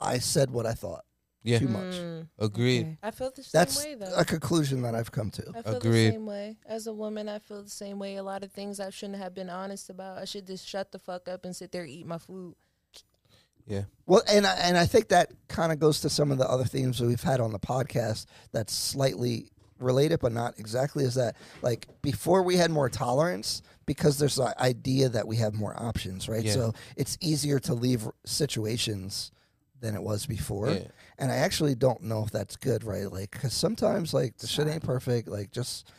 I said what I thought. Yeah. Too much. Mm. Agreed. I feel the same That's way though. a conclusion that I've come to. I feel Agreed. the same way. As a woman, I feel the same way. A lot of things I shouldn't have been honest about. I should just shut the fuck up and sit there and eat my food. Yeah. Well, and I, and I think that kind of goes to some of the other themes that we've had on the podcast that's slightly related, but not exactly. Is that like before we had more tolerance because there's the idea that we have more options, right? Yeah. So it's easier to leave situations than it was before. Yeah. And I actually don't know if that's good, right? Like, because sometimes like the shit ain't perfect. Like, just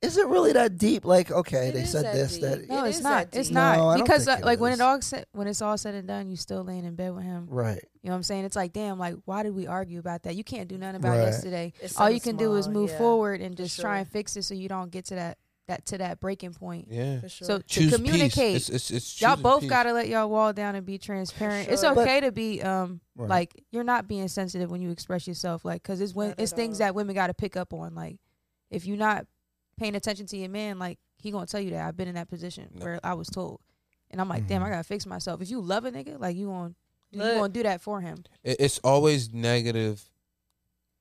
is it really that deep? Like, okay, It they is said that this, deep. that No, It it's is not. that It's deep. not No, I don't because think uh, it like when is. it all said, when it's all said and done, you still laying in bed with him. right. You know what I'm saying? It's like, damn, like why did we argue about that? You can't do nothing about Right. yesterday. It's all something you can do is small, move yeah, forward and for just try sure. and fix it so you don't get to that that to that breaking point. Yeah. For sure. So Choose to communicate, peace. It's, it's, it's y'all choosing both peace. gotta let y'all wall down and be transparent. It's Sure. But- okay to be um Right. like you're not being sensitive when you express yourself, like because it's when Not at it's things all. that women gotta pick up on. Like if you're not paying attention to your man, like he gonna tell you that I've been in that position No. Mm-hmm. where I was told, and I'm like, damn, Mhm. I gotta fix myself. If you love a nigga, like you on. You Look. gonna do that for him? It, it's always negative,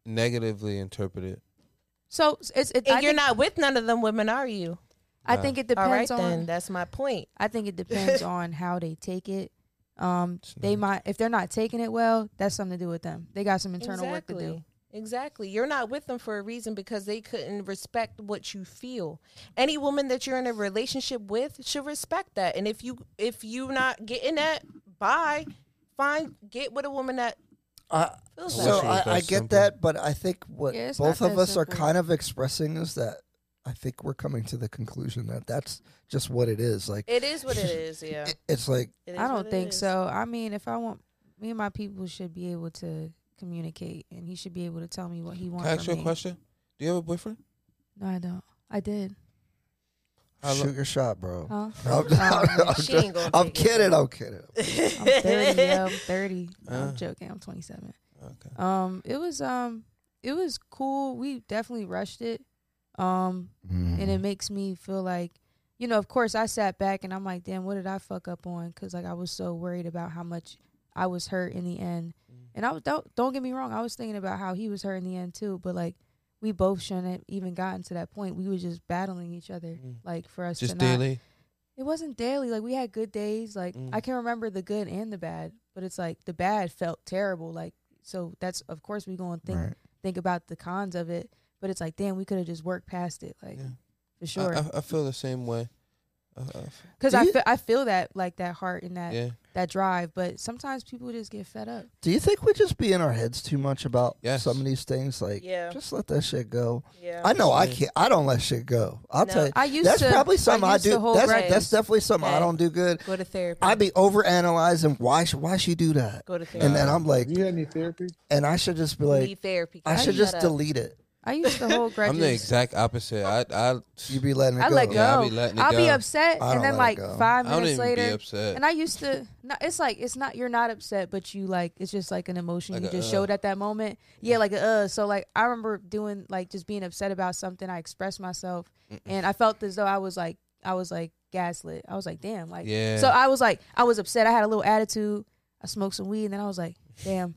negatively interpreted. So it's, it's And I you're think- not with none of them women, are you? I Nah. think it All right, depends on. then. That's my point. I think it depends on how they take it. Um, It's they Mm-hmm. not- might if they're not taking it well, that's something to do with them. They got some internal exactly. work to do. Exactly. You're not with them for a reason because they couldn't respect what you feel. Any woman that you're in a relationship with should respect that. And if you if you not getting that, bye. Fine, get with a woman that I, I feels that. wish So it was I, that I simple. get that, but I think what Yeah, it's both not of that us are simple. kind of expressing is that I think we're coming to the conclusion that that's just what it is. Like It is what it is, yeah. it- it's like It is I what don't it think is. so. I mean, if I want me and my people should be able to communicate, and he should be able to tell me what he Can wants. I ask from you a me. question? Do you have a boyfriend? No, I don't. I did. How lo- shoot your shot, bro. Huh? No, I'm, Oh, I'm- man. I'm She just- ain't gonna I'm take it. kidding. I'm kidding. I'm thirty. yeah, I'm thirty. Uh. I'm joking. I'm twenty seven. Okay. Um, it was um, it was cool. We definitely rushed it. Um, Mm-hmm. and it makes me feel like you know of course i sat back and i'm like damn what did i fuck up on because like i was so worried about how much i was hurt in the end and i was don't, don't get me wrong i was thinking about how he was hurt in the end too but like we both shouldn't have even gotten to that point we were just battling each other Mm. like for us Just to not, daily. it wasn't daily like we had good days like Mm. i can remember the good and the bad but it's like the bad felt terrible like so that's of course we going to think Right. think about the cons of it but it's like damn we could have just worked past it like Yeah. for sure I, I, I feel the same way. I, I f- because Do I you- feel, I feel that like that heart and that yeah. that drive, but sometimes people just get fed up. Do you think we just be in our heads too much about Yes. some of these things? Like, Yeah. just let that shit go. Yeah. I know I Yeah. can't. I don't let shit go. I'll No. tell you. I used That's to probably something I, used to do. hold That's, grudges. that's definitely something I Okay. don't do good. Go to therapy. I be over analyzing why she, why she do that, Go to therapy. and then I'm like, You had any therapy? and I should just be need like, therapy. I guys. should Shut just up. delete it. I used to hold grudges. I'm the exact opposite. I I You be letting it I go. let go. Yeah, I be letting it I'll be go. upset, I don't and then let it like go. five I don't minutes even be later, upset. and I used to. No, it's like it's not. You're not upset, but you like it's just like an emotion Like you a, just uh. showed at that moment. Yeah, like a, uh. So like I remember doing like just being upset about something. I expressed myself, and I felt as though I was like I was like gaslit. I was like, damn, like yeah. So I was like, I was upset. I had a little attitude. I smoked some weed, and then I was like, damn,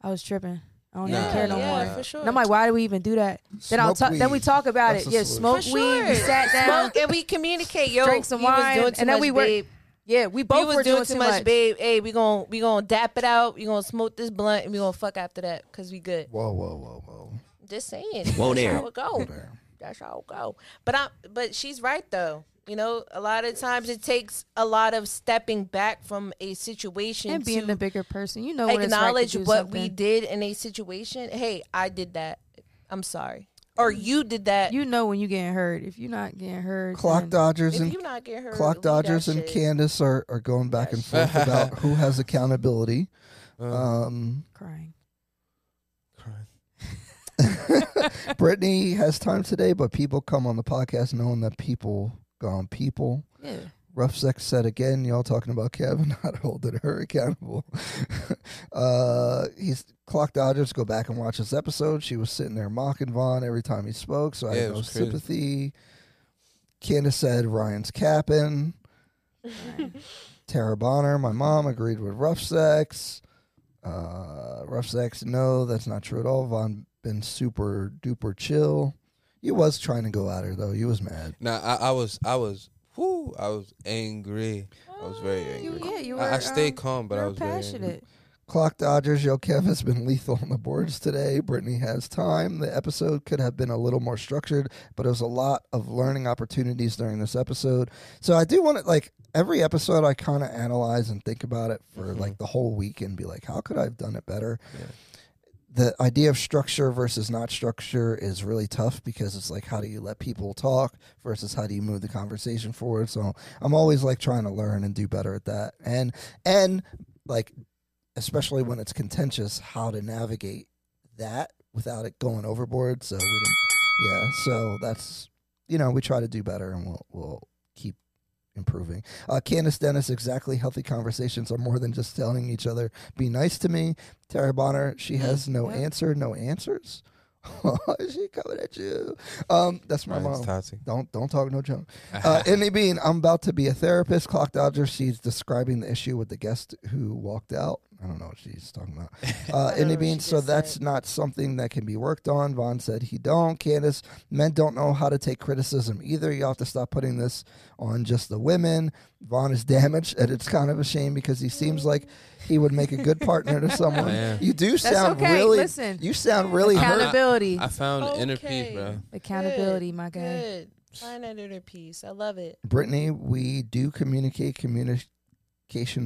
I was tripping. I don't Yeah, even care no yeah, more. for sure. And I'm like, why do we even do that? Then I'll Smoke talk. Then we weed. talk about That's it. the Yeah, smoke solution. For weed. sure. We sat down. Smoke and we communicate. Yo, Drank some you was wine, doing too and then much, we were- babe. Yeah, we We both was were doing, too much, babe. Hey, we gon' we gonna dap it out. We gonna smoke this blunt and we gonna fuck after that because we good. Whoa, whoa, whoa, whoa. Just saying. Whoa That's there. how it go. There. That's how it go. But I but she's right though. You know, a lot of times it takes a lot of stepping back from a situation And being to the bigger person, you know, when it's right to acknowledge do what we something. did in a situation. Hey, I did that. I'm sorry. Or you did that. You know when you getting hurt. If you're not getting hurt, Clock then- Dodgers if and you not getting hurt, Clock leave that Dodgers and shit. Candace are, are going back and forth about who has accountability. Uh, Um, crying. crying. Brittany has time today, but people come on the podcast knowing that people gone people. Yeah, Rough Sex said again, y'all talking about Kevin not holding her accountable. uh, he's Clock Dodgers, go back and watch this episode. She was sitting there mocking Vaughn every time he spoke, so I Yeah, had it no was crazy. sympathy. Candace said Ryan's capping. Tara Bonner, my mom, agreed with Rough Sex. Uh, rough sex, no, that's not true at all. Von been super duper chill. You was trying to go at her though. You was mad. Nah, I, I was, I was, whoo, I was angry. I was very angry. yeah, you I, I were, stayed um, calm, but I you're was very angry. passionate. Clock Dodgers, Yo Kev has been lethal on the boards today. Brittany has time. The episode could have been a little more structured, but it was a lot of learning opportunities during this episode. So I do want to, like, every episode I kind of analyze and think about it for, like, the whole week and be like, how could I have done it better? The idea of structure versus not structure is really tough because it's like, how do you let people talk versus how do you move the conversation forward? So I'm always, like, trying to learn and do better at that. And, and, like, especially when it's contentious, how to navigate that without it going overboard. So we didn't, yeah. So that's you know we try to do better, and we'll we'll keep improving. Uh, Candace Dennis, exactly. Healthy conversations are more than just telling each other, "Be nice to me." Tara Bonner, she has no answer, no answers. she coming at you. Um, that's my Mine's mom. toxic. Don't don't talk no junk. Uh, Indy Bean, I'm about to be a therapist. Clock Dodger, she's describing the issue with the guest who walked out. I don't know what she's talking about. Uh, don't know Indy Oh, what Bean, she so just that's said. not something that can be worked on. Vaughn said he don't. Candace, men don't know how to take criticism either. You have to stop putting this on just the women. Vaughn is damaged, and it's kind of a shame because he seems like he would make a good partner to someone. Yeah. You do That's sound okay. really. Listen. you sound really hurt. Accountability. I, I found inner peace, bro. Accountability, my guy. Good. Find that inner peace. I love it. Brittany, we do communicate. Communication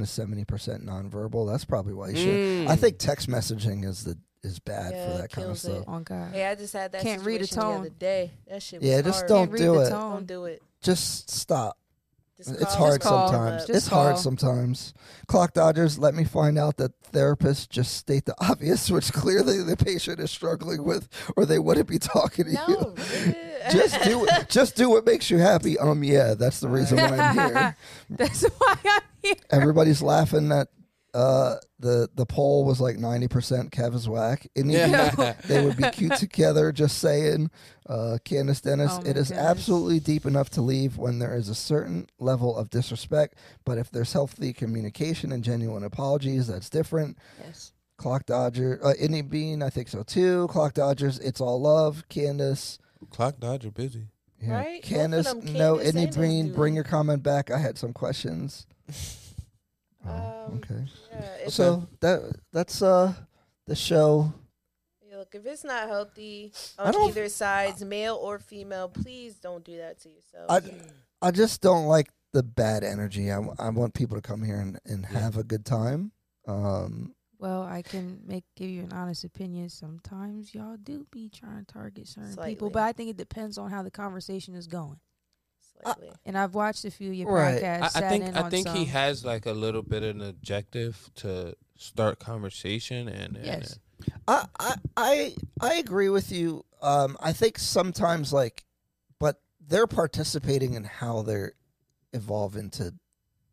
is seventy percent nonverbal. That's probably why you should. I Mm. think text messaging is the is bad Yeah, for it that kind of kills stuff. it. Oh God. Hey, I just had that Can't Can't read a situation the other tone. day. That shit was Yeah, just hard. don't read do the it. tone. Don't do it. Just stop. Just it's call. hard Just call. sometimes. Just it's hard call. sometimes. Clock dodgers. Let me find out that therapists just state the obvious, which clearly the patient is struggling with, or they wouldn't be talking to you. No. nigga. Just do it. Just do what makes you happy. Um, yeah, that's the reason why I'm here. That's why I'm here. Everybody's laughing that uh, the the poll was like ninety percent Kev is whack. And even Yeah. if they would be cute together. Just saying, uh, Candace Dennis, Oh it my is goodness. absolutely deep enough to leave when there is a certain level of disrespect. But if there's healthy communication and genuine apologies, that's different. Yes. Clock Dodger, uh, Indy Bean, I think so too. Clock Dodgers, it's all love. Candace. Clock dodger busy. Yeah. Right? Both of Candace, them no, Candace Indy and this Bean, dude. bring your comment back. I had some questions. oh, Um, okay. Yeah, if, So that that's uh the show. yeah, look, if it's not healthy I on don't- either sides, male or female, please don't do that to yourself. I I just don't like the bad energy. I, I want people to come here and, and have a good time. Um, Well, I can make give you an honest opinion. Sometimes y'all do be trying to target certain people, Slightly. but I think it depends on how the conversation is going. Slightly. And I've watched a few of your Right. podcasts. I, I sat think in I on think some. he has like a little bit of an objective to start conversation and, and Yes. I, I I I agree with you. Um, I think sometimes like, but they're participating in how they're evolve into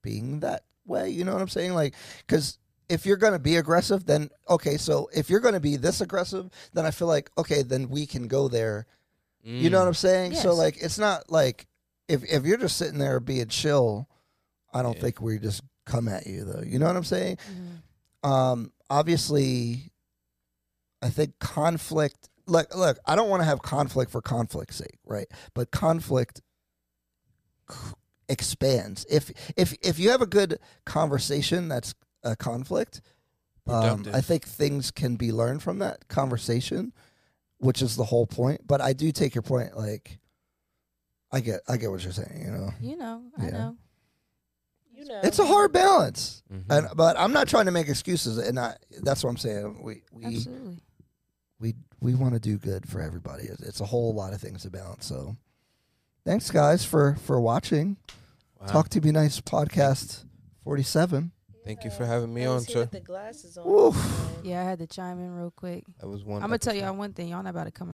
being that way. You know what I'm saying? Like, because if you're going to be aggressive, then okay. So if you're going to be this aggressive, then I feel like okay, then we can go there You know what I'm saying? So Yes. like it's not like if if you're just sitting there being chill, I don't Yeah. think we just come at you though. You know what I'm saying? Mhm. Um obviously I think conflict look look, I don't want to have conflict for conflict's sake, right? But conflict c- expands. If if if you have a good conversation that's a conflict, um, Productive. I think things can be learned from that conversation, which is the whole point. But I do take your point. Like, I get, I get what you're saying. You know, You know, Yeah. I know. you know, it's a hard balance. Mhm. And but I'm not trying to make excuses, and I, that's what I'm saying. We we Absolutely. we we want to do good for everybody. It's, it's a whole lot of things to balance. So, thanks guys for for watching. Wow. Talk to be nice podcast forty seven. Thank you for having me I on, was here sir. with the glasses on. Oof. man. Yeah, I had to chime in real quick. That was one. I'm gonna tell episode. y'all one thing. Y'all not about to come